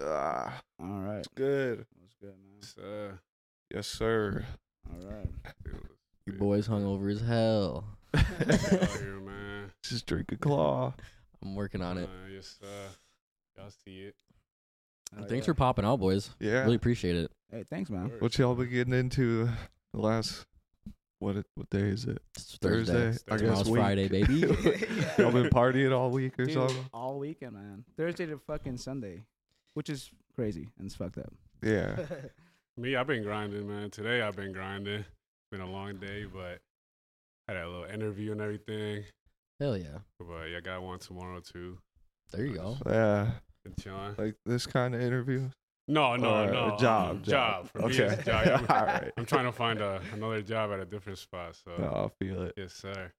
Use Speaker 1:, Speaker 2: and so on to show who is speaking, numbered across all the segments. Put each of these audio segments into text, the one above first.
Speaker 1: Ah,
Speaker 2: All right.
Speaker 1: it's good.
Speaker 2: What's good, man?
Speaker 3: It's, uh,
Speaker 1: Yes, sir.
Speaker 2: All right.
Speaker 3: it was
Speaker 4: You boys hungover as hell.
Speaker 3: out here, man.
Speaker 1: Just drink a claw.
Speaker 4: I'm working on it.
Speaker 3: Uh, yes, uh, y'all see it.
Speaker 2: Hell
Speaker 4: Thanks
Speaker 2: Uh, yeah.
Speaker 4: for popping out, boys.
Speaker 1: Yeah.
Speaker 4: Really appreciate it.
Speaker 2: Hey, thanks, man.
Speaker 1: What y'all been getting into the last what it- what day is it?
Speaker 4: It's Thursday.
Speaker 1: I
Speaker 3: Thursday.
Speaker 1: guess
Speaker 4: Tomorrow's
Speaker 1: week.
Speaker 4: Friday, baby.
Speaker 1: y'all been partying all week or
Speaker 2: Dude,
Speaker 1: something?
Speaker 2: all weekend, man. Thursday to fucking Sunday, which is crazy and it's fucked up.
Speaker 1: Yeah.
Speaker 3: Me, I've been grinding, man. Today I've been grinding. Been a long day, but had a little interview and everything.
Speaker 4: Hell yeah.
Speaker 3: But yeah, I got one tomorrow too.
Speaker 4: There you go.
Speaker 1: Yeah.
Speaker 3: Been chilling.
Speaker 1: Like this kind of interview.
Speaker 3: No,
Speaker 1: Or
Speaker 3: no,
Speaker 1: a
Speaker 3: no.
Speaker 1: job,
Speaker 3: um,
Speaker 1: job.
Speaker 3: job. For me,
Speaker 1: Okay.
Speaker 3: it's job. I'm,
Speaker 1: All right.
Speaker 3: I'm trying to find a, another job at a different spot. So
Speaker 1: No, I'll feel it.
Speaker 3: yes, sir.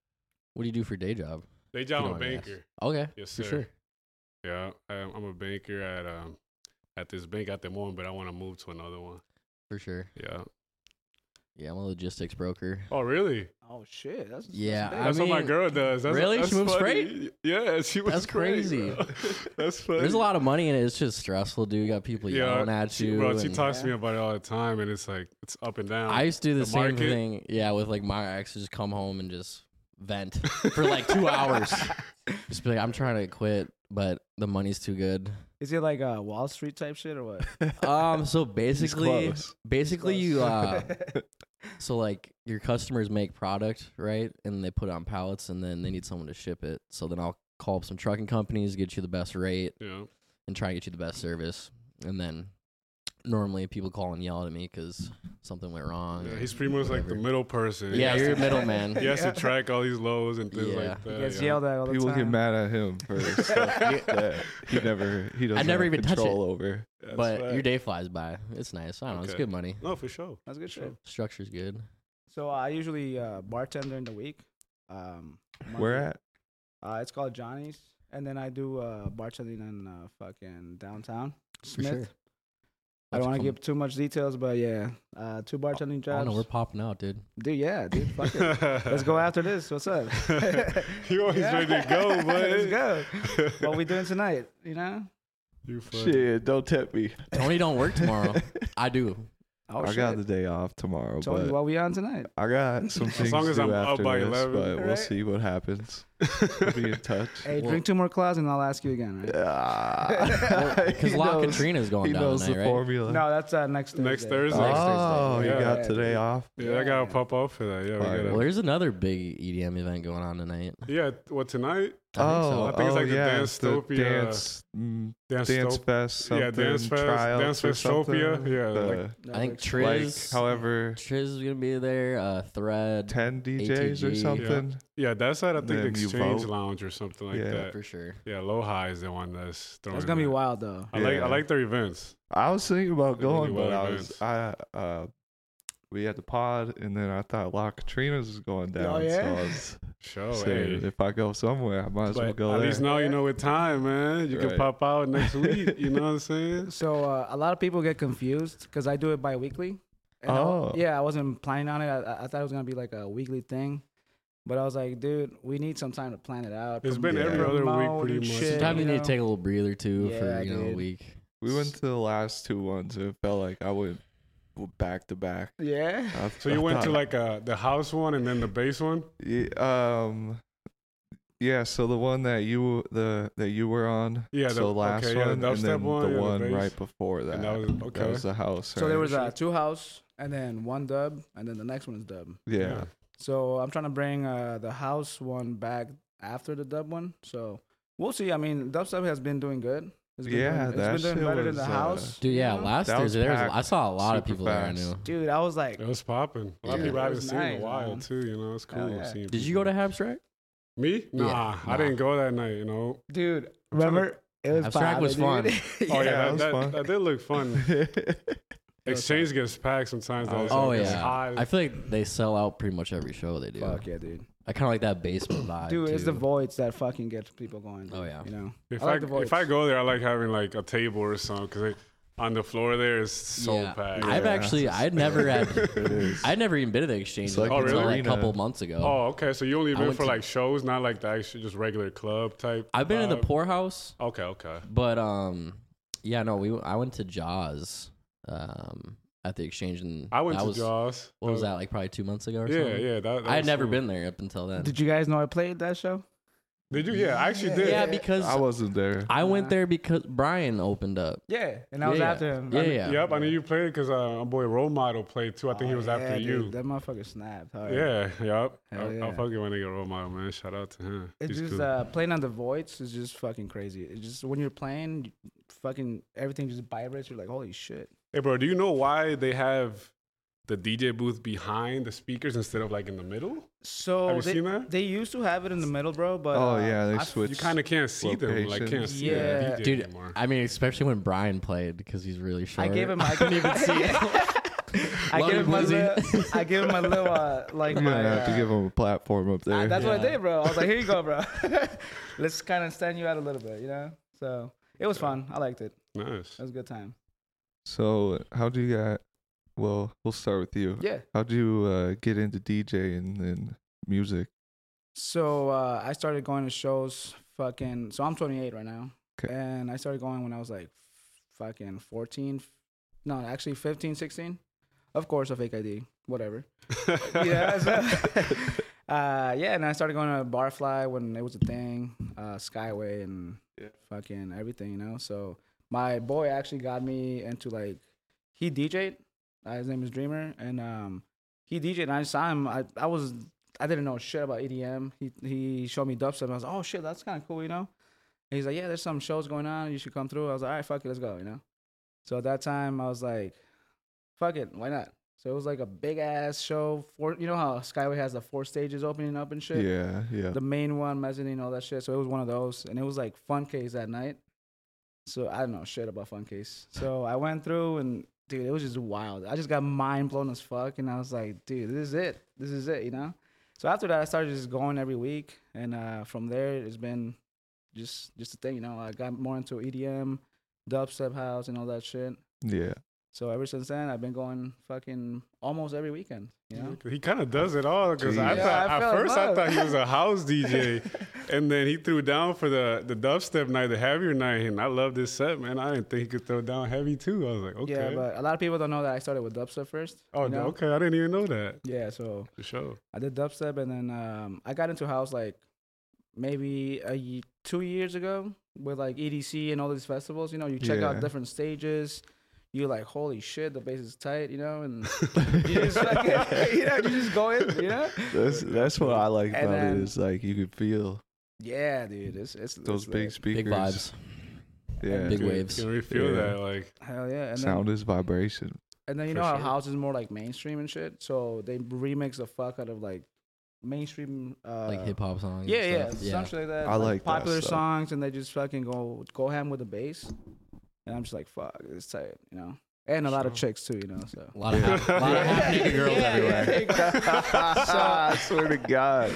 Speaker 4: What do you do for day job?
Speaker 3: They job
Speaker 4: You
Speaker 3: I'm a
Speaker 4: don't wanna ask.
Speaker 3: banker.
Speaker 4: Okay.
Speaker 3: Yes, sir.
Speaker 4: For sure.
Speaker 3: Yeah, I, I'm a banker at um at this bank at the moment, but I want to move to another one.
Speaker 4: For sure.
Speaker 3: Yeah.
Speaker 4: Yeah, I'm a logistics broker.
Speaker 3: Oh, really?
Speaker 2: Oh shit. That's that's
Speaker 4: Yeah,
Speaker 2: big.
Speaker 4: I
Speaker 3: That's what my
Speaker 4: mean,
Speaker 3: girl does. That's,
Speaker 4: really?
Speaker 3: That's
Speaker 4: She moves
Speaker 3: funny. Yeah, she moves
Speaker 4: That's
Speaker 3: freight,
Speaker 4: crazy.
Speaker 3: bro. that's funny.
Speaker 4: There's a lot of money in it. It's just stressful, dude. You got people yelling at
Speaker 3: she-
Speaker 4: you.
Speaker 3: Bro, she
Speaker 4: and-
Speaker 3: talks to me
Speaker 2: Yeah.
Speaker 3: about it all the time, and it's like it's up and down.
Speaker 4: I used to do the,
Speaker 3: the
Speaker 4: same
Speaker 3: market.
Speaker 4: thing. Yeah, with like my ex, just come home and just vent for like two hours. Just be like, I'm trying to quit, but the money's too good.
Speaker 2: Is it like a Wall Street type shit or what?
Speaker 4: Um, so basically,
Speaker 1: close.
Speaker 4: basically you uh,
Speaker 2: Close.
Speaker 4: so like your customers make product right, and they put it on pallets, and then they need someone to ship it. So then I'll call up some trucking companies, get you the best rate,
Speaker 3: You know,
Speaker 4: and try to get you the best service. And then normally people call and yell at me because something went wrong.
Speaker 3: yeah,
Speaker 4: or
Speaker 3: he's pretty much like the
Speaker 4: Oh, whatever.
Speaker 3: middle person. He
Speaker 4: yeah,
Speaker 3: has
Speaker 4: you're a
Speaker 3: to-
Speaker 4: middleman.
Speaker 3: He has to track all these lows and things
Speaker 4: Yeah.
Speaker 3: like that.
Speaker 2: He gets
Speaker 3: yeah.
Speaker 2: yelled at all the
Speaker 1: People get
Speaker 2: time.
Speaker 1: mad at him for stuff that he never he doesn't
Speaker 4: never
Speaker 1: have
Speaker 4: even touch it.
Speaker 1: control over.
Speaker 3: That's
Speaker 4: but
Speaker 3: fact.
Speaker 4: your day flies by. It's nice. I don't know. It's
Speaker 3: Okay.
Speaker 4: good money.
Speaker 3: No, for sure.
Speaker 2: That's good shit.
Speaker 4: Structure's good.
Speaker 2: So uh, I usually uh, bartend during the week. Um,
Speaker 1: Where
Speaker 2: Monday.
Speaker 1: at?
Speaker 2: Uh, it's called Johnny's, and then I do uh, bartending in uh, fucking downtown Smith.
Speaker 4: sure.
Speaker 2: I don't want to
Speaker 4: Come-
Speaker 2: give too much details, but yeah, uh, two bartending
Speaker 4: I
Speaker 2: jobs.
Speaker 4: don't know. We're popping out, dude.
Speaker 2: dude, yeah, dude, fuck it. Let's go after this. What's up?
Speaker 3: You always ready to go, boy.
Speaker 2: Let's go. What we doing tonight? You know?
Speaker 3: You funny.
Speaker 1: Shit, don't tempt me.
Speaker 4: Tony don't work tomorrow. I do.
Speaker 2: Oh,
Speaker 1: I
Speaker 2: shit.
Speaker 1: got the day off tomorrow,
Speaker 2: Tell me
Speaker 1: but
Speaker 2: what we on tonight.
Speaker 1: I got some
Speaker 2: As
Speaker 1: things
Speaker 3: long
Speaker 1: to
Speaker 3: as
Speaker 1: do
Speaker 3: I'm up
Speaker 1: after
Speaker 3: by
Speaker 1: this,
Speaker 3: 11,
Speaker 1: but we'll
Speaker 2: right?
Speaker 1: see what happens. We'll be in touch.
Speaker 2: Hey,
Speaker 4: Well-
Speaker 2: drink two more claws and I'll ask you again, right?
Speaker 4: Because
Speaker 1: Because
Speaker 4: La Katrina's going
Speaker 1: he
Speaker 4: down
Speaker 1: knows
Speaker 4: tonight,
Speaker 1: the
Speaker 4: right?
Speaker 1: formula.
Speaker 2: No, that's uh, next Thursday.
Speaker 3: Next Thursday.
Speaker 4: next
Speaker 1: oh,
Speaker 4: Thursday.
Speaker 1: you
Speaker 3: Yeah.
Speaker 1: got
Speaker 2: Yeah,
Speaker 1: today
Speaker 2: dude.
Speaker 1: off.
Speaker 3: Yeah, I gotta
Speaker 2: Yeah.
Speaker 3: pop off for that. Yeah, we
Speaker 1: Fire.
Speaker 3: gotta-
Speaker 4: Well, there's another big EDM event going on tonight.
Speaker 3: yeah. What tonight?
Speaker 1: oh,
Speaker 4: I
Speaker 3: think it's
Speaker 1: oh,
Speaker 3: like the
Speaker 1: yeah,
Speaker 3: Danstopia-
Speaker 1: dance, mm,
Speaker 3: Dance,
Speaker 1: dance
Speaker 3: Stop-
Speaker 1: fest, something,
Speaker 3: yeah, dance fest,
Speaker 1: trials
Speaker 3: dance
Speaker 1: or
Speaker 3: festopia,
Speaker 1: something.
Speaker 3: yeah,
Speaker 1: The-
Speaker 3: like-
Speaker 2: No,
Speaker 4: I think
Speaker 2: next-
Speaker 4: Trish-
Speaker 1: like
Speaker 4: Riz.
Speaker 1: however
Speaker 4: Triz is gonna be there. Uh, Thread
Speaker 1: 10 DJs or
Speaker 4: ATG.
Speaker 1: something.
Speaker 3: Yeah, that's at I
Speaker 1: And
Speaker 3: think the
Speaker 1: then you
Speaker 3: Exchange
Speaker 1: vote.
Speaker 3: Lounge or something like
Speaker 1: Yeah.
Speaker 3: that.
Speaker 4: for sure.
Speaker 3: Yeah, Loha is the one that's throwing.
Speaker 2: That's gonna be
Speaker 3: that.
Speaker 2: wild though.
Speaker 3: I like
Speaker 1: Yeah.
Speaker 3: I like their events.
Speaker 1: I was thinking about
Speaker 3: They're really
Speaker 1: going,
Speaker 3: well
Speaker 1: but I was
Speaker 3: advanced.
Speaker 1: I uh we had the pod and then I thought La Katrina's was going down.
Speaker 2: yeah?
Speaker 1: So I was
Speaker 3: Show.
Speaker 1: saying
Speaker 3: Oh, hey.
Speaker 1: if I go somewhere I might as
Speaker 3: But
Speaker 1: well
Speaker 3: at
Speaker 1: go there.
Speaker 3: least now you know with time, man. You
Speaker 1: Right.
Speaker 3: can pop out next week. You know what I'm saying?
Speaker 2: So uh, a lot of people get confused because I do it bi-weekly. And I-
Speaker 1: Oh.
Speaker 2: yeah, I wasn't planning on it. I, I- I thought it was gonna be like a weekly thing, but I was like, dude, we need some time to plan it out.
Speaker 3: It's been
Speaker 1: every
Speaker 3: other week
Speaker 2: promote
Speaker 3: pretty
Speaker 2: and
Speaker 3: much.
Speaker 2: shit,
Speaker 4: Sometimes you need
Speaker 2: know?
Speaker 4: to take a little breather too
Speaker 2: Yeah,
Speaker 4: for you know a
Speaker 2: dude.
Speaker 4: week.
Speaker 1: we went to the last two ones and it felt like I went back to back.
Speaker 2: Yeah.
Speaker 1: I-
Speaker 3: So
Speaker 1: I
Speaker 3: you went to
Speaker 1: thought-
Speaker 3: like uh, the house one and then the base one.
Speaker 1: Ye- um yeah, so the one that you the that you were on,
Speaker 3: Yeah, the-
Speaker 1: so last
Speaker 3: okay, yeah,
Speaker 1: one,
Speaker 3: the
Speaker 1: and
Speaker 3: dubstep
Speaker 1: then
Speaker 3: one,
Speaker 1: the
Speaker 3: yeah, the
Speaker 1: one
Speaker 3: bass.
Speaker 1: right before that.
Speaker 3: And that was- okay.
Speaker 1: was the house.
Speaker 2: So there
Speaker 1: right?
Speaker 2: was uh, two house, and then one dub, and then the next one is dub.
Speaker 1: yeah,
Speaker 2: So I'm trying to bring uh, the house one back after the dub one. So we'll see. I mean, dubstep has been doing good. It's been
Speaker 1: Yeah,
Speaker 2: doing, it's
Speaker 1: that
Speaker 2: been doing
Speaker 1: shit
Speaker 2: better
Speaker 1: was,
Speaker 2: than the
Speaker 1: uh,
Speaker 2: house.
Speaker 4: Dude, yeah,
Speaker 2: you know?
Speaker 4: last
Speaker 1: That was
Speaker 4: Thursday there was
Speaker 1: packed
Speaker 4: I saw a lot of
Speaker 1: super
Speaker 4: people there. I
Speaker 1: fast.
Speaker 4: knew.
Speaker 2: dude, I was like,
Speaker 3: It was popping. A lot
Speaker 4: Yeah.
Speaker 3: of people I
Speaker 2: It
Speaker 3: haven't
Speaker 2: was
Speaker 3: seen in
Speaker 2: nice,
Speaker 3: a while
Speaker 2: man.
Speaker 3: too. You know, it's cool.
Speaker 2: Hell
Speaker 3: I'm
Speaker 2: yeah.
Speaker 3: seeing
Speaker 4: Did you go to
Speaker 3: people.
Speaker 4: Abstract?
Speaker 3: me?
Speaker 4: Yeah,
Speaker 3: Nah,
Speaker 4: nah.
Speaker 3: I didn't go that night. You know.
Speaker 2: dude,
Speaker 3: trying to-
Speaker 2: remember it was
Speaker 4: Abstract was
Speaker 2: popping, dude.
Speaker 1: Yeah,
Speaker 3: Oh yeah,
Speaker 1: it
Speaker 3: that,
Speaker 1: was
Speaker 3: that,
Speaker 1: fun.
Speaker 3: that did look fun. Exchange gets packed sometimes. Though,
Speaker 1: Oh,
Speaker 3: so
Speaker 4: Oh
Speaker 3: it gets
Speaker 4: yeah,
Speaker 3: hot.
Speaker 4: I feel like they sell out pretty much every show they do.
Speaker 2: Fuck yeah, dude.
Speaker 4: I kind of like that basement vibe.
Speaker 2: Dude, it's the
Speaker 4: too.
Speaker 2: voids that fucking gets people going.
Speaker 4: Oh, yeah.
Speaker 2: you know.
Speaker 3: If
Speaker 2: I
Speaker 3: I,
Speaker 2: like the
Speaker 3: if I
Speaker 2: voids.
Speaker 3: go there, I like having like a table or something because on the floor there is so
Speaker 4: Yeah.
Speaker 3: packed.
Speaker 4: I've
Speaker 1: Yeah.
Speaker 4: actually I'd never had
Speaker 1: it is.
Speaker 4: I'd never even been to the exchange
Speaker 1: It's like
Speaker 4: up
Speaker 3: an
Speaker 4: until like a
Speaker 1: arena.
Speaker 4: couple months ago.
Speaker 3: Oh, okay. So you only
Speaker 4: I
Speaker 3: been
Speaker 4: went
Speaker 3: for
Speaker 4: to-
Speaker 3: like shows, not like the actual just regular club type.
Speaker 4: I've been in the
Speaker 3: vibe?
Speaker 4: poorhouse,
Speaker 3: Okay, okay.
Speaker 4: but um Yeah, no, we I went to Jaws um, at the exchange, and
Speaker 3: I went
Speaker 4: that
Speaker 3: to
Speaker 4: was,
Speaker 3: Jaws.
Speaker 4: What was that like? Probably two months ago or
Speaker 3: yeah,
Speaker 4: something.
Speaker 3: yeah. That, that
Speaker 4: I had
Speaker 3: was
Speaker 4: never
Speaker 3: some-
Speaker 4: been there up until then.
Speaker 2: Did you guys know I played that show?
Speaker 3: Did you? Yeah, I actually
Speaker 2: Yeah.
Speaker 3: did.
Speaker 4: yeah, because
Speaker 1: I wasn't there.
Speaker 4: I went
Speaker 2: Nah.
Speaker 4: there because Brian opened up.
Speaker 2: Yeah, and I was
Speaker 4: Yeah,
Speaker 2: after him.
Speaker 4: yeah,
Speaker 2: I mean-
Speaker 4: yeah.
Speaker 3: Yep, I knew you played because uh, my boy Role Model played too. I think he
Speaker 2: Oh,
Speaker 3: was
Speaker 2: yeah,
Speaker 3: after
Speaker 2: dude,
Speaker 3: you.
Speaker 2: That motherfucker snapped. hard.
Speaker 3: Yeah, yep.
Speaker 2: Hell
Speaker 3: I'll, I'll
Speaker 2: yeah.
Speaker 3: fucking want to get Role Model, man. Shout out to him.
Speaker 2: It's
Speaker 3: He's
Speaker 2: just
Speaker 3: cool.
Speaker 2: uh, playing on the voids is just fucking crazy. It's just when you're playing, you- fucking everything just vibrates. You're like, holy shit.
Speaker 3: Hey, bro, do you know why they have the DJ booth behind the speakers instead of like in the middle?
Speaker 2: So
Speaker 3: have you
Speaker 2: Oh, they,
Speaker 3: seen that?
Speaker 2: they used to have it in the middle, bro. But
Speaker 1: oh
Speaker 2: uh,
Speaker 1: yeah,
Speaker 2: I
Speaker 1: they
Speaker 2: f-
Speaker 1: switched.
Speaker 3: You kind of can't see them. Like, can't
Speaker 1: locations.
Speaker 3: see the
Speaker 2: Yeah.
Speaker 3: DJ
Speaker 4: Dude,
Speaker 3: anymore.
Speaker 4: I mean, especially when Brian played because he's really
Speaker 2: I
Speaker 4: short.
Speaker 2: gave him. I couldn't even see. I
Speaker 4: Love
Speaker 2: gave
Speaker 4: you,
Speaker 2: him my
Speaker 4: Blizzy.
Speaker 2: little. I gave him my little. Uh, like
Speaker 1: You're
Speaker 2: my.
Speaker 1: gonna have to
Speaker 2: uh,
Speaker 1: give them a platform up there.
Speaker 2: I- that's what I
Speaker 4: Yeah.
Speaker 2: did, bro. I was like, here you go, bro. Let's kind of stand you out a little bit, you know. So it was fun. I liked it.
Speaker 3: nice.
Speaker 2: It was a good time.
Speaker 1: so how do you got? Well, we'll start with you.
Speaker 2: Yeah.
Speaker 1: How do you uh, get into DJing and music?
Speaker 2: So uh, I started going to shows. Fucking. So I'm 28 right now,
Speaker 1: 'Kay.
Speaker 2: and I started going when I was like, fucking 14. No, actually 15, 16. Of course, a fake ID. Whatever. yeah. so- uh, yeah, and I started going to Barfly when it was a thing, uh, Skyway, and
Speaker 1: Yeah.
Speaker 2: fucking everything, you know. So my boy actually got me into like he DJ'd. Uh, his name is Dreamer, and um, he DJ'd. And I saw him. I, I was I didn't know shit about EDM. He he showed me dubstep. And I was like, oh shit, that's kind of cool, you know. And he's like, yeah, there's some shows going on. You should come through. I was like, all right, fuck it, let's go, you know. So at that time, I was like, fuck it, why not? So it was like a big ass show. Four, you know how Skyway has the four stages opening up and shit
Speaker 1: Yeah, yeah.
Speaker 2: the main one, mezzanine, all that shit. So it was one of those, and it was like fun case that night. So I don't know shit about fun case. So I went through and dude, it was just wild. I just got mind blown as fuck, and I was like, dude, this is it. This is it, you know. So after that, I started just going every week, and uh, from there, it's been just just a thing, you know. I got more into EDM, dubstep house, and all that shit.
Speaker 1: yeah.
Speaker 2: So ever since then, I've been going fucking almost every weekend, you know.
Speaker 3: He kind of does it all because I
Speaker 1: Jeez.
Speaker 2: Yeah,
Speaker 3: thought
Speaker 2: I
Speaker 3: at
Speaker 2: felt
Speaker 3: first I
Speaker 2: bug.
Speaker 3: thought he was a house DJ, and then he threw down for the the dubstep night, the heavier night, and I love this set, man. I didn't think he could throw down heavy too. I was like, okay,
Speaker 2: Yeah, but a lot of people don't know that I started with dubstep first.
Speaker 3: oh,
Speaker 2: you know?
Speaker 3: okay, I didn't even know that
Speaker 2: Yeah, so
Speaker 3: for sure.
Speaker 2: I did dubstep, and then um, I got into house like maybe a ye- two years ago with like EDC and all these festivals. You know, you check
Speaker 1: Yeah.
Speaker 2: out different stages. You're like, holy shit, the bass is tight, you know, and you just fucking, you know, you just go in, you know.
Speaker 1: That's that's what I like
Speaker 2: And
Speaker 1: about
Speaker 2: then-
Speaker 1: it is like you could feel
Speaker 2: Yeah, dude, it's it's
Speaker 1: those
Speaker 2: it's
Speaker 1: big
Speaker 2: lit.
Speaker 1: speakers.
Speaker 4: big vibes.
Speaker 1: Yeah.
Speaker 4: Big
Speaker 3: Dude,
Speaker 4: waves.
Speaker 3: Can we feel
Speaker 1: Yeah.
Speaker 3: that? Like,
Speaker 2: Hell yeah, and then
Speaker 1: Sound is vibration.
Speaker 2: And then you
Speaker 3: For
Speaker 2: know how
Speaker 3: sure.
Speaker 2: house is more like mainstream and shit, so they remix the fuck out of like mainstream uh,
Speaker 4: like hip hop songs. and
Speaker 2: Yeah, yeah,
Speaker 4: stuff.
Speaker 2: some shit like that.
Speaker 1: I like that
Speaker 2: popular
Speaker 1: stuff.
Speaker 2: songs, and they just fucking go go ham with the bass, and I'm just like, fuck, it's tight, you know. And a lot of
Speaker 3: Sure.
Speaker 2: chicks too, you know. So
Speaker 4: A lot of half, lot of half naked girls
Speaker 2: Yeah,
Speaker 4: everywhere.
Speaker 2: yeah,
Speaker 1: I swear to God.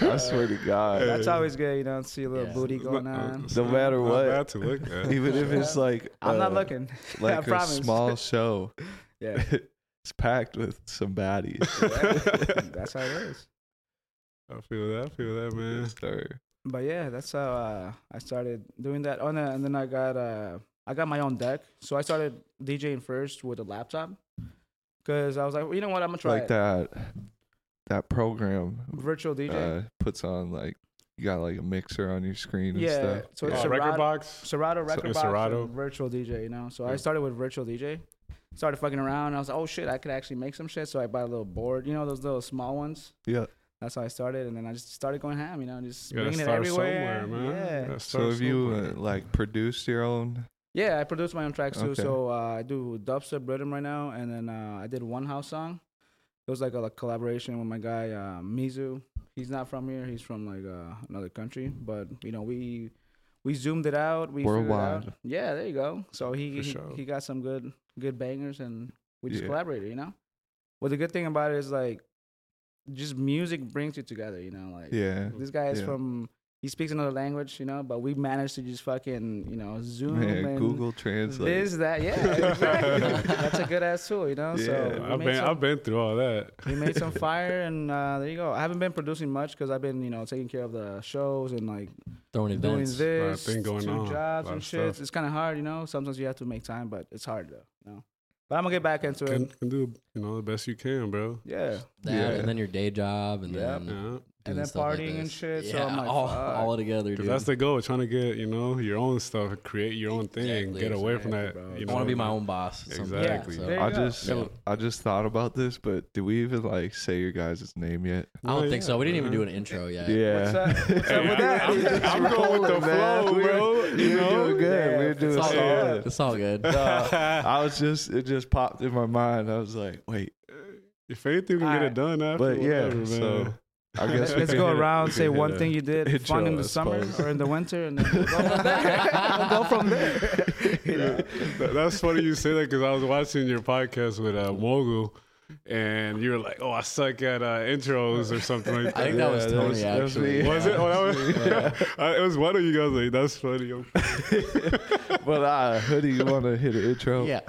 Speaker 1: I swear to God.
Speaker 2: that's always good, you know. See a little
Speaker 4: Yeah.
Speaker 2: booty
Speaker 3: it's
Speaker 2: going
Speaker 3: not- uh,
Speaker 2: on.
Speaker 3: it's
Speaker 1: No
Speaker 3: not-
Speaker 1: matter
Speaker 3: not
Speaker 1: what.
Speaker 3: bad to look at.
Speaker 1: Even if it's like
Speaker 2: I'm not
Speaker 1: uh,
Speaker 2: looking. I
Speaker 1: like a
Speaker 2: promise.
Speaker 1: small show,
Speaker 2: Yeah,
Speaker 1: it's packed with some baddies.
Speaker 2: that's how it is.
Speaker 3: I feel that. I feel that, man.
Speaker 1: Yes, sir.
Speaker 2: But yeah, that's how uh, I started doing that. On and then I got uh, I got my own deck, so I started DJing first with a laptop, because I was like, well, you know what, I'm gonna try
Speaker 1: like
Speaker 2: it.
Speaker 1: that that program
Speaker 2: virtual DJ.
Speaker 1: uh, puts on like you got like a mixer on your screen and
Speaker 2: Yeah,
Speaker 1: stuff.
Speaker 2: so
Speaker 3: Oh,
Speaker 2: it's a-
Speaker 3: record
Speaker 2: Serato-
Speaker 3: box.
Speaker 2: Serato record box,
Speaker 3: Serato.
Speaker 2: and virtual DJ. You know, so I
Speaker 3: Yeah.
Speaker 2: started with virtual DJ. Started fucking around. And I was like, oh shit, I could actually make some shit. So I bought a little board. You know those little small ones.
Speaker 1: yeah.
Speaker 2: That's how I started, and then I just started going ham. You know, just
Speaker 3: You gotta
Speaker 2: bringing it
Speaker 3: start
Speaker 2: everywhere.
Speaker 3: somewhere, man. You
Speaker 2: Yeah.
Speaker 3: gotta
Speaker 1: So
Speaker 3: start
Speaker 1: have you
Speaker 3: somewhere.
Speaker 1: uh, like produced your own?
Speaker 2: Yeah, I produce my own tracks too.
Speaker 1: Okay.
Speaker 2: So uh, I do dubstep rhythm right now, and then uh, I did one house song. It was like a like, collaboration with my guy uh, Mizu. He's not from here. He's from like uh, another country, but you know we we zoomed it out. We figured it out.
Speaker 1: Worldwide.
Speaker 2: Yeah, there you go. So he
Speaker 3: For
Speaker 2: he,
Speaker 3: sure.
Speaker 2: he got some good good bangers, and we just
Speaker 1: Yeah.
Speaker 2: collaborated. You know. Well, the good thing about it is like, just music brings you together. You know, like
Speaker 1: Yeah.
Speaker 2: this guy is
Speaker 1: Yeah.
Speaker 2: from He speaks another language, you know, but we managed to just fucking, you know, Zoom
Speaker 1: Man,
Speaker 2: and
Speaker 1: Google Translate.
Speaker 2: this, that, yeah, exactly. That's a good ass tool, you know.
Speaker 1: Yeah,
Speaker 2: so we
Speaker 3: I've
Speaker 2: made
Speaker 3: been
Speaker 2: some-
Speaker 3: I've been through all that.
Speaker 2: we made some fire, and uh, there you go. I haven't been producing much because I've been, you know, taking care of the shows and like
Speaker 4: Throwing
Speaker 2: doing
Speaker 4: events.
Speaker 3: of
Speaker 2: this,
Speaker 3: thing going
Speaker 2: two
Speaker 3: on,
Speaker 2: jobs
Speaker 3: lot
Speaker 2: and
Speaker 3: of
Speaker 2: shit.
Speaker 3: stuff.
Speaker 2: It's kind of hard, you know. Sometimes you have to make time, but it's hard though. You know? But I'm gonna get back into
Speaker 3: Can,
Speaker 2: it.
Speaker 3: can do you know the best you can, bro.
Speaker 2: Yeah,
Speaker 4: That,
Speaker 1: Yeah.
Speaker 4: And then your day job and
Speaker 2: Yep.
Speaker 4: then doing
Speaker 3: Yeah,
Speaker 2: And then
Speaker 4: stuff like
Speaker 2: partying and
Speaker 4: this.
Speaker 2: shit, so
Speaker 4: Yeah,
Speaker 2: I'm like,
Speaker 4: all,
Speaker 2: fuck.
Speaker 4: all together,
Speaker 3: because
Speaker 4: dude.
Speaker 3: that's the goal. Trying to get you know your own stuff, create your own thing,
Speaker 4: Exactly,
Speaker 3: get away from that.
Speaker 2: exactly, bro.
Speaker 3: You
Speaker 4: I
Speaker 3: know,
Speaker 4: want to be my own boss. at some point,
Speaker 3: Exactly.
Speaker 4: so.
Speaker 2: Yeah, there you
Speaker 1: I
Speaker 2: go.
Speaker 1: just
Speaker 4: Yeah.
Speaker 1: I just thought about this, but do we even like say your guys' name yet?
Speaker 4: I don't
Speaker 3: Oh, yeah,
Speaker 4: think so. We didn't even
Speaker 3: man.
Speaker 4: do an intro yet.
Speaker 2: What's up? What's
Speaker 3: Hey,
Speaker 2: up with
Speaker 3: I'm- I'm,
Speaker 2: that?
Speaker 3: I'm going with the
Speaker 1: Man,
Speaker 3: flow,
Speaker 1: we-
Speaker 3: bro. You
Speaker 1: doing
Speaker 3: know,
Speaker 1: good.
Speaker 2: Yeah,
Speaker 1: we're
Speaker 2: it's
Speaker 1: doing
Speaker 4: It's all
Speaker 1: solid.
Speaker 4: good. It's all good.
Speaker 1: Uh, I was just it just popped in my mind. I was like, wait,
Speaker 3: if anything can get it
Speaker 2: Alright.
Speaker 3: done after,
Speaker 1: But yeah,
Speaker 3: whatever, man.
Speaker 1: so- I guess we
Speaker 2: Let's
Speaker 1: can
Speaker 2: go
Speaker 1: hit it.
Speaker 2: around,
Speaker 1: We
Speaker 2: say
Speaker 1: can hit
Speaker 2: one
Speaker 1: it.
Speaker 2: thing you did
Speaker 1: Intro,
Speaker 2: fun in the
Speaker 1: I
Speaker 2: summer
Speaker 1: suppose.
Speaker 2: or in the winter, and then we'll go from there. We'll go from there. You know?
Speaker 3: That- that's funny you say that because I was watching your podcast with uh, Mogul, and you were like, "Oh, I suck at uh, intros or something like that."
Speaker 4: I think that was
Speaker 1: that
Speaker 4: Tony
Speaker 1: was- that was
Speaker 4: actually.
Speaker 1: me.
Speaker 3: Was it? Oh, that was. I- it was one of you guys. Like, that's funny. Okay.
Speaker 1: But uh, hoodie, you want to hit an intro?
Speaker 4: Yeah.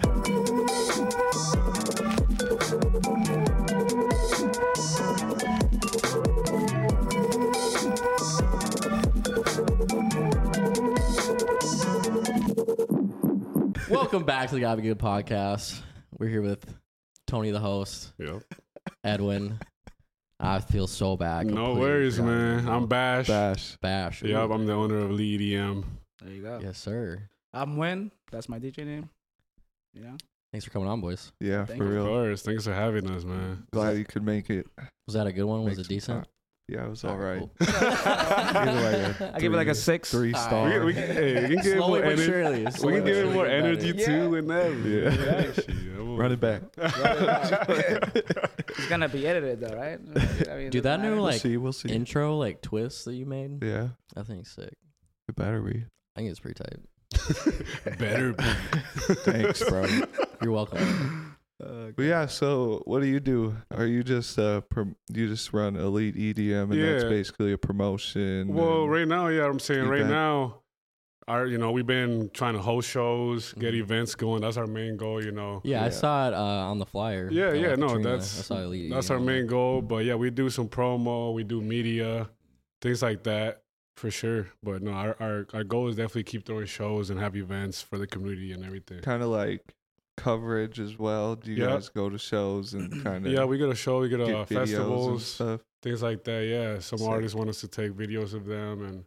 Speaker 4: Welcome back to the Gotta Be Good podcast. We're here with Tony, the host,
Speaker 3: Yep.
Speaker 4: Edwin. I feel so bad.
Speaker 3: No
Speaker 4: completely
Speaker 3: worries,
Speaker 4: forgot
Speaker 3: man.
Speaker 4: about
Speaker 3: I'm Bash.
Speaker 1: Bash.
Speaker 4: Bash.
Speaker 3: Yep, I'm the owner of Lee EDM.
Speaker 2: There you go.
Speaker 4: Yes, sir.
Speaker 2: I'm Win. That's my DJ name. You know,
Speaker 4: Thanks for coming on, boys.
Speaker 1: Yeah,
Speaker 2: Thank
Speaker 1: for
Speaker 2: you.
Speaker 3: Of
Speaker 1: real.
Speaker 3: course. Thanks for having us, man.
Speaker 1: Glad you could make it.
Speaker 4: Was that a good one? Was
Speaker 1: Make
Speaker 4: it
Speaker 1: some
Speaker 4: decent?
Speaker 1: time. Yeah, it was all right.
Speaker 4: Cool.
Speaker 1: Either
Speaker 2: I give it like a six.
Speaker 1: Three
Speaker 4: Alright.
Speaker 1: star.
Speaker 3: We, we, can- hey, we can give it
Speaker 4: Slowly
Speaker 3: more
Speaker 4: but
Speaker 3: energy.
Speaker 4: surely.
Speaker 3: We
Speaker 4: slowly
Speaker 3: can give
Speaker 4: but
Speaker 3: it
Speaker 4: surely
Speaker 3: more
Speaker 4: get better.
Speaker 3: energy
Speaker 2: Yeah.
Speaker 3: too, and that.
Speaker 1: Run it back.
Speaker 2: It's gonna be edited though, right? I mean,
Speaker 4: Dude, that
Speaker 2: doesn't
Speaker 4: new,
Speaker 2: matter.
Speaker 1: We'll
Speaker 4: Like,
Speaker 1: see. We'll see.
Speaker 4: Intro like twist that you made.
Speaker 1: yeah,
Speaker 4: I think it's sick.
Speaker 1: it better be.
Speaker 4: I think it's pretty tight.
Speaker 3: Better. be.
Speaker 1: Thanks, bro.
Speaker 4: You're welcome.
Speaker 1: But yeah, so what do you do? Are you just uh prom- you just run Elite EDM and that's
Speaker 3: Yeah.
Speaker 1: basically a promotion?
Speaker 3: Well,
Speaker 1: and-
Speaker 3: right now, yeah, I'm saying right
Speaker 1: event.
Speaker 3: now, our you know we've been trying to host shows, get
Speaker 4: Mhm.
Speaker 1: Mm-hmm.
Speaker 3: events going. That's our main goal, you know.
Speaker 4: Yeah,
Speaker 1: Yeah.
Speaker 4: I saw it uh, on the flyer.
Speaker 3: Yeah,
Speaker 4: Uh,
Speaker 3: yeah, no,
Speaker 4: Katrina.
Speaker 3: that's-
Speaker 4: I saw it leading
Speaker 3: That's
Speaker 4: in
Speaker 3: our
Speaker 4: on
Speaker 3: main
Speaker 4: it.
Speaker 3: goal. But yeah, we do some promo, we do media, things like that for sure. But no, our our, our goal is definitely keep throwing shows and have events for the community and everything.
Speaker 1: kind of like coverage as well. Do you
Speaker 3: Yeah.
Speaker 1: guys go to shows and kind of
Speaker 3: Yeah, we got a show, we got
Speaker 1: do
Speaker 3: uh,
Speaker 1: videos and
Speaker 3: festivals,
Speaker 1: stuff?
Speaker 3: things like that. Yeah, some
Speaker 1: Sick.
Speaker 3: artists want us to take videos of them, and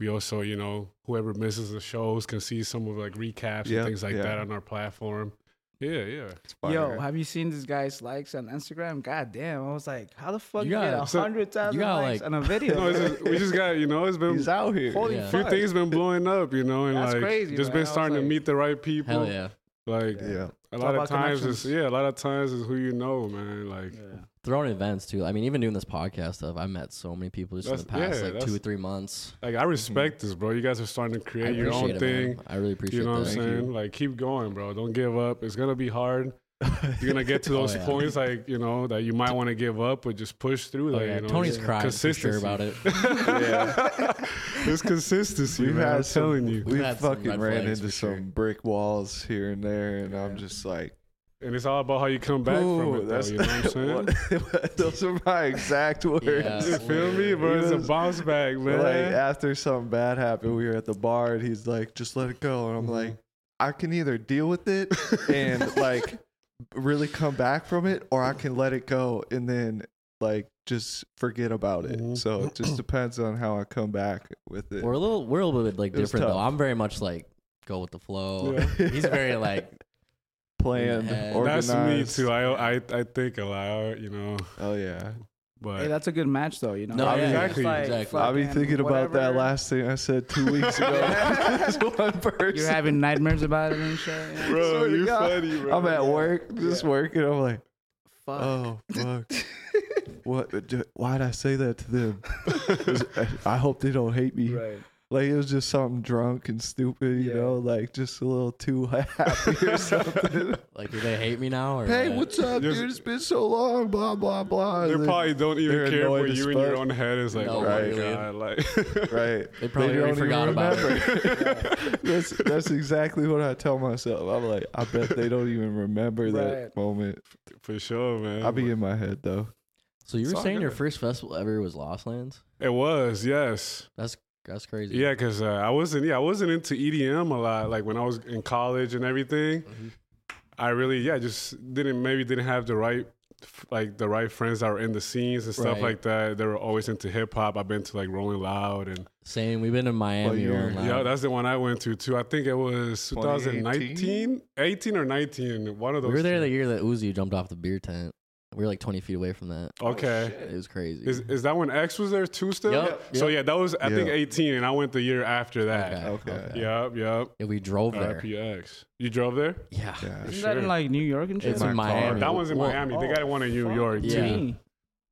Speaker 3: we also, you know, whoever misses the shows can see some of like recaps
Speaker 1: Yeah,
Speaker 3: and things like
Speaker 1: yeah.
Speaker 3: that on our platform. Yeah, yeah.
Speaker 1: It's
Speaker 2: Yo,
Speaker 1: fire.
Speaker 2: have you seen this guy's likes on Instagram? God damn! I was like, how the fuck
Speaker 4: You
Speaker 2: you, get
Speaker 4: got-
Speaker 2: a
Speaker 3: so-
Speaker 2: hundred thousand
Speaker 4: you got,
Speaker 2: likes
Speaker 4: like-
Speaker 2: on a video?
Speaker 3: No, it's just, we just got you know, it's been
Speaker 1: He's
Speaker 3: a
Speaker 1: out here.
Speaker 2: Holy
Speaker 4: Yeah.
Speaker 3: few
Speaker 2: fuck!
Speaker 3: things been blowing up, you know, and
Speaker 2: That's
Speaker 3: like
Speaker 2: crazy, man.
Speaker 3: just
Speaker 2: I
Speaker 3: been
Speaker 2: was
Speaker 3: starting to
Speaker 2: like-
Speaker 3: meet the right people.
Speaker 4: Hell yeah.
Speaker 3: Like
Speaker 1: yeah.
Speaker 3: a
Speaker 2: It's
Speaker 3: lot
Speaker 2: all
Speaker 3: of
Speaker 2: about
Speaker 3: times, it's
Speaker 2: connections.
Speaker 3: yeah, a lot of times is who you know, man. Like
Speaker 2: Yeah.
Speaker 4: Throwing events too. I mean, even doing this podcast stuff, I met so many people just in the
Speaker 3: That's-
Speaker 4: past
Speaker 3: yeah,
Speaker 4: like two
Speaker 3: that's-
Speaker 4: or three months.
Speaker 3: like
Speaker 2: Mm-hmm.
Speaker 3: I respect this, bro. You guys are starting to
Speaker 4: I
Speaker 3: create your
Speaker 4: appreciate
Speaker 3: own
Speaker 4: it, man.
Speaker 3: thing.
Speaker 4: I really appreciate
Speaker 3: You know what I'm
Speaker 4: that.
Speaker 1: Thank you.
Speaker 3: saying? Like keep going, bro. Don't give up. It's gonna be hard. You're gonna get to
Speaker 4: Oh,
Speaker 3: those
Speaker 4: yeah.
Speaker 3: points like, you know, that you might want to give up, but just push through.
Speaker 4: Oh,
Speaker 3: Like,
Speaker 4: yeah.
Speaker 3: you know,
Speaker 4: Tony's
Speaker 3: just
Speaker 4: crying for sure about it.
Speaker 3: it's consistency,
Speaker 1: We've
Speaker 3: man. I'm
Speaker 1: had some-
Speaker 3: telling you.
Speaker 1: We
Speaker 4: had some
Speaker 1: fucking
Speaker 4: red
Speaker 1: ran
Speaker 4: flags
Speaker 1: into
Speaker 4: for sure.
Speaker 1: some brick walls here and there, and I'm just like,
Speaker 3: And it's all about how you come back from
Speaker 1: "Ooh,
Speaker 3: it. Though, you know what I'm saying?
Speaker 1: what- those are my exact words.
Speaker 4: Yeah.
Speaker 3: You feel me, bro?
Speaker 1: He
Speaker 3: It's a
Speaker 1: was-
Speaker 3: bounce back,
Speaker 1: But,
Speaker 3: man.
Speaker 1: Like after something bad happened, we were at the bar, and he's like, "Just let it go," and I'm
Speaker 4: Mm-hmm.
Speaker 1: like, "I can either deal with it and like really come back from it, or I can let it go and then like just forget about it."
Speaker 4: Mm-hmm.
Speaker 3: Mhm.
Speaker 1: So it just depends on how I come back with it.
Speaker 4: We're a little, we're a little bit like
Speaker 1: It was
Speaker 4: different though.
Speaker 1: tough.
Speaker 4: I'm very much like go with the flow.
Speaker 3: Yeah.
Speaker 4: He's very like
Speaker 1: planned,
Speaker 4: Yeah.
Speaker 1: organized.
Speaker 3: That's me too. I, I I think a lot, you know.
Speaker 1: Oh yeah.
Speaker 3: But
Speaker 2: Hey, that's a good match though. You know,
Speaker 4: No,
Speaker 1: yeah,
Speaker 3: Exactly,
Speaker 4: exactly.
Speaker 1: I'll be
Speaker 2: fucking
Speaker 1: thinking about that
Speaker 2: whatever.
Speaker 1: last thing I said two weeks ago. This one person.
Speaker 2: You're having nightmares about it and shit. yeah.
Speaker 3: bro,
Speaker 1: swear to
Speaker 3: you're
Speaker 1: God.
Speaker 3: funny, bro.
Speaker 1: I'm at work, just working. I'm like,
Speaker 2: Fuck.
Speaker 1: oh fuck, what? d- Why'd uh, I say that to them? I hope they don't hate me.
Speaker 2: Right.
Speaker 1: Like it was just something drunk and stupid, you
Speaker 2: Yeah.
Speaker 1: know, like just a little too happy or something.
Speaker 4: Like, do they hate me now? Or
Speaker 1: hey,
Speaker 4: what?
Speaker 1: what's up,
Speaker 3: There's-
Speaker 1: dude? It's been so long, blah blah blah.
Speaker 3: They
Speaker 1: And then-
Speaker 3: probably don't even
Speaker 1: they're
Speaker 3: care
Speaker 1: annoyed
Speaker 3: what
Speaker 1: as
Speaker 3: you in your
Speaker 1: fuck.
Speaker 3: own head is like.
Speaker 4: No,
Speaker 3: oh
Speaker 1: really.
Speaker 3: my god! Like,
Speaker 1: right?
Speaker 4: They probably
Speaker 1: don't
Speaker 4: already
Speaker 1: even
Speaker 4: forgot about it.
Speaker 1: remember. that's that's exactly what I tell myself. I'm like, I bet they don't even remember that
Speaker 2: Right.
Speaker 1: moment.
Speaker 3: for sure, man.
Speaker 1: I'll be in my head though.
Speaker 4: So you
Speaker 3: It's
Speaker 4: were
Speaker 3: all
Speaker 4: saying your
Speaker 3: good.
Speaker 4: first festival ever was Lost Lands?
Speaker 3: It was yes.
Speaker 4: That's crazy.
Speaker 3: Yeah, cause uh, I wasn't. Yeah, I wasn't into EDM a lot. Like when I was in college and everything,
Speaker 4: Mhm.
Speaker 3: I really yeah just didn't maybe didn't have the right f- like the right friends that were in the scenes and stuff
Speaker 4: Right.
Speaker 3: like that. They were always into hip hop. I've been to like Rolling Loud and
Speaker 4: Same. We've been in Miami.
Speaker 1: you're-
Speaker 4: rolling
Speaker 3: yeah,
Speaker 4: loud.
Speaker 3: that's the one I went to too. I think it was 2019, 18 or 19. One of
Speaker 4: we
Speaker 3: those.
Speaker 4: were there
Speaker 3: two.
Speaker 4: the year that Uzi jumped off the beer tent. We were like 20 feet away from that.
Speaker 3: okay.
Speaker 4: It was crazy.
Speaker 3: Is, is that when X was there too still?
Speaker 4: Yep,
Speaker 3: So
Speaker 4: yep.
Speaker 3: yeah, that was I think
Speaker 1: Yeah.
Speaker 3: 18, and I went the year after that.
Speaker 1: Okay.
Speaker 3: Yep, yep.
Speaker 4: Yeah, we drove there.
Speaker 3: RPX. You drove there?
Speaker 4: Yeah.
Speaker 1: Yeah.
Speaker 2: Isn't that in like New York and shit?
Speaker 4: It's
Speaker 1: my
Speaker 4: in
Speaker 1: car.
Speaker 4: Miami.
Speaker 3: That one's in
Speaker 4: Well,
Speaker 3: Miami. They
Speaker 2: oh,
Speaker 3: got one in New
Speaker 2: fuck.
Speaker 3: York.
Speaker 4: Yeah.
Speaker 3: too.
Speaker 2: Gee.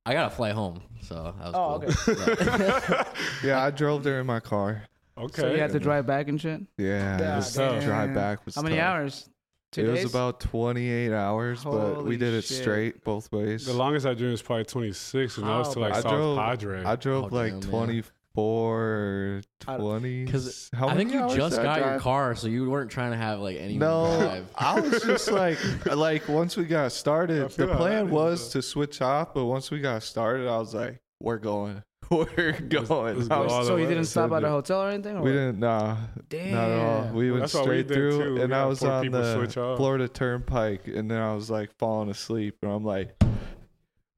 Speaker 4: I got to fly home. So that was
Speaker 2: Oh,
Speaker 4: cool. Yeah.
Speaker 1: Yeah, I drove there in my car.
Speaker 3: Okay.
Speaker 2: So you had to drive back and shit.
Speaker 1: Yeah,
Speaker 2: Yeah,
Speaker 1: it was
Speaker 3: damn.
Speaker 1: drive back was
Speaker 2: How many
Speaker 1: tough.
Speaker 2: hours? Two
Speaker 1: it
Speaker 2: days.
Speaker 1: was about 28 hours, but we
Speaker 2: Holy
Speaker 1: did it
Speaker 2: shit.
Speaker 1: straight both ways.
Speaker 3: the longest I drew was probably 26, and that was to like
Speaker 1: Oh, I
Speaker 3: South
Speaker 1: drove-
Speaker 3: Padre.
Speaker 1: I drove
Speaker 4: Oh,
Speaker 1: like
Speaker 4: damn, man.
Speaker 1: 24
Speaker 2: I-
Speaker 1: 20.
Speaker 4: 'Cause
Speaker 1: How
Speaker 4: I think
Speaker 1: many
Speaker 4: you
Speaker 1: hours
Speaker 4: just
Speaker 1: did I
Speaker 4: got your
Speaker 1: drive?
Speaker 4: car, so you weren't trying to have like any
Speaker 1: No,
Speaker 4: drive.
Speaker 1: I was just like, like once we got
Speaker 3: I
Speaker 1: started,
Speaker 3: feel
Speaker 1: the
Speaker 3: how that
Speaker 1: plan
Speaker 3: is,
Speaker 1: was
Speaker 3: though.
Speaker 1: to switch off, but once we got started, I was like, we're going, we're going.
Speaker 3: let's
Speaker 1: I
Speaker 3: go
Speaker 1: was-
Speaker 3: all
Speaker 2: Oh, So you
Speaker 3: way.
Speaker 2: didn't stop at
Speaker 3: Dude.
Speaker 2: a hotel or anything? Or
Speaker 1: we
Speaker 2: what?
Speaker 1: didn't, nah,
Speaker 2: Damn.
Speaker 1: not at all. We went
Speaker 3: That's what we
Speaker 1: straight
Speaker 3: did, too.
Speaker 1: through,
Speaker 3: We
Speaker 1: and I
Speaker 3: had
Speaker 1: was
Speaker 3: poor
Speaker 1: on
Speaker 3: people switch
Speaker 1: the
Speaker 3: off.
Speaker 1: Florida Turnpike, and then I was like falling asleep, and I'm like,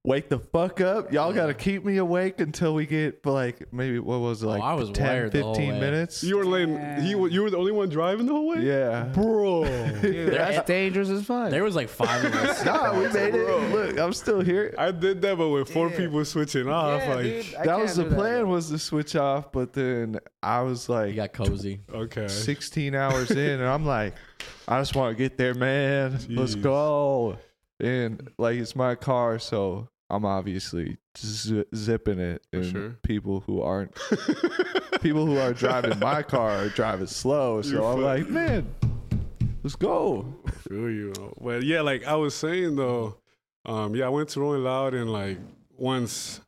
Speaker 1: wake the fuck up, y'all gotta keep me awake until we get like maybe what was it, like
Speaker 4: Oh, I was
Speaker 1: 10,
Speaker 4: wired the whole
Speaker 1: 15
Speaker 4: way.
Speaker 1: minutes.
Speaker 3: You were laying. He, wa- you were the only one driving the whole way.
Speaker 1: yeah,
Speaker 3: bro.
Speaker 2: Dude, that's dangerous as fuck.
Speaker 4: There was like five of us.
Speaker 1: nah, we made it. Look, I'm still here.
Speaker 3: I did that, but with four
Speaker 2: Yeah.
Speaker 3: people switching off,
Speaker 2: Yeah,
Speaker 3: like
Speaker 2: dude, I
Speaker 1: that
Speaker 2: can't
Speaker 1: was the
Speaker 2: do
Speaker 1: plan was to switch off, but then I was
Speaker 4: We
Speaker 1: like
Speaker 4: got cozy.
Speaker 3: okay,
Speaker 1: 16 hours in, and I'm like, I just want to get there, man. Let's
Speaker 3: Jeez.
Speaker 1: go. And like, it's my car, so I'm obviously z- zipping it. And
Speaker 3: sure.
Speaker 1: people who aren't, people who are driving my car are driving slow. So
Speaker 3: You're
Speaker 1: I'm
Speaker 3: fu-
Speaker 1: like, man, let's go.
Speaker 3: feel you. Well, yeah, like I was saying though, um, yeah, I went to Rolling Loud and like once,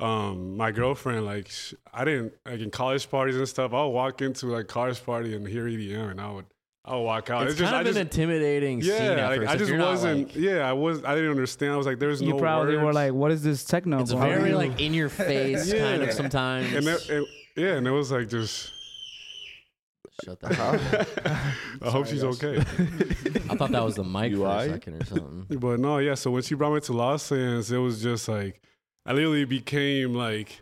Speaker 3: um, my girlfriend like sh- I didn't like in college parties and stuff. I'll walk into like college party and hear EDM, and I would I'll walk out.
Speaker 4: It's,
Speaker 3: just
Speaker 4: kind of
Speaker 3: I
Speaker 4: an
Speaker 3: just,
Speaker 4: intimidating scene at
Speaker 3: yeah, like,
Speaker 4: first.
Speaker 3: I
Speaker 4: If
Speaker 3: just
Speaker 4: you're not,
Speaker 3: wasn't.
Speaker 4: like-
Speaker 3: yeah, I was. I didn't understand. I was like, there's
Speaker 2: You
Speaker 3: no
Speaker 2: probably were
Speaker 3: words.
Speaker 2: like, "What is this techno?"
Speaker 4: it's
Speaker 2: bro?
Speaker 4: very like in your face kind
Speaker 3: Yeah.
Speaker 4: of sometimes.
Speaker 3: and, it, and- yeah, and it was like just.
Speaker 4: Shut the hell up.
Speaker 3: I hope she's okay.
Speaker 4: I thought that was the mic
Speaker 1: You
Speaker 4: for
Speaker 1: lie?
Speaker 4: a second or something.
Speaker 3: But no, yeah. So when she brought me to Los Angeles, it was just like I literally became like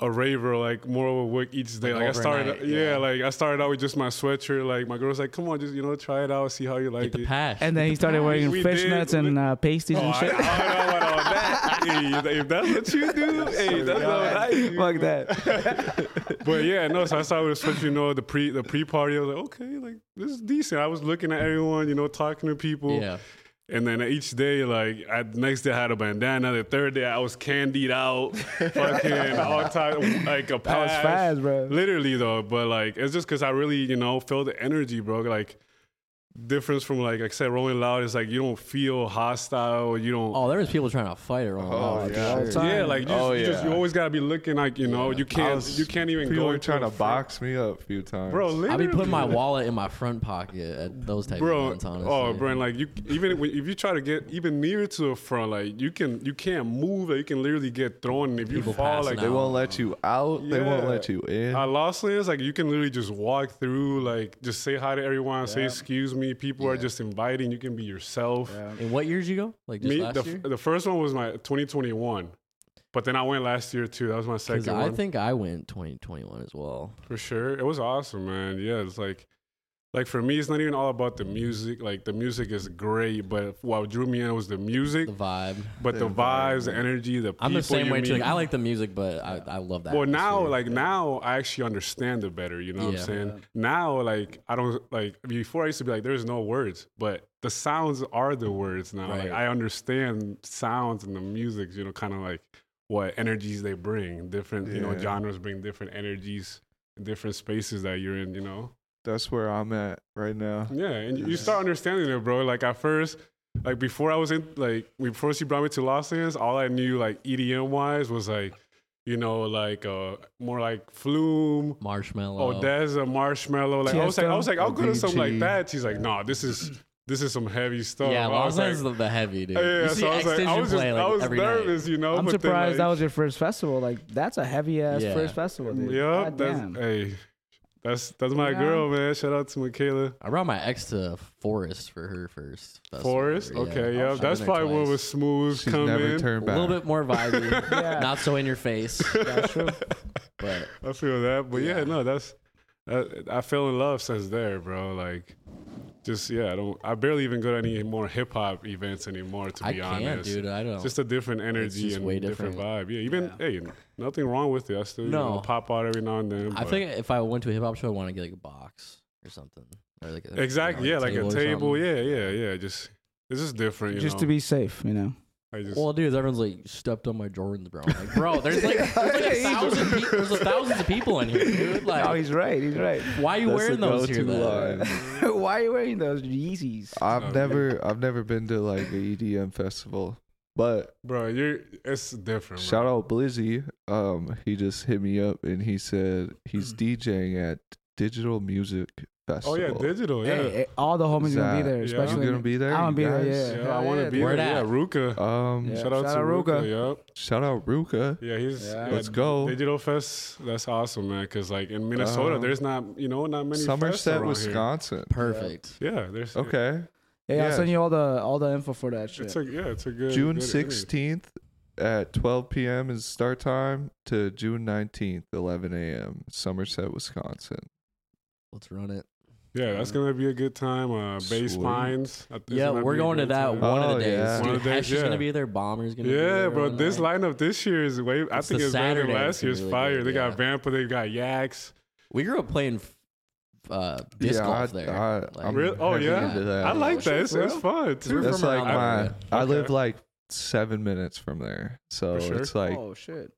Speaker 3: a raver, like more of a work each day. Like,
Speaker 4: Like
Speaker 3: I started,
Speaker 4: overnight,
Speaker 3: yeah,
Speaker 4: yeah.
Speaker 3: Like I started out with just my sweatshirt. Like my girl's like, "Come on, just you know, try it out, see how you like
Speaker 4: Get the
Speaker 3: it."
Speaker 4: pass.
Speaker 2: And then he started wearing
Speaker 3: We did-
Speaker 2: fishnets and uh, pasties
Speaker 3: Oh,
Speaker 2: and
Speaker 3: I, I
Speaker 2: shit.
Speaker 3: don't know about all that. Hey, if that's what you do, hey, that's not what I do.
Speaker 2: Fuck that.
Speaker 3: But yeah, no. So I started with switch. You know, the pre the pre party. I was like, okay, like this is decent. I was looking at everyone, you know, talking to people.
Speaker 4: yeah.
Speaker 3: And then each day, like I, next day I had a bandana. The third day I was candied out, fucking all time like a
Speaker 2: That was
Speaker 3: patch.
Speaker 2: fast, bro.
Speaker 3: Literally though, but like it's just because I really you know feel the energy, bro. Like difference from like, like I said, Rolling Loud is like you don't feel hostile. You don't.
Speaker 4: Oh, there was people trying to fight around.
Speaker 1: Oh,
Speaker 4: for
Speaker 1: yeah.
Speaker 4: sure.
Speaker 1: All
Speaker 2: the time.
Speaker 3: yeah, like you just,
Speaker 1: Oh,
Speaker 3: you, just-
Speaker 1: yeah.
Speaker 3: you always gotta be looking like you know
Speaker 4: Yeah.
Speaker 3: you
Speaker 1: I
Speaker 3: can't
Speaker 1: was-
Speaker 3: you can't even
Speaker 1: People
Speaker 3: go
Speaker 1: were
Speaker 3: into
Speaker 1: trying
Speaker 3: a
Speaker 1: to
Speaker 3: fr-
Speaker 1: box me up a few times.
Speaker 3: Bro,
Speaker 4: I
Speaker 3: literally.
Speaker 4: be putting my wallet in my front pocket at those type of
Speaker 3: Bro,
Speaker 4: events, honestly.
Speaker 3: oh, bro, and, like you, even when- if you try to get even near to the front, like you can, you can't move. Like, you can literally get thrown. And if you
Speaker 4: People
Speaker 3: fall,
Speaker 4: passing
Speaker 3: like
Speaker 1: they
Speaker 4: out.
Speaker 1: won't let you out. They won't
Speaker 3: Yeah.
Speaker 1: let you in.
Speaker 3: I lost lands, like you can literally just walk through, like just say hi to everyone, say excuse me. People are just inviting. You can be yourself.
Speaker 4: In what years you go? Like just
Speaker 3: Me,
Speaker 4: last
Speaker 3: the,
Speaker 4: year?
Speaker 3: f- the first one was my 2021, but then I went last year too. That was my
Speaker 4: 'Cause
Speaker 3: second
Speaker 4: I
Speaker 3: one
Speaker 4: think I went 2021 as well.
Speaker 3: for sure. It was awesome, man. Yeah, it's like. Like for me, it's not even all about the music. Like the music is great, but what drew me in was the music.
Speaker 4: The vibe.
Speaker 3: But
Speaker 1: The
Speaker 3: the, vibes, the energy, the people
Speaker 4: I'm the same
Speaker 3: you
Speaker 4: way too. Like,
Speaker 3: meet.
Speaker 4: I like the music, but I, I love that.
Speaker 3: well, now
Speaker 4: atmosphere.
Speaker 3: like now I actually understand it better. You know what
Speaker 4: Yeah.
Speaker 3: I'm saying? Now like I don't like before I used to be like there's no words, but the sounds are the words now. Like
Speaker 4: Right.
Speaker 3: I understand sounds and the music. You know, kind of like what energies they bring. Different you know
Speaker 1: Yeah.
Speaker 3: genres bring different energies. different spaces that you're in, you know?
Speaker 1: That's where I'm at right now.
Speaker 3: Yeah, and you- you
Speaker 1: Yeah.
Speaker 3: start understanding it, bro. Like at first, like before I was in, like before she brought me to Los Angeles, all I knew like EDM wise was like, you know, like uh more like Flume.
Speaker 4: Marshmallow.
Speaker 3: Oh, there's a marshmallow. Like I was like, I was like, I'll go to something like that. She's like, nah, this is this is some heavy stuff.
Speaker 4: Yeah,
Speaker 3: oh, I
Speaker 4: Los
Speaker 3: was like,
Speaker 4: Angeles is the, the heavy dude.
Speaker 3: yeah,
Speaker 4: you
Speaker 3: so
Speaker 4: see
Speaker 3: I was like, I
Speaker 4: Extension
Speaker 3: was just,
Speaker 4: play, like,
Speaker 3: I was
Speaker 4: every night.
Speaker 3: nervous, you know.
Speaker 2: I'm
Speaker 3: but then,
Speaker 2: surprised that
Speaker 3: like-
Speaker 2: was your first festival. Like that's a heavy ass
Speaker 4: Yeah.
Speaker 2: first festival. Dude.
Speaker 3: Yeah,
Speaker 2: God
Speaker 3: that's
Speaker 2: damn.
Speaker 3: hey, that's that's my
Speaker 2: Yeah.
Speaker 3: girl, man. Shout out to Michaela
Speaker 4: I brought my ex to Forest for her first. festival,
Speaker 3: Forrest.
Speaker 4: yeah.
Speaker 3: Okay,
Speaker 4: I've
Speaker 3: yeah,
Speaker 4: been
Speaker 3: that's
Speaker 4: there
Speaker 3: probably where
Speaker 4: twice.
Speaker 3: was smooth
Speaker 1: She's
Speaker 3: come
Speaker 1: never
Speaker 3: in.
Speaker 1: turned
Speaker 4: a
Speaker 1: back.
Speaker 4: little bit more vibey,
Speaker 2: yeah,
Speaker 4: not so in your face,
Speaker 2: that's true.
Speaker 4: but
Speaker 3: I feel that, but yeah,
Speaker 4: Yeah.
Speaker 3: no, that's that, I fell in love since there, bro. Like, just yeah, I don't. I barely even go to any more hip hop events anymore, to
Speaker 4: I
Speaker 3: be
Speaker 4: can't,
Speaker 3: honest.
Speaker 4: dude. I don't.
Speaker 3: Just a different energy
Speaker 4: just
Speaker 3: and
Speaker 4: way
Speaker 3: different.
Speaker 4: different.
Speaker 3: vibe. Yeah, even
Speaker 2: Yeah.
Speaker 3: hey, nothing wrong with it. I still you
Speaker 4: No.
Speaker 3: know, pop out every now and then.
Speaker 4: I
Speaker 3: but-
Speaker 4: think if I went to a hip hop show, I want to get like a box or something, or like a,
Speaker 3: exactly.
Speaker 4: you
Speaker 3: Yeah,
Speaker 4: know,
Speaker 3: like a
Speaker 4: or
Speaker 3: table.
Speaker 4: something.
Speaker 3: Yeah, yeah, yeah. Just this is different. You
Speaker 2: Just
Speaker 3: know?
Speaker 2: to be safe, you know.
Speaker 3: I just,
Speaker 4: Well, dude, everyone's like stepped on my Jordans, bro. I'm like, bro, there's like, there's like a thousand people, there's like thousands of people in here, dude.
Speaker 2: Oh,
Speaker 4: Like,
Speaker 2: he's right. He's right.
Speaker 4: why are you
Speaker 1: That's
Speaker 4: wearing
Speaker 1: the
Speaker 4: those here?
Speaker 1: go-to
Speaker 4: Then?
Speaker 1: line.
Speaker 2: Why are you wearing those Yeezys?
Speaker 1: I've
Speaker 3: No.
Speaker 1: never I've never been to like an EDM festival, but
Speaker 3: bro, you're it's different.
Speaker 1: shout out Blizzy. Um, he just hit me up and he said he's DJing at Digital Music
Speaker 3: bro.
Speaker 1: Festival.
Speaker 3: Hmm. Oh yeah, digital. Yeah,
Speaker 2: Hey, hey, all the homies gonna be
Speaker 1: Zach,
Speaker 2: there,
Speaker 3: Yeah.
Speaker 1: You
Speaker 2: especially.
Speaker 1: gonna be there?
Speaker 2: I'm gonna
Speaker 1: you
Speaker 2: be there,
Speaker 1: guys?
Speaker 2: yeah.
Speaker 3: yeah, I want to
Speaker 2: yeah,
Speaker 3: be
Speaker 4: dude.
Speaker 3: there. Yeah,
Speaker 4: Where
Speaker 3: Ruka.
Speaker 1: Um,
Speaker 2: Yeah.
Speaker 3: Shout out
Speaker 2: Shout
Speaker 3: to
Speaker 2: out Ruka.
Speaker 3: Ruka. Yep.
Speaker 1: shout out Ruka.
Speaker 3: Yeah, he's
Speaker 2: Yeah.
Speaker 1: Let's go.
Speaker 3: Digital Fest, that's awesome, man. Cause like in Minnesota,
Speaker 1: Um,
Speaker 3: there's not you know not many. fests
Speaker 1: Somerset,
Speaker 3: around here.
Speaker 1: Wisconsin.
Speaker 4: Perfect.
Speaker 3: Yeah, there's
Speaker 1: Okay,
Speaker 2: Yeah,
Speaker 1: Yeah.
Speaker 2: I'll send you all the all the info for that shit.
Speaker 3: It's a yeah, it's a good
Speaker 1: June
Speaker 3: good
Speaker 1: sixteenth at twelve p.m. is start time to June nineteenth, eleven a.m. Somerset, Wisconsin.
Speaker 4: Let's run it.
Speaker 3: Yeah, that's gonna be a good time. Uh, Base
Speaker 1: Sweet.
Speaker 3: Pines. I- it's
Speaker 4: yeah,
Speaker 3: gonna
Speaker 4: we're
Speaker 3: be a
Speaker 4: going to
Speaker 3: good
Speaker 4: that
Speaker 3: time.
Speaker 4: one of
Speaker 1: Oh,
Speaker 4: the days.
Speaker 1: yeah.
Speaker 4: Dude,
Speaker 3: One of the days,
Speaker 4: Hesh is
Speaker 3: yeah,
Speaker 4: gonna be there. Bomber's gonna be there.
Speaker 3: Yeah, bro.
Speaker 4: one
Speaker 3: This
Speaker 4: night.
Speaker 3: lineup this year is way. I
Speaker 4: It's
Speaker 3: think
Speaker 4: the
Speaker 3: it's better
Speaker 4: Saturday
Speaker 3: than
Speaker 4: that's
Speaker 3: last
Speaker 4: gonna
Speaker 3: year's
Speaker 4: be really
Speaker 3: fire.
Speaker 4: good,
Speaker 3: they got
Speaker 4: yeah.
Speaker 3: Vampa, they got Yaks.
Speaker 4: we grew up playing uh,
Speaker 1: Yeah,
Speaker 4: disc golf
Speaker 1: I-
Speaker 4: there.
Speaker 1: I- I'm
Speaker 3: Really? Oh
Speaker 1: heavy
Speaker 3: yeah,
Speaker 1: into that.
Speaker 3: I like
Speaker 4: Shit,
Speaker 3: that. It's, it's
Speaker 4: bro.
Speaker 3: fun.
Speaker 4: We're
Speaker 3: Too.
Speaker 1: That's
Speaker 4: from
Speaker 1: like
Speaker 4: around
Speaker 1: my.
Speaker 4: there.
Speaker 1: I
Speaker 3: Okay.
Speaker 1: live like seven minutes from there, so
Speaker 3: For sure.
Speaker 1: it's like
Speaker 2: oh shit!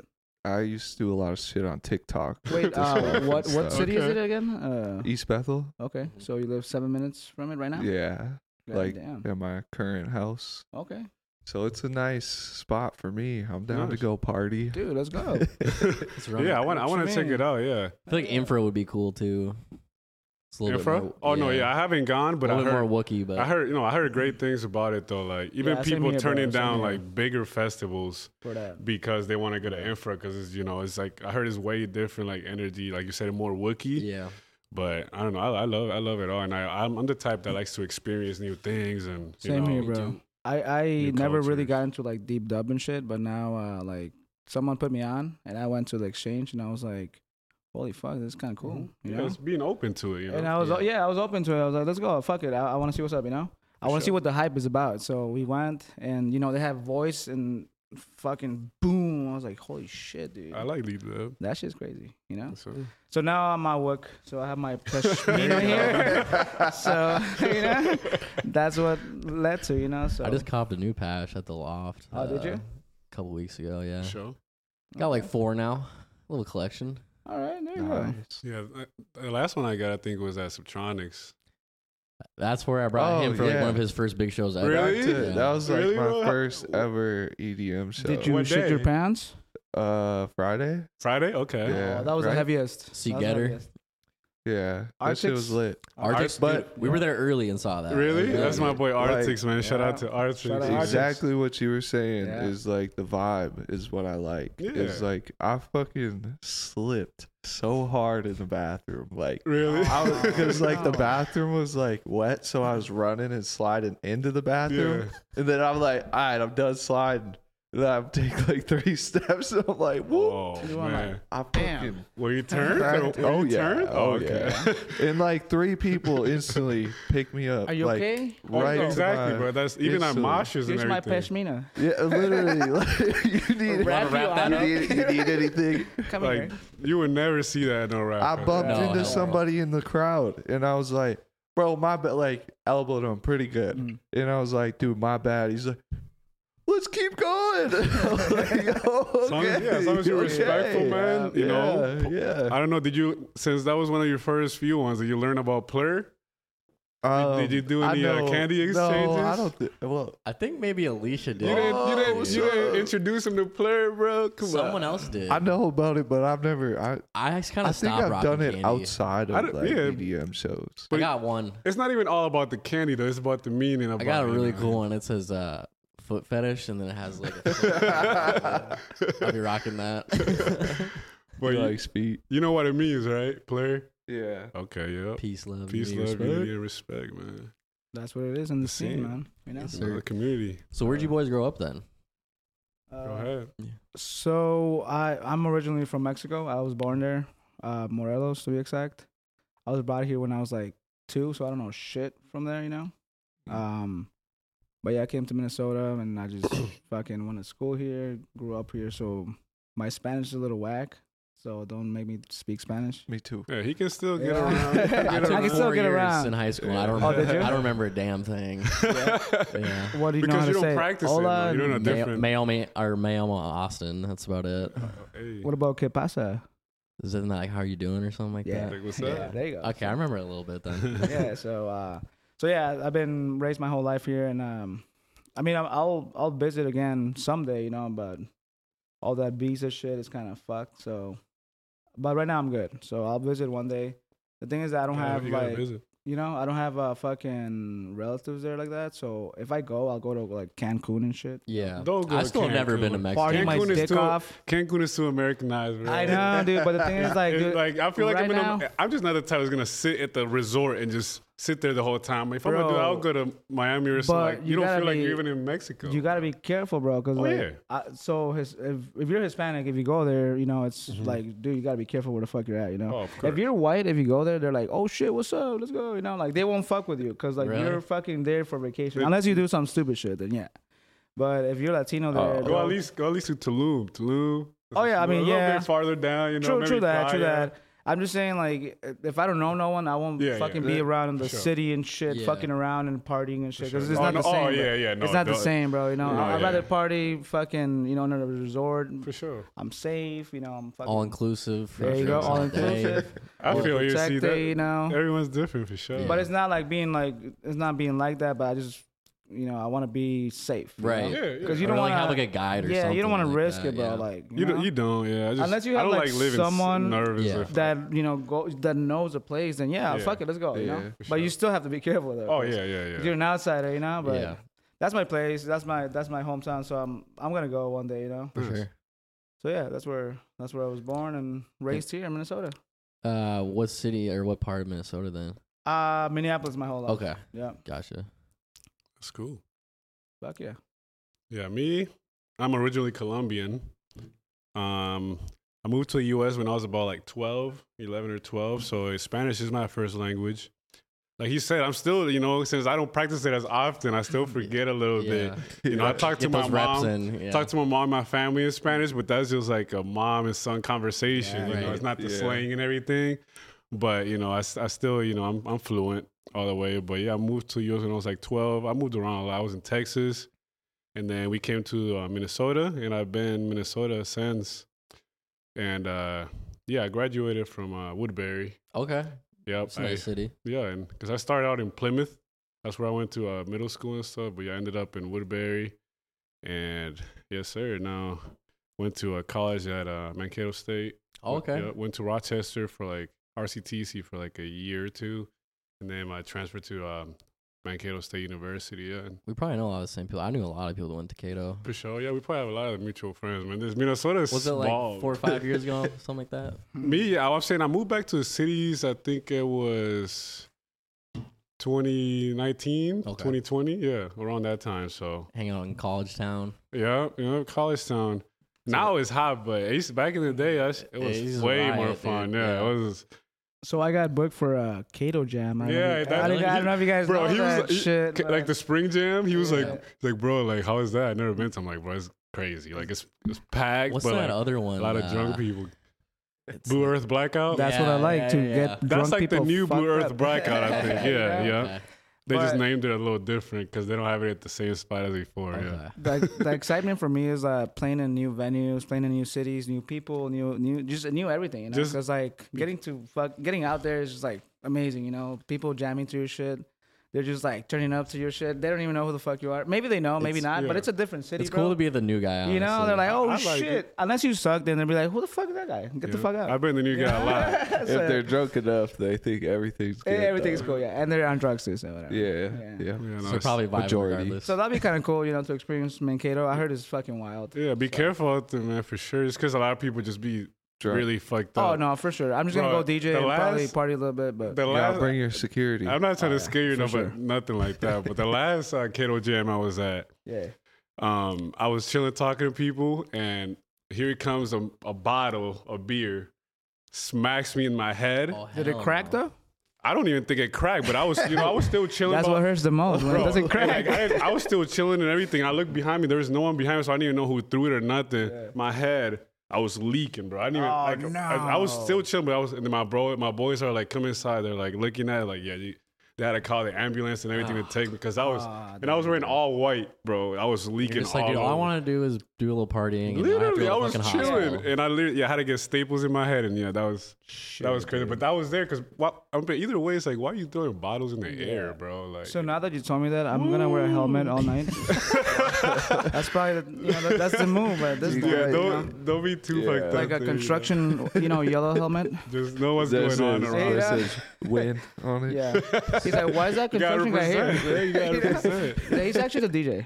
Speaker 1: I used to do a lot of shit on TikTok.
Speaker 2: Wait,
Speaker 1: This
Speaker 2: uh,
Speaker 1: golf and
Speaker 2: what what
Speaker 1: stuff.
Speaker 2: city is
Speaker 3: Okay.
Speaker 2: it again? Uh,
Speaker 1: East Bethel.
Speaker 2: okay, so you live seven minutes from it right now.
Speaker 1: Yeah,
Speaker 2: God
Speaker 1: like-
Speaker 2: damn.
Speaker 1: at my current house.
Speaker 2: Okay,
Speaker 1: So it's a nice spot for me. I'm down to
Speaker 3: Nice.
Speaker 1: go party.
Speaker 2: dude, let's go.
Speaker 4: Let's run
Speaker 3: yeah, I
Speaker 4: it.
Speaker 3: want. I
Speaker 2: What you
Speaker 3: want to check
Speaker 2: mean?
Speaker 3: it out. Yeah,
Speaker 4: I feel like infra would be cool too. It's a little bit
Speaker 3: Infra.
Speaker 4: more-
Speaker 3: Oh no, yeah, I haven't gone, but
Speaker 4: a
Speaker 3: I
Speaker 4: little
Speaker 3: heard
Speaker 4: bit more Wookiee, but
Speaker 3: I heard, you know, I heard great things about it though. Like even
Speaker 2: Yeah, same
Speaker 3: people
Speaker 2: here, bro.
Speaker 3: turning
Speaker 2: Same
Speaker 3: down
Speaker 2: here.
Speaker 3: like bigger festivals
Speaker 2: for that.
Speaker 3: because they want to go to infra because it's you know it's like I heard it's way different like energy like you said more Wookiee.
Speaker 4: yeah.
Speaker 3: But I don't know, I, I love I love it all, and I I'm, I'm the type that likes to experience new things and you
Speaker 2: Same
Speaker 3: know, Mhm.
Speaker 2: here, bro. I I
Speaker 3: New
Speaker 2: never really
Speaker 3: cultures.
Speaker 2: got into like deep dub and shit, but now uh, like someone put me on, and I went to the exchange, and I was like, holy fuck, this is kind of cool. You
Speaker 3: Yeah,
Speaker 2: know?
Speaker 3: it's being open to it. You know,
Speaker 2: and I was
Speaker 4: Yeah.
Speaker 2: yeah. I was open to it. I was like, let's go, fuck it. I, I want to see what's up, you know. I
Speaker 3: For
Speaker 2: want to see
Speaker 3: sure.
Speaker 2: what the hype is about. So we went, and you know they have voice and fucking boom. I was like, holy shit, dude.
Speaker 3: I like Lead Lab.
Speaker 2: that shit's crazy, you know.
Speaker 3: So,
Speaker 2: So now I'm at work, so I have my pashmina here. so you know, that's what led to you know. So
Speaker 4: I just copped a new patch at the loft.
Speaker 2: Oh, did you?
Speaker 4: A couple weeks ago, yeah.
Speaker 3: Show.
Speaker 4: Got like four now. little collection.
Speaker 2: all right, there you go.
Speaker 1: Nice.
Speaker 3: Yeah, uh, the last one I got, I think, was at Subtronics.
Speaker 4: That's where I brought
Speaker 1: Oh,
Speaker 4: him for like
Speaker 1: yeah.
Speaker 4: one of his first big shows ever.
Speaker 3: Really?
Speaker 1: Back to-
Speaker 4: Yeah.
Speaker 1: That was like
Speaker 3: Really,
Speaker 1: my
Speaker 3: bro?
Speaker 1: first ever EDM show.
Speaker 2: Did you
Speaker 3: What
Speaker 2: shit your
Speaker 3: day?
Speaker 2: pants?
Speaker 1: Uh, Friday.
Speaker 3: Friday, okay.
Speaker 1: Yeah.
Speaker 2: oh, that was the
Speaker 1: right?
Speaker 2: heaviest.
Speaker 4: See
Speaker 2: That was the
Speaker 4: Getter?
Speaker 2: heaviest.
Speaker 1: Yeah, that
Speaker 2: Arctic's-
Speaker 1: shit was lit.
Speaker 4: Artix,
Speaker 1: but-
Speaker 4: dude, we were there early and saw that.
Speaker 3: Really?
Speaker 4: Yeah,
Speaker 3: That's my
Speaker 4: dude.
Speaker 3: boy
Speaker 1: Like-
Speaker 3: Artix, man. Shout out to Artix.
Speaker 2: Shout out Artix.
Speaker 1: Exactly what you were saying
Speaker 2: Yeah.
Speaker 1: is like the vibe is what I like. It's
Speaker 3: Yeah.
Speaker 1: like I fucking slipped so hard in the bathroom, like.
Speaker 3: Really?
Speaker 1: I was because like the
Speaker 2: No.
Speaker 1: bathroom was like wet, so I was running and sliding into the bathroom,
Speaker 3: Yeah.
Speaker 1: and then I'm like, all right, I'm done sliding. And then I take like three steps, and I'm like, whoop!
Speaker 3: Oh
Speaker 2: You wanna-
Speaker 3: man.
Speaker 1: I fucking
Speaker 3: Were you turned?
Speaker 1: Cracked.
Speaker 3: Were
Speaker 1: Oh,
Speaker 3: you
Speaker 1: yeah.
Speaker 3: turned?
Speaker 1: Oh, and like three people instantly pick me up.
Speaker 2: Are you
Speaker 1: like,
Speaker 2: okay?
Speaker 1: Right, to
Speaker 3: Oh, exactly,
Speaker 1: my-
Speaker 3: bro. That's even at
Speaker 1: instantly.
Speaker 3: moshes and
Speaker 2: Here's my
Speaker 3: everything.
Speaker 2: pashmina.
Speaker 1: Yeah, literally. Like, you need,
Speaker 2: Wrap
Speaker 4: wrap
Speaker 2: you
Speaker 4: that
Speaker 2: on
Speaker 4: up?
Speaker 2: up.
Speaker 1: you need, you need anything?
Speaker 2: Come
Speaker 3: Like
Speaker 2: here.
Speaker 3: you would never see that in a rap.
Speaker 1: I
Speaker 3: bro.
Speaker 1: bumped
Speaker 4: No,
Speaker 1: into
Speaker 4: no.
Speaker 1: somebody in the crowd, and I was like, "Bro, my bad." Like elbowed him pretty good,
Speaker 2: Mm.
Speaker 1: and I was like, "Dude, my bad." He's like, "Let's keep going? Like, "Yo,
Speaker 3: As long as- yeah, as long as you're respectful, man, you know,
Speaker 1: Yeah, yeah.
Speaker 3: I don't know. Did you since that was one of your first few ones? Did you learn about Plur?
Speaker 1: Um,
Speaker 3: did you do
Speaker 1: I
Speaker 3: any, uh,
Speaker 1: know-
Speaker 3: candy
Speaker 1: No, I
Speaker 3: exchanges?
Speaker 1: don't. thi- well,
Speaker 4: I think maybe Alicia
Speaker 3: You
Speaker 4: did. Oh,
Speaker 3: didn't. You didn't,
Speaker 1: what's
Speaker 3: you didn't
Speaker 1: up?
Speaker 3: introduce him to Plur, bro. Come
Speaker 4: Someone
Speaker 3: on.
Speaker 4: else did.
Speaker 1: I know about it, but I've never. I,
Speaker 4: I kind
Speaker 1: I
Speaker 4: of
Speaker 1: think
Speaker 4: stopped
Speaker 1: I've
Speaker 4: rocking
Speaker 1: done it
Speaker 4: candy.
Speaker 1: outside
Speaker 3: I
Speaker 1: of
Speaker 3: don't-
Speaker 1: like
Speaker 3: yeah.
Speaker 1: EDM shows.
Speaker 4: I got one.
Speaker 3: It's not even all about the candy though. It's about the meaning. About
Speaker 4: I got a
Speaker 3: it,
Speaker 4: really
Speaker 3: man.
Speaker 4: cool one. It says uh, foot fetish, and then it has like. A foot. I'll be rocking that.
Speaker 3: But you,
Speaker 1: like speed.
Speaker 3: you know what it means, right? Plur.
Speaker 1: Yeah.
Speaker 3: Okay. Yeah.
Speaker 4: Peace, love,
Speaker 3: Peace,
Speaker 4: unity,
Speaker 3: love,
Speaker 4: respect.
Speaker 3: unity, and respect, man.
Speaker 2: That's what it is in the scene,
Speaker 3: Same.
Speaker 2: man. You know.
Speaker 4: Yes,
Speaker 3: You know,
Speaker 4: sir.
Speaker 3: the community.
Speaker 4: So where'd you boys grow up then?
Speaker 3: Go
Speaker 2: Uh,
Speaker 3: ahead.
Speaker 2: So I I'm originally from Mexico. I was born there, uh, Morelos to be exact. I was brought here when I was like two, so I don't know shit from there, you know. Um, but yeah, I came to Minnesota and I just fucking went to school here, grew up here. So my Spanish is a little whack, so don't make me speak Spanish.
Speaker 1: Me too.
Speaker 3: Yeah, he can still get
Speaker 2: Yeah.
Speaker 3: around. He
Speaker 2: I
Speaker 3: can get
Speaker 2: took
Speaker 3: around.
Speaker 2: can still
Speaker 4: four
Speaker 2: get
Speaker 4: years
Speaker 2: around.
Speaker 4: in high school. and I don't.
Speaker 3: Yeah. Oh,
Speaker 4: Remember,
Speaker 2: did you?
Speaker 4: I don't remember a damn thing. Yeah.
Speaker 2: What do you know
Speaker 3: because
Speaker 2: how
Speaker 3: you
Speaker 2: to
Speaker 3: don't
Speaker 2: say?
Speaker 3: practice
Speaker 2: Hola.
Speaker 3: it. Bro. You don't know
Speaker 4: Mail,
Speaker 3: different.
Speaker 4: mail me or mail me Austin. That's about it.
Speaker 3: Oh, Hey.
Speaker 2: What about que pasa?
Speaker 4: Isn't that like how are you doing or something like
Speaker 2: Yeah.
Speaker 4: that?
Speaker 3: Like, what's
Speaker 2: Yeah,
Speaker 3: up?
Speaker 2: there you go.
Speaker 4: Okay, I remember it a little bit then.
Speaker 2: yeah. So, uh, so yeah, I've been raised my whole life here, and um, I mean, I'll- I'll I'll visit again someday, you know, but all that visa shit is kind of fucked. So, but right now I'm good. So I'll visit one day. The thing is, that I don't
Speaker 3: Yeah,
Speaker 2: have
Speaker 3: you gotta
Speaker 2: like
Speaker 3: visit.
Speaker 2: you know, I don't have uh, fucking relatives there like that. So if I go, I'll go to like Cancun and shit.
Speaker 4: Yeah.
Speaker 3: Don't go
Speaker 4: I
Speaker 3: to
Speaker 4: still have never been to
Speaker 3: Cancun.
Speaker 4: Mexico.
Speaker 2: Party
Speaker 3: Cancun
Speaker 2: my
Speaker 3: is
Speaker 2: dick
Speaker 3: too-
Speaker 2: off.
Speaker 3: Cancun is too Americanized, bro.
Speaker 2: I know, dude. But the thing is, like,
Speaker 3: It's
Speaker 2: dude,
Speaker 3: like I feel like
Speaker 2: right
Speaker 3: I'm, in
Speaker 2: now,
Speaker 3: a, I'm just not the type who's gonna sit at the resort and just sit there the whole time. If I'm gonna do, it,
Speaker 2: Bro.
Speaker 3: I'll go to Miami or something.
Speaker 2: But
Speaker 3: Like, you,
Speaker 2: you
Speaker 3: don't feel
Speaker 2: gotta
Speaker 3: like you're
Speaker 2: be-
Speaker 3: even in Mexico.
Speaker 2: You gotta be careful, bro. Cause
Speaker 3: Oh,
Speaker 2: like,
Speaker 3: yeah.
Speaker 2: I- so his, if, if you're Hispanic, if you go there, you know, it's like, dude, you gotta be careful where the fuck you're at. You know,
Speaker 3: Mm-hmm. Oh, of course.
Speaker 2: if you're white, if you go there, they're like, oh shit, what's up? Let's go. You know, like they won't fuck with you because like
Speaker 4: Really?
Speaker 2: you're fucking there for vacation.
Speaker 3: They-
Speaker 2: Unless you do some stupid shit, then yeah. But if you're Latino, there,
Speaker 4: Oh.
Speaker 3: go
Speaker 2: they'll-
Speaker 3: at least go at least to Tulum. Tulum.
Speaker 2: Oh, yeah, I mean,
Speaker 3: a little
Speaker 2: yeah.
Speaker 3: bit farther down. You know,
Speaker 2: true,
Speaker 3: maybe
Speaker 2: true that, true
Speaker 3: Playa.
Speaker 2: that. I'm just saying, like, if I don't know no one, I won't
Speaker 3: Yeah,
Speaker 2: fucking
Speaker 3: yeah.
Speaker 2: be around in the
Speaker 3: Sure.
Speaker 2: city and shit,
Speaker 4: Yeah.
Speaker 2: fucking around and partying and shit. Because it's
Speaker 3: Oh,
Speaker 2: not
Speaker 3: no,
Speaker 2: the same.
Speaker 3: oh,
Speaker 2: bro.
Speaker 3: yeah, yeah, no,
Speaker 2: it's not the
Speaker 3: don't-
Speaker 2: same, bro. You know,
Speaker 3: No,
Speaker 2: I- I'd
Speaker 3: yeah.
Speaker 2: rather party, fucking, you know, in a resort.
Speaker 3: For sure.
Speaker 2: I'm safe. You know, I'm fucking.
Speaker 4: All inclusive. for
Speaker 2: There you go,
Speaker 4: sure.
Speaker 2: all
Speaker 4: Hey,
Speaker 2: inclusive.
Speaker 3: I
Speaker 2: Well,
Speaker 3: feel you see
Speaker 2: protected,
Speaker 3: that.
Speaker 2: you know.
Speaker 3: Everyone's different for sure.
Speaker 2: But it's not like being like it's not being like that. But I just, you know, I want to be safe. you
Speaker 4: Right.
Speaker 2: know?
Speaker 3: yeah, yeah.
Speaker 2: Because you don't
Speaker 4: or
Speaker 2: want
Speaker 4: like have like
Speaker 2: to.
Speaker 4: a guide or
Speaker 2: yeah,
Speaker 4: something.
Speaker 2: you don't want to
Speaker 4: like
Speaker 2: risk
Speaker 4: that,
Speaker 2: it, bro.
Speaker 4: yeah.
Speaker 2: Like
Speaker 3: You
Speaker 2: know?
Speaker 3: don't. You don't. Yeah. I just,
Speaker 2: Unless you
Speaker 3: I
Speaker 2: have,
Speaker 3: don't
Speaker 2: like,
Speaker 3: like, living s-
Speaker 2: someone
Speaker 3: nervous.
Speaker 4: Yeah.
Speaker 3: if-
Speaker 2: that you know go that knows a place, then yeah,
Speaker 3: Yeah.
Speaker 2: fuck it, let's go. You know,
Speaker 1: Yeah,
Speaker 2: but you still have to be careful though.
Speaker 3: Oh
Speaker 2: 'cause
Speaker 3: yeah, yeah, yeah.
Speaker 2: you're an outsider, you know. But
Speaker 4: Yeah.
Speaker 2: that's my place. That's my that's my hometown. So I'm I'm gonna go one day, you know.
Speaker 4: For sure.
Speaker 2: So yeah, that's where that's where I was born and raised here in Minnesota.
Speaker 4: Uh, what city or what part of Minnesota then?
Speaker 2: Uh Minneapolis my whole life.
Speaker 4: Okay,
Speaker 2: Yeah.
Speaker 4: gotcha.
Speaker 3: That's cool.
Speaker 2: Fuck yeah.
Speaker 3: Yeah, me. I'm originally Colombian. Um, I moved to the U.S. when I was about like 12, 11 or 12. So Spanish is my first language. Like he said, I'm still, you know, since I don't practice it as often, I still forget a little bit.
Speaker 4: Yeah.
Speaker 3: You know, I talk to
Speaker 4: Get
Speaker 3: my
Speaker 4: those reps
Speaker 3: mom,
Speaker 4: in. Yeah.
Speaker 3: talk to my mom, and my family in Spanish, but that's just like a mom and son conversation.
Speaker 2: Yeah,
Speaker 3: you know,
Speaker 4: right.
Speaker 3: it's not the
Speaker 1: Yeah.
Speaker 3: slang and everything. But you know, I, s- I still, you know, I'm I'm fluent all the way. But yeah, I moved to US when I was like 12. I moved around a lot. I was in Texas, and then we came to uh, Minnesota, and I've been in Minnesota since. And uh, yeah, I graduated from uh, Woodbury.
Speaker 4: okay,
Speaker 3: Yep,
Speaker 4: it's a
Speaker 3: I,
Speaker 4: nice city.
Speaker 3: yeah, and because I started out in Plymouth, that's where I went to uh, middle school and stuff. But yeah, I ended up in Woodbury, and yes, sir. Now went to a college at uh, Mankato State.
Speaker 4: Oh,
Speaker 3: Went-
Speaker 4: okay,
Speaker 3: yeah, went to Rochester for like RCTC for like a year or two, and then I transferred to um, Mankato State University. Yeah, and
Speaker 4: we probably know a lot of the same people. I knew a lot of people that went to Cato.
Speaker 3: for sure. Yeah, we probably have a lot of mutual friends, man. This Minnesota is
Speaker 4: Was it like
Speaker 3: small.
Speaker 4: four or five years ago, something like that?
Speaker 3: Me, yeah, I'm saying I moved back to the cities. I think it was 2019,
Speaker 4: Okay.
Speaker 3: 2020. Yeah, around that time. So
Speaker 4: Hanging out in college town.
Speaker 3: yeah, you know, college town. now it's hot, but it used back in the day, I, sh- it
Speaker 4: Yeah, it used
Speaker 3: was
Speaker 4: to
Speaker 3: way
Speaker 4: riot,
Speaker 3: more
Speaker 4: dude.
Speaker 3: fun. Yeah,
Speaker 4: Yeah.
Speaker 3: it was.
Speaker 2: So I got booked for a Cato jam. I don't
Speaker 3: Yeah,
Speaker 2: know if-
Speaker 3: that-
Speaker 2: I, don't, I don't know if you guys
Speaker 3: Bro,
Speaker 2: know
Speaker 3: he was
Speaker 2: that
Speaker 3: like, he-
Speaker 2: shit.
Speaker 3: ca- like
Speaker 2: but-
Speaker 3: the spring jam. He was like,
Speaker 4: Yeah.
Speaker 3: he's like, bro, like how is that? I never been to. I'm like, bro, it's crazy. Like it's it's packed,
Speaker 4: What's
Speaker 3: but
Speaker 4: that
Speaker 3: like,
Speaker 4: other
Speaker 3: a
Speaker 4: one?
Speaker 3: lot of drunk
Speaker 4: uh,
Speaker 3: people.
Speaker 4: it's
Speaker 3: Blue
Speaker 4: like-
Speaker 3: Earth Blackout.
Speaker 2: that's what I
Speaker 4: Yeah,
Speaker 2: like
Speaker 4: yeah,
Speaker 2: to
Speaker 4: yeah, yeah.
Speaker 2: get.
Speaker 3: That's
Speaker 2: drunk
Speaker 3: like the
Speaker 2: people
Speaker 3: new Blue
Speaker 2: fucked
Speaker 3: Earth
Speaker 2: up.
Speaker 3: Blackout. I think. Yeah, yeah.
Speaker 4: Okay.
Speaker 3: They just
Speaker 2: But-
Speaker 3: named it a little different because they don't have it at the same spot as before. Yeah.
Speaker 4: Okay.
Speaker 2: the, the excitement for me is uh, playing in new venues, playing in new cities, new people, new new just new everything. You know,
Speaker 3: Just-
Speaker 2: because like getting to fuck, getting out there is just like amazing. You know, people jamming to your shit. They're just like turning up to your shit. They don't even know who the fuck you are. Maybe they know, maybe
Speaker 3: It's-
Speaker 2: not. But
Speaker 3: yeah.
Speaker 2: it's a different city.
Speaker 4: It's cool to be the new guy.
Speaker 2: You know,
Speaker 4: honestly.
Speaker 2: they're like, oh
Speaker 3: I like
Speaker 2: shit.
Speaker 3: it.
Speaker 2: Unless you suck, then they'll be like, who the fuck is that guy? Get the
Speaker 3: Yeah.
Speaker 2: fuck out.
Speaker 3: I bring the new guy a lot.
Speaker 1: If they're drunk enough, they think everything's good.
Speaker 2: Yeah, everything's
Speaker 1: though.
Speaker 2: cool, yeah. And they're on drugs too, so whatever.
Speaker 1: Yeah,
Speaker 2: Yeah.
Speaker 1: yeah. yeah.
Speaker 3: Yeah,
Speaker 4: so
Speaker 3: no,
Speaker 4: they're
Speaker 3: it's-
Speaker 4: probably vibing
Speaker 1: majority.
Speaker 4: regardless.
Speaker 2: So that'd be kind of cool, you know, to experience Mankato. I heard it's fucking wild.
Speaker 3: Yeah, be careful out there, man, for sure. It's because a lot of people just be
Speaker 1: Drunk.
Speaker 3: really fucked up.
Speaker 2: Oh no, for sure. I'm just
Speaker 3: Bro,
Speaker 2: gonna go DJ
Speaker 3: the
Speaker 2: and probably
Speaker 3: last-
Speaker 2: party a little bit, but
Speaker 3: The
Speaker 1: You gotta
Speaker 3: last,
Speaker 1: bring your security.
Speaker 3: I'm not trying
Speaker 2: Oh,
Speaker 3: to scare you,
Speaker 2: for
Speaker 3: no,
Speaker 2: sure.
Speaker 3: but nothing like that. But the last uh, Kato Jam I was at,
Speaker 2: yeah.
Speaker 3: um, I was chilling, talking to people, and here comes a, a bottle of beer, smacks me in my head.
Speaker 4: Oh,
Speaker 2: Did
Speaker 4: hell
Speaker 2: it crack
Speaker 4: no.
Speaker 2: though?
Speaker 3: I don't even think it cracked, but I was, you know, I was still chilling.
Speaker 2: That's
Speaker 3: about-
Speaker 2: what hurts the most when it
Speaker 3: Bro, oh
Speaker 2: doesn't
Speaker 3: and,
Speaker 2: crack.
Speaker 3: like, I, didn't- I was still chilling and everything. I looked behind me. There was no one behind me, so I didn't even know who threw it or nothing. My head, I was leaking, bro. I didn't even.
Speaker 2: Oh,
Speaker 3: like, I, I was
Speaker 2: no.
Speaker 3: still chilling, but I was. And then my bro, my boys are like, come inside. They're like looking at it, like, yeah, you, they had to call the ambulance and everything to take because I was,
Speaker 2: Ah,
Speaker 3: and I was wearing all white, bro. I was
Speaker 4: You're
Speaker 3: leaking.
Speaker 4: just like,
Speaker 3: all
Speaker 4: dude, all I
Speaker 3: over.
Speaker 4: want to do is do a little partying. and I have to
Speaker 3: Literally,
Speaker 4: go
Speaker 3: I
Speaker 4: to
Speaker 3: was
Speaker 4: fucking
Speaker 3: chilling,
Speaker 4: hospital.
Speaker 3: and I literally, yeah, I had to get staples in my head, and yeah, that was that was crazy. But that was there because, but either way, it's like, why are you throwing bottles in the air, bro? Like,
Speaker 2: So now that you told me that, I'm gonna wear a helmet all night. that's probably the, you know, that, that's the move. But this
Speaker 1: Yeah,
Speaker 2: point,
Speaker 3: yeah,
Speaker 2: you
Speaker 3: don't
Speaker 2: know?
Speaker 3: don't be too
Speaker 1: Yeah.
Speaker 3: fucked up.
Speaker 2: like a
Speaker 3: dude, you know?
Speaker 2: construction, you know, yellow helmet.
Speaker 3: Just know what's
Speaker 1: This
Speaker 3: going on
Speaker 1: is-
Speaker 3: around.
Speaker 1: this
Speaker 2: Yeah.
Speaker 1: is win on it.
Speaker 2: Yeah. He's like, why is that
Speaker 3: You gotta
Speaker 2: construction guy here?
Speaker 3: represent, man, you gotta represent.
Speaker 2: Yeah, he's actually the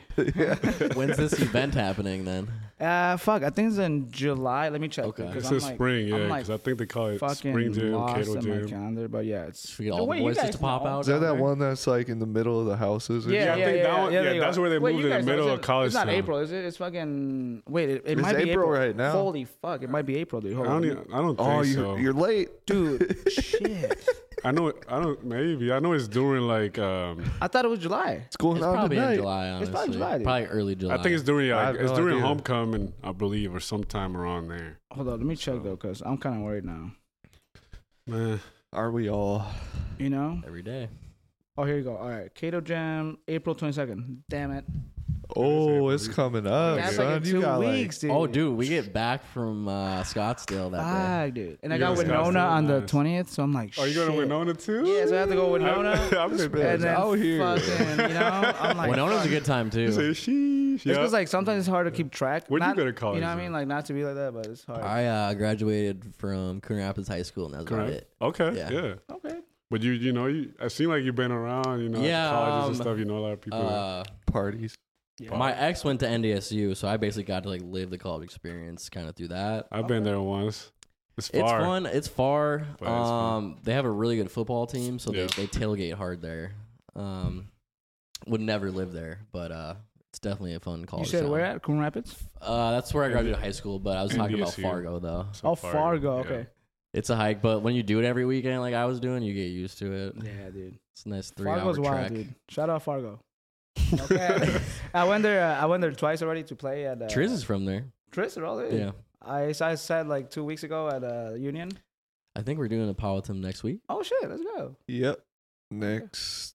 Speaker 2: DJ.
Speaker 4: When's this event happening then?
Speaker 2: Uh, fuck. I think it's in July. Let me check.
Speaker 4: Okay.
Speaker 2: because
Speaker 3: It's
Speaker 2: I'm
Speaker 3: in
Speaker 2: like-
Speaker 3: spring, yeah,
Speaker 2: I'm, like,
Speaker 3: because I think they call it
Speaker 2: Fucking
Speaker 3: spring jam,
Speaker 2: lost
Speaker 3: Cato
Speaker 2: in my
Speaker 3: jam.
Speaker 2: calendar, but yeah, it's
Speaker 4: Should we get all the
Speaker 2: Wait, you
Speaker 4: voices
Speaker 2: guys
Speaker 4: to pop
Speaker 2: know.
Speaker 4: out?
Speaker 1: Is there
Speaker 4: down
Speaker 1: that
Speaker 4: there?
Speaker 1: one that's like in the middle of the houses? or
Speaker 3: Yeah, I
Speaker 1: something?
Speaker 3: think that one- yeah,
Speaker 2: there you
Speaker 3: that's
Speaker 2: go.
Speaker 3: where they
Speaker 2: Wait,
Speaker 3: moved
Speaker 2: you
Speaker 3: in the
Speaker 2: guys know,
Speaker 3: middle
Speaker 2: it's
Speaker 3: of
Speaker 2: in-
Speaker 3: College
Speaker 2: It's not
Speaker 3: Town.
Speaker 2: April, is it? It's fucking. Wait, it, it
Speaker 1: It's
Speaker 2: might be
Speaker 1: April
Speaker 2: April
Speaker 1: right now.
Speaker 2: Holy fuck, it might be April, dude.
Speaker 3: I
Speaker 2: Hold on.
Speaker 3: don't, e- I don't think
Speaker 1: Oh, you,
Speaker 3: so.
Speaker 1: you're late.
Speaker 2: Dude, shit.
Speaker 3: I know, it- I don't, maybe. I know it's during like, um,
Speaker 2: I thought it was July.
Speaker 1: What's going
Speaker 4: It's
Speaker 1: on
Speaker 4: probably in
Speaker 1: tonight?
Speaker 4: July, honestly.
Speaker 2: It's probably July, dude.
Speaker 4: Probably early July.
Speaker 3: I think it's during,
Speaker 1: I
Speaker 3: yeah,
Speaker 1: have
Speaker 3: it's
Speaker 1: no
Speaker 3: during
Speaker 1: idea.
Speaker 3: homecoming, I believe, or sometime around there.
Speaker 2: Hold on, let me check though, cause I'm kind of worried now.
Speaker 3: Man,
Speaker 1: Are we all?
Speaker 2: You know?
Speaker 4: every day.
Speaker 2: Oh, here you go. All right, Cato Jam, April 22nd. Damn it.
Speaker 1: Oh,
Speaker 3: April.
Speaker 1: it's coming up,
Speaker 2: That's
Speaker 1: Oh, son.
Speaker 2: like in
Speaker 1: you
Speaker 2: two
Speaker 1: got
Speaker 2: weeks, dude.
Speaker 4: Oh, dude, we get back from uh, Scottsdale that day.
Speaker 2: Fuck, dude. And I
Speaker 3: You
Speaker 2: got
Speaker 3: guys got
Speaker 2: Winona
Speaker 3: so
Speaker 2: on the
Speaker 3: nice.
Speaker 2: 20th, so I'm like,
Speaker 3: are you
Speaker 2: shit.
Speaker 3: going to Winona too?
Speaker 2: Yeah, so I have to go Winona.
Speaker 3: I'm just
Speaker 1: man
Speaker 2: and
Speaker 1: is
Speaker 2: then
Speaker 1: out here.
Speaker 2: fucking, you know, I'm like,
Speaker 4: Winona's a
Speaker 2: fuck.
Speaker 4: good time too.
Speaker 3: say, sheesh.
Speaker 2: It's
Speaker 3: Yeah.
Speaker 2: because like sometimes it's hard to keep track.
Speaker 3: Where'd you
Speaker 2: Not-
Speaker 3: go to college,
Speaker 2: You know what I
Speaker 3: though?
Speaker 2: mean? Like not to be like that, but it's hard.
Speaker 4: I uh, graduated from Coon Rapids High School, and that's about
Speaker 3: Correct.
Speaker 4: it.
Speaker 3: Okay,
Speaker 4: Yeah.
Speaker 3: yeah.
Speaker 2: Okay.
Speaker 3: But you, you know, you, I seem like you've been around, you know,
Speaker 4: Yeah,
Speaker 3: colleges and
Speaker 4: um,
Speaker 3: stuff. You know, a lot of people.
Speaker 4: Uh,
Speaker 1: parties.
Speaker 4: my ex went to NDSU, so I basically got to like live the college experience kind of through that.
Speaker 3: I've been there once. It's far.
Speaker 4: It's fun. It's far.
Speaker 3: But it's fun.
Speaker 4: Um, they have a really good football team, so
Speaker 3: Yeah.
Speaker 4: they, they tailgate hard there. Um, would never live there, but uh, it's definitely a fun
Speaker 2: You
Speaker 4: college.
Speaker 2: said
Speaker 4: town.
Speaker 2: where at? Coon Rapids?
Speaker 4: Uh, that's where I graduated
Speaker 3: Indi-
Speaker 4: high school, but I was talking about
Speaker 3: NDSU.
Speaker 4: Fargo though.
Speaker 3: It's
Speaker 2: Oh,
Speaker 3: far.
Speaker 2: Fargo.
Speaker 3: Yeah.
Speaker 2: Okay.
Speaker 4: It's a hike, but when you do it every weekend, like I was doing, you get used to it.
Speaker 2: Yeah, dude.
Speaker 4: It's a nice three-hour
Speaker 2: Fargo's wild,
Speaker 4: trek.
Speaker 2: dude. Shout out Fargo. Okay. I went there. Uh, I went there twice already to play at. Uh,
Speaker 4: Triz is from there.
Speaker 2: Tris already.
Speaker 4: Yeah,
Speaker 2: I I said like two weeks ago at uh, Union.
Speaker 4: I think we're doing a Powhatan next week,
Speaker 2: Oh shit, let's go.
Speaker 1: Yep. Next.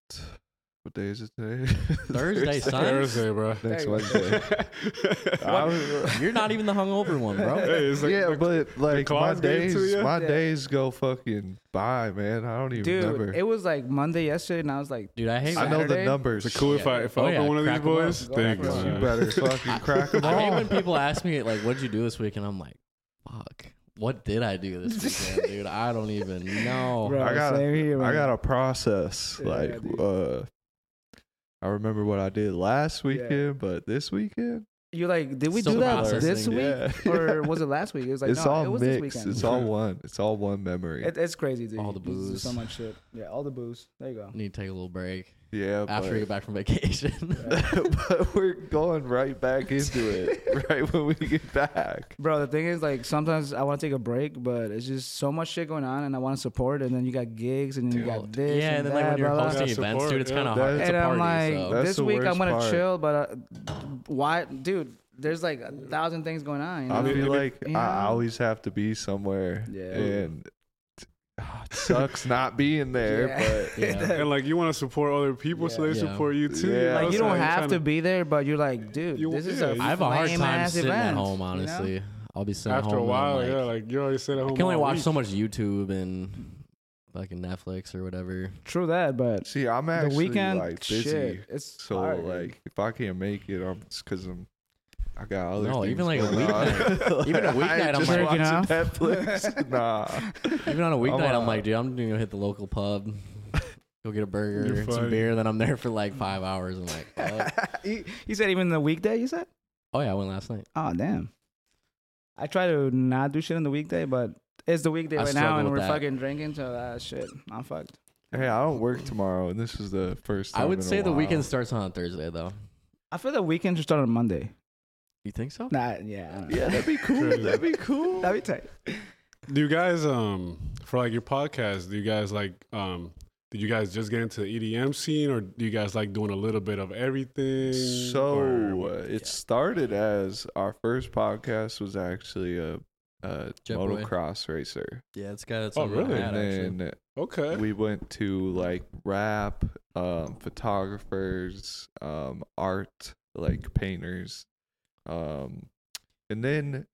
Speaker 1: What day is it today?
Speaker 4: Thursday. Science.
Speaker 3: Thursday, bro.
Speaker 1: Next
Speaker 2: There you go.
Speaker 1: Wednesday. I was-
Speaker 4: You're not even the hungover one, bro.
Speaker 3: Hey, it's like
Speaker 1: yeah,
Speaker 3: the-
Speaker 1: but like my
Speaker 3: claws get
Speaker 1: days,
Speaker 3: to ya?
Speaker 1: my
Speaker 2: Yeah.
Speaker 1: days go fucking by, man. I don't even
Speaker 2: Dude,
Speaker 1: remember.
Speaker 2: it was like Monday yesterday, and I was like,
Speaker 4: Dude, I hate.
Speaker 1: I know the
Speaker 2: Saturday?
Speaker 1: numbers.
Speaker 3: it's cool if I if I
Speaker 4: Oh,
Speaker 3: open
Speaker 4: yeah,
Speaker 3: one of these
Speaker 4: crack 'em up.
Speaker 3: boys.
Speaker 2: Go
Speaker 3: Thank
Speaker 2: for it.
Speaker 1: You
Speaker 3: God.
Speaker 1: better fucking crack them
Speaker 4: I hate
Speaker 1: all.
Speaker 4: when people ask me like, "What'd you do this week?" and I'm like, "Fuck, what did I do this weekend, dude? I don't even know."
Speaker 2: Bro,
Speaker 1: I gotta-
Speaker 2: same here,
Speaker 1: I
Speaker 2: man.
Speaker 1: got to process.
Speaker 2: Yeah,
Speaker 1: like,
Speaker 2: dude.
Speaker 1: uh, I remember what I did last weekend, but this weekend,
Speaker 2: You're like, did we
Speaker 4: Still
Speaker 2: do that
Speaker 4: processing.
Speaker 2: this week
Speaker 1: Yeah.
Speaker 2: or was it last week? It was like,
Speaker 1: it's
Speaker 2: no,
Speaker 1: all
Speaker 2: it was this
Speaker 1: mixed.
Speaker 2: weekend.
Speaker 1: It's all one. It's all one memory.
Speaker 2: It, it's crazy, dude.
Speaker 4: All the
Speaker 2: There's just So
Speaker 4: booze.
Speaker 2: much shit. Yeah, all the booze. There you go.
Speaker 4: Need to take a little break
Speaker 1: yeah,
Speaker 4: after
Speaker 1: but-
Speaker 4: we get back from vacation.
Speaker 1: but we're going right back into it right when we get back.
Speaker 2: Bro, the thing is, like, sometimes I want to take a break, but it's just so much shit going on, and I want to support, and then you got gigs, and then you got this,
Speaker 4: yeah, and then like
Speaker 2: that,
Speaker 4: when you're
Speaker 2: blah, blah.
Speaker 4: hosting
Speaker 3: Yeah,
Speaker 4: events,
Speaker 3: support,
Speaker 4: dude, it's
Speaker 3: yeah.
Speaker 4: kind of hard. It's
Speaker 2: and
Speaker 4: a
Speaker 2: I'm
Speaker 4: party,
Speaker 2: like,
Speaker 4: so.
Speaker 1: That's
Speaker 2: this
Speaker 1: the
Speaker 2: week I'm
Speaker 1: worst
Speaker 2: gonna
Speaker 1: part.
Speaker 2: chill, but uh, why, dude? There's like a thousand things going on. You know?
Speaker 1: I
Speaker 3: mean,
Speaker 1: feel
Speaker 3: I mean-
Speaker 1: like
Speaker 2: Yeah.
Speaker 1: I always have to be somewhere.
Speaker 2: Yeah.
Speaker 1: And sucks not being there,
Speaker 2: Yeah.
Speaker 1: but
Speaker 4: Yeah.
Speaker 3: and like you want to support other people, so they
Speaker 4: Yeah.
Speaker 3: support you too.
Speaker 1: Yeah.
Speaker 2: like
Speaker 1: that's
Speaker 2: you don't
Speaker 3: how you're
Speaker 2: have
Speaker 3: trying
Speaker 2: to be there, but you're like, dude,
Speaker 3: You-
Speaker 2: this is
Speaker 3: yeah,
Speaker 2: a
Speaker 3: you-
Speaker 4: I have a hard time
Speaker 2: lame-ass
Speaker 4: sitting at
Speaker 2: event,
Speaker 4: home,
Speaker 2: you know?
Speaker 4: honestly. I'll be sitting
Speaker 3: After
Speaker 4: at
Speaker 3: a
Speaker 4: home.
Speaker 3: while,
Speaker 4: and I'm
Speaker 3: yeah,
Speaker 4: like,
Speaker 3: like you're already sitting at home.
Speaker 4: I can only
Speaker 3: all
Speaker 4: watch
Speaker 3: week.
Speaker 4: so much YouTube and fucking Netflix or whatever.
Speaker 2: True that, but
Speaker 1: see, I'm actually
Speaker 2: the weekend,
Speaker 1: like busy,
Speaker 2: shit, it's
Speaker 1: so
Speaker 2: hard, dude.
Speaker 1: like if I can't make it, I'm it's because I'm I got other.
Speaker 4: No,
Speaker 1: things
Speaker 4: even, like, a
Speaker 1: going on.
Speaker 4: weeknight- even a
Speaker 1: I
Speaker 4: weeknight,
Speaker 1: ain't
Speaker 4: I'm
Speaker 1: just
Speaker 2: like-
Speaker 1: watching
Speaker 2: Jerking off.
Speaker 1: Netflix. nah,
Speaker 4: Even on a weeknight, I'm
Speaker 1: uh,
Speaker 4: like, dude, I'm gonna go hit the local pub, go get a
Speaker 3: You're
Speaker 4: burger, some
Speaker 3: funny.
Speaker 4: beer. Then I'm there for like five hours. I'm like, oh,
Speaker 2: you, you said even the weekday, you said?
Speaker 4: oh yeah, I went last night.
Speaker 2: Oh damn. I try to not do shit on the weekday, but it's the weekday
Speaker 4: I
Speaker 2: right
Speaker 4: struggle
Speaker 2: now, and
Speaker 4: with
Speaker 2: we're
Speaker 4: that.
Speaker 2: fucking drinking, so that shit, I'm fucked.
Speaker 1: hey, I don't work tomorrow, and this is the first. Time
Speaker 4: I
Speaker 1: in
Speaker 4: would
Speaker 1: a
Speaker 4: say the
Speaker 1: while.
Speaker 4: weekend starts on a Thursday though.
Speaker 2: I feel the weekend should start on Monday.
Speaker 4: You think so?
Speaker 2: Nah, yeah, I don't know.
Speaker 1: Yeah, that'd be cool.
Speaker 3: Crazy.
Speaker 1: that'd be cool.
Speaker 2: that'd be tight.
Speaker 3: Do you guys um for like your podcast? Do you guys like um? Did you guys just get into the EDM scene, or do you guys like doing a little bit of everything?
Speaker 1: So
Speaker 3: or-
Speaker 1: uh, it started as our first podcast was actually a, a
Speaker 4: Jet Boy.
Speaker 1: motocross racer,
Speaker 4: Yeah, it's got its
Speaker 3: Oh,
Speaker 4: own
Speaker 3: really?
Speaker 4: hat, actually.
Speaker 1: and then
Speaker 3: okay,
Speaker 1: we went to like rap, um, photographers, um, art, like painters, um, and then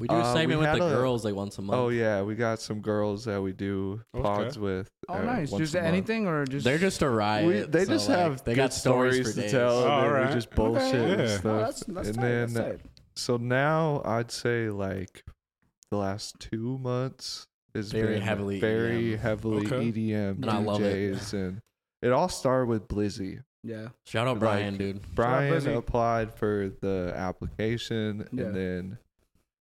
Speaker 4: We do a
Speaker 1: uh,
Speaker 4: segment
Speaker 1: we
Speaker 4: with the
Speaker 1: had a-
Speaker 4: girls like once a month.
Speaker 1: oh yeah, we got some girls that we do
Speaker 3: Okay.
Speaker 1: pods with.
Speaker 2: Oh,
Speaker 1: uh,
Speaker 2: nice.
Speaker 1: once
Speaker 2: Just
Speaker 1: a month.
Speaker 2: anything or just
Speaker 4: They're just a riot.
Speaker 1: We, they
Speaker 4: so,
Speaker 1: just
Speaker 4: like,
Speaker 1: have
Speaker 4: they
Speaker 1: good
Speaker 4: got stories, for
Speaker 1: to
Speaker 4: days.
Speaker 1: tell.
Speaker 3: Oh,
Speaker 1: and then
Speaker 3: alright.
Speaker 1: We just bullshit
Speaker 3: Okay,
Speaker 1: and
Speaker 3: yeah. Oh,
Speaker 1: stuff.
Speaker 2: that's, that's
Speaker 1: and
Speaker 2: tight,
Speaker 1: then
Speaker 2: that's tight.
Speaker 1: So now I'd say like the last two months is
Speaker 4: Very
Speaker 1: been
Speaker 4: heavily E
Speaker 1: very
Speaker 4: EDM.
Speaker 1: heavily E
Speaker 3: Okay.
Speaker 1: EDM
Speaker 4: And I love it.
Speaker 1: DJs, and it all started with Blizzy.
Speaker 2: Yeah.
Speaker 4: Shout out
Speaker 1: Like,
Speaker 4: Brian, dude.
Speaker 1: Brian
Speaker 2: Blizzy.
Speaker 1: applied for the application,
Speaker 2: Yeah.
Speaker 1: and then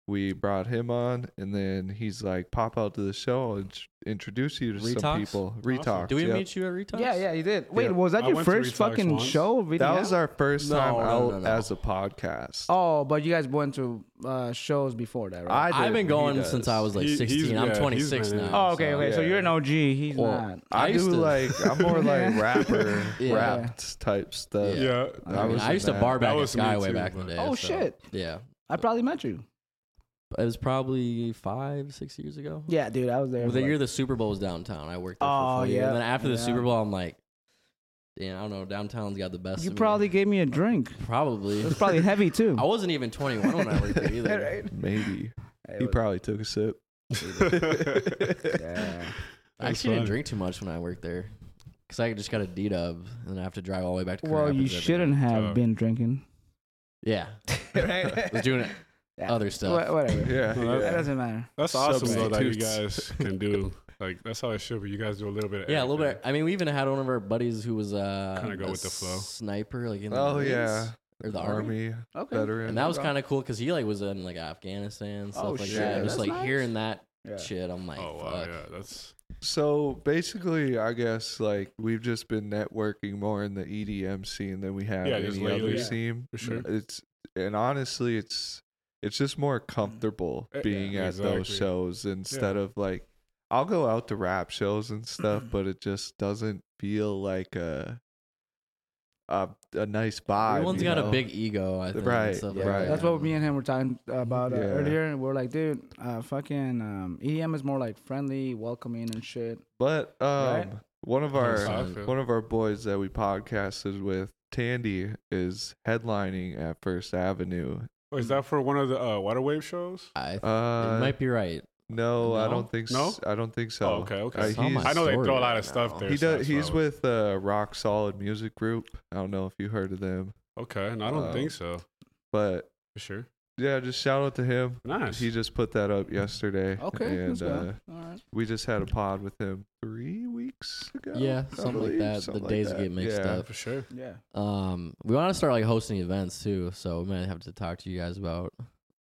Speaker 1: we brought him on, and then he's like, "Pop out to the show and introduce you to some
Speaker 4: Retox?
Speaker 1: people."
Speaker 3: Awesome.
Speaker 1: Retox.
Speaker 4: Do we
Speaker 1: yep.
Speaker 4: meet you at Retox?
Speaker 2: Yeah, yeah, you did. Wait,
Speaker 1: Yeah.
Speaker 2: was that
Speaker 3: I
Speaker 2: your
Speaker 3: went to
Speaker 2: first
Speaker 3: Retox
Speaker 2: fucking
Speaker 3: once.
Speaker 2: show? Video
Speaker 1: That was our first
Speaker 4: No,
Speaker 1: time
Speaker 4: no,
Speaker 1: out
Speaker 4: no, no.
Speaker 1: as a podcast.
Speaker 2: Oh, but you guys went to uh, shows before that, right?
Speaker 1: I
Speaker 4: I've
Speaker 1: did,
Speaker 4: been
Speaker 1: he
Speaker 4: going since I
Speaker 1: does.
Speaker 4: was like
Speaker 3: He- he's-
Speaker 4: 16.
Speaker 3: yeah,
Speaker 4: I'm
Speaker 3: he's
Speaker 4: 26
Speaker 3: been in.
Speaker 4: now.
Speaker 2: oh, okay,
Speaker 4: so-
Speaker 2: okay. So
Speaker 1: yeah.
Speaker 2: you're an OG. He's
Speaker 4: Well,
Speaker 2: not.
Speaker 1: I,
Speaker 4: I
Speaker 1: do
Speaker 4: used to-
Speaker 1: like I'm more like rapper,
Speaker 4: Yeah.
Speaker 1: rapped type stuff.
Speaker 3: yeah.
Speaker 4: I, mean,
Speaker 1: was
Speaker 4: I
Speaker 1: in
Speaker 4: used to
Speaker 1: that.
Speaker 4: bar
Speaker 3: That
Speaker 4: back at
Speaker 3: was me
Speaker 4: Sky way
Speaker 3: too,
Speaker 4: back in the
Speaker 3: but-
Speaker 4: day.
Speaker 2: Oh,
Speaker 4: so,
Speaker 2: shit.
Speaker 4: Yeah,
Speaker 2: I probably met you.
Speaker 4: it was probably five, six years ago.
Speaker 2: Yeah, dude, I was there.
Speaker 4: Well, the
Speaker 2: for,
Speaker 4: year
Speaker 2: like-
Speaker 4: the Super Bowl was downtown. I worked there
Speaker 2: Oh,
Speaker 4: for four years.
Speaker 2: yeah,
Speaker 4: And then after the
Speaker 2: yeah.
Speaker 4: Super Bowl, I'm like, damn, I don't know. Downtown's got the best.
Speaker 2: you
Speaker 4: of me."
Speaker 2: probably gave me a drink.
Speaker 4: probably.
Speaker 2: It was probably heavy too.
Speaker 4: I wasn't even 21 when I worked there either.
Speaker 2: Right?
Speaker 1: Maybe
Speaker 2: It
Speaker 1: he
Speaker 2: was-
Speaker 1: probably took a sip.
Speaker 2: yeah.
Speaker 4: I
Speaker 3: That's
Speaker 4: actually didn't
Speaker 3: fine.
Speaker 4: drink too much when I worked there because I just got a D dub and I have to drive all the way back to. Grand
Speaker 2: Well, you
Speaker 4: Rapids every day.
Speaker 2: shouldn't have
Speaker 3: Dog.
Speaker 2: been drinking.
Speaker 4: Yeah, I was doing
Speaker 2: Yeah.
Speaker 4: other stuff.
Speaker 2: Wha- whatever.
Speaker 1: yeah,
Speaker 3: No,
Speaker 2: That
Speaker 1: yeah.
Speaker 2: doesn't matter.
Speaker 3: That's awesome though that you
Speaker 1: Substitutes.
Speaker 3: guys can do. Like that's how it should be. You guys do a little bit. Of
Speaker 4: Yeah, a little bit.
Speaker 3: everything.
Speaker 4: I mean, we even had one of our buddies who was uh,
Speaker 3: Kinda go
Speaker 4: a
Speaker 3: with the flow.
Speaker 4: sniper, like in the
Speaker 1: Oh
Speaker 4: Marines
Speaker 1: yeah,
Speaker 4: or the army.
Speaker 1: army,
Speaker 2: Okay.
Speaker 1: veteran,
Speaker 4: And that was kind of cool because he like was in like Afghanistan stuff
Speaker 2: Oh,
Speaker 4: like
Speaker 1: shit,
Speaker 4: that.
Speaker 1: that's
Speaker 4: Just like
Speaker 2: nice.
Speaker 4: hearing that
Speaker 2: Yeah.
Speaker 4: shit, I'm like,
Speaker 3: Oh wow,
Speaker 4: fuck.
Speaker 3: yeah, that's
Speaker 1: So basically, I guess like we've just been networking more in the EDM scene than we have
Speaker 3: Yeah, just
Speaker 1: any
Speaker 3: lately.
Speaker 1: other
Speaker 3: Yeah.
Speaker 1: scene.
Speaker 3: For sure.
Speaker 1: It's and honestly, it's it's just more comfortable
Speaker 3: Eh,
Speaker 1: being
Speaker 3: Mm-hmm. yeah,
Speaker 1: at
Speaker 3: exactly.
Speaker 1: those shows instead of like I'll go out to rap shows and stuff, but it just doesn't feel like a a, a nice vibe.
Speaker 4: Everyone's
Speaker 1: you
Speaker 4: got a
Speaker 1: know?
Speaker 4: big ego, I think. and
Speaker 1: Right,
Speaker 4: stuff
Speaker 1: yeah.
Speaker 4: like
Speaker 1: Right.
Speaker 4: that.
Speaker 2: That's what me and him were talking about uh,
Speaker 1: Yeah.
Speaker 2: earlier. And we are like, dude, uh, fucking um, EDM is more like friendly, welcoming, and shit.
Speaker 1: But um,
Speaker 2: Right?
Speaker 1: one of
Speaker 4: Hundred
Speaker 1: our
Speaker 3: how I
Speaker 4: Um,
Speaker 3: feel.
Speaker 1: one of our boys that we podcasted with, Tandy, is headlining at First Avenue.
Speaker 3: Oh, is that for one of the uh, water wave shows?
Speaker 4: I th-
Speaker 1: Uh,
Speaker 4: it might be right.
Speaker 1: no, I
Speaker 4: No?
Speaker 1: don't think
Speaker 3: No?
Speaker 1: so. I don't think so.
Speaker 3: Oh, okay, okay.
Speaker 1: Uh,
Speaker 4: I saw
Speaker 1: he's-
Speaker 4: my
Speaker 3: I know they
Speaker 4: story
Speaker 3: throw a lot
Speaker 4: right
Speaker 3: of stuff
Speaker 4: now.
Speaker 3: there.
Speaker 1: He
Speaker 3: so
Speaker 1: does.
Speaker 3: that's
Speaker 1: He's
Speaker 3: why I was-
Speaker 1: with uh, Rock Solid Music Group. I don't know if you heard of them,
Speaker 3: Okay, no, I don't
Speaker 1: uh,
Speaker 3: think so.
Speaker 1: but
Speaker 3: For sure.
Speaker 1: yeah, just shout out to him.
Speaker 3: Nice.
Speaker 1: He just put that up yesterday.
Speaker 2: Okay,
Speaker 1: and
Speaker 2: that's
Speaker 1: uh,
Speaker 2: good. All right.
Speaker 1: we just had a pod with him three weeks ago.
Speaker 4: Yeah,
Speaker 1: I
Speaker 4: something like
Speaker 1: believe,
Speaker 4: that. The
Speaker 1: something
Speaker 4: days get mixed
Speaker 1: Yeah.
Speaker 4: up.
Speaker 3: for sure.
Speaker 2: Yeah.
Speaker 4: Um, we want to start like hosting events too, so we might have to talk to you guys about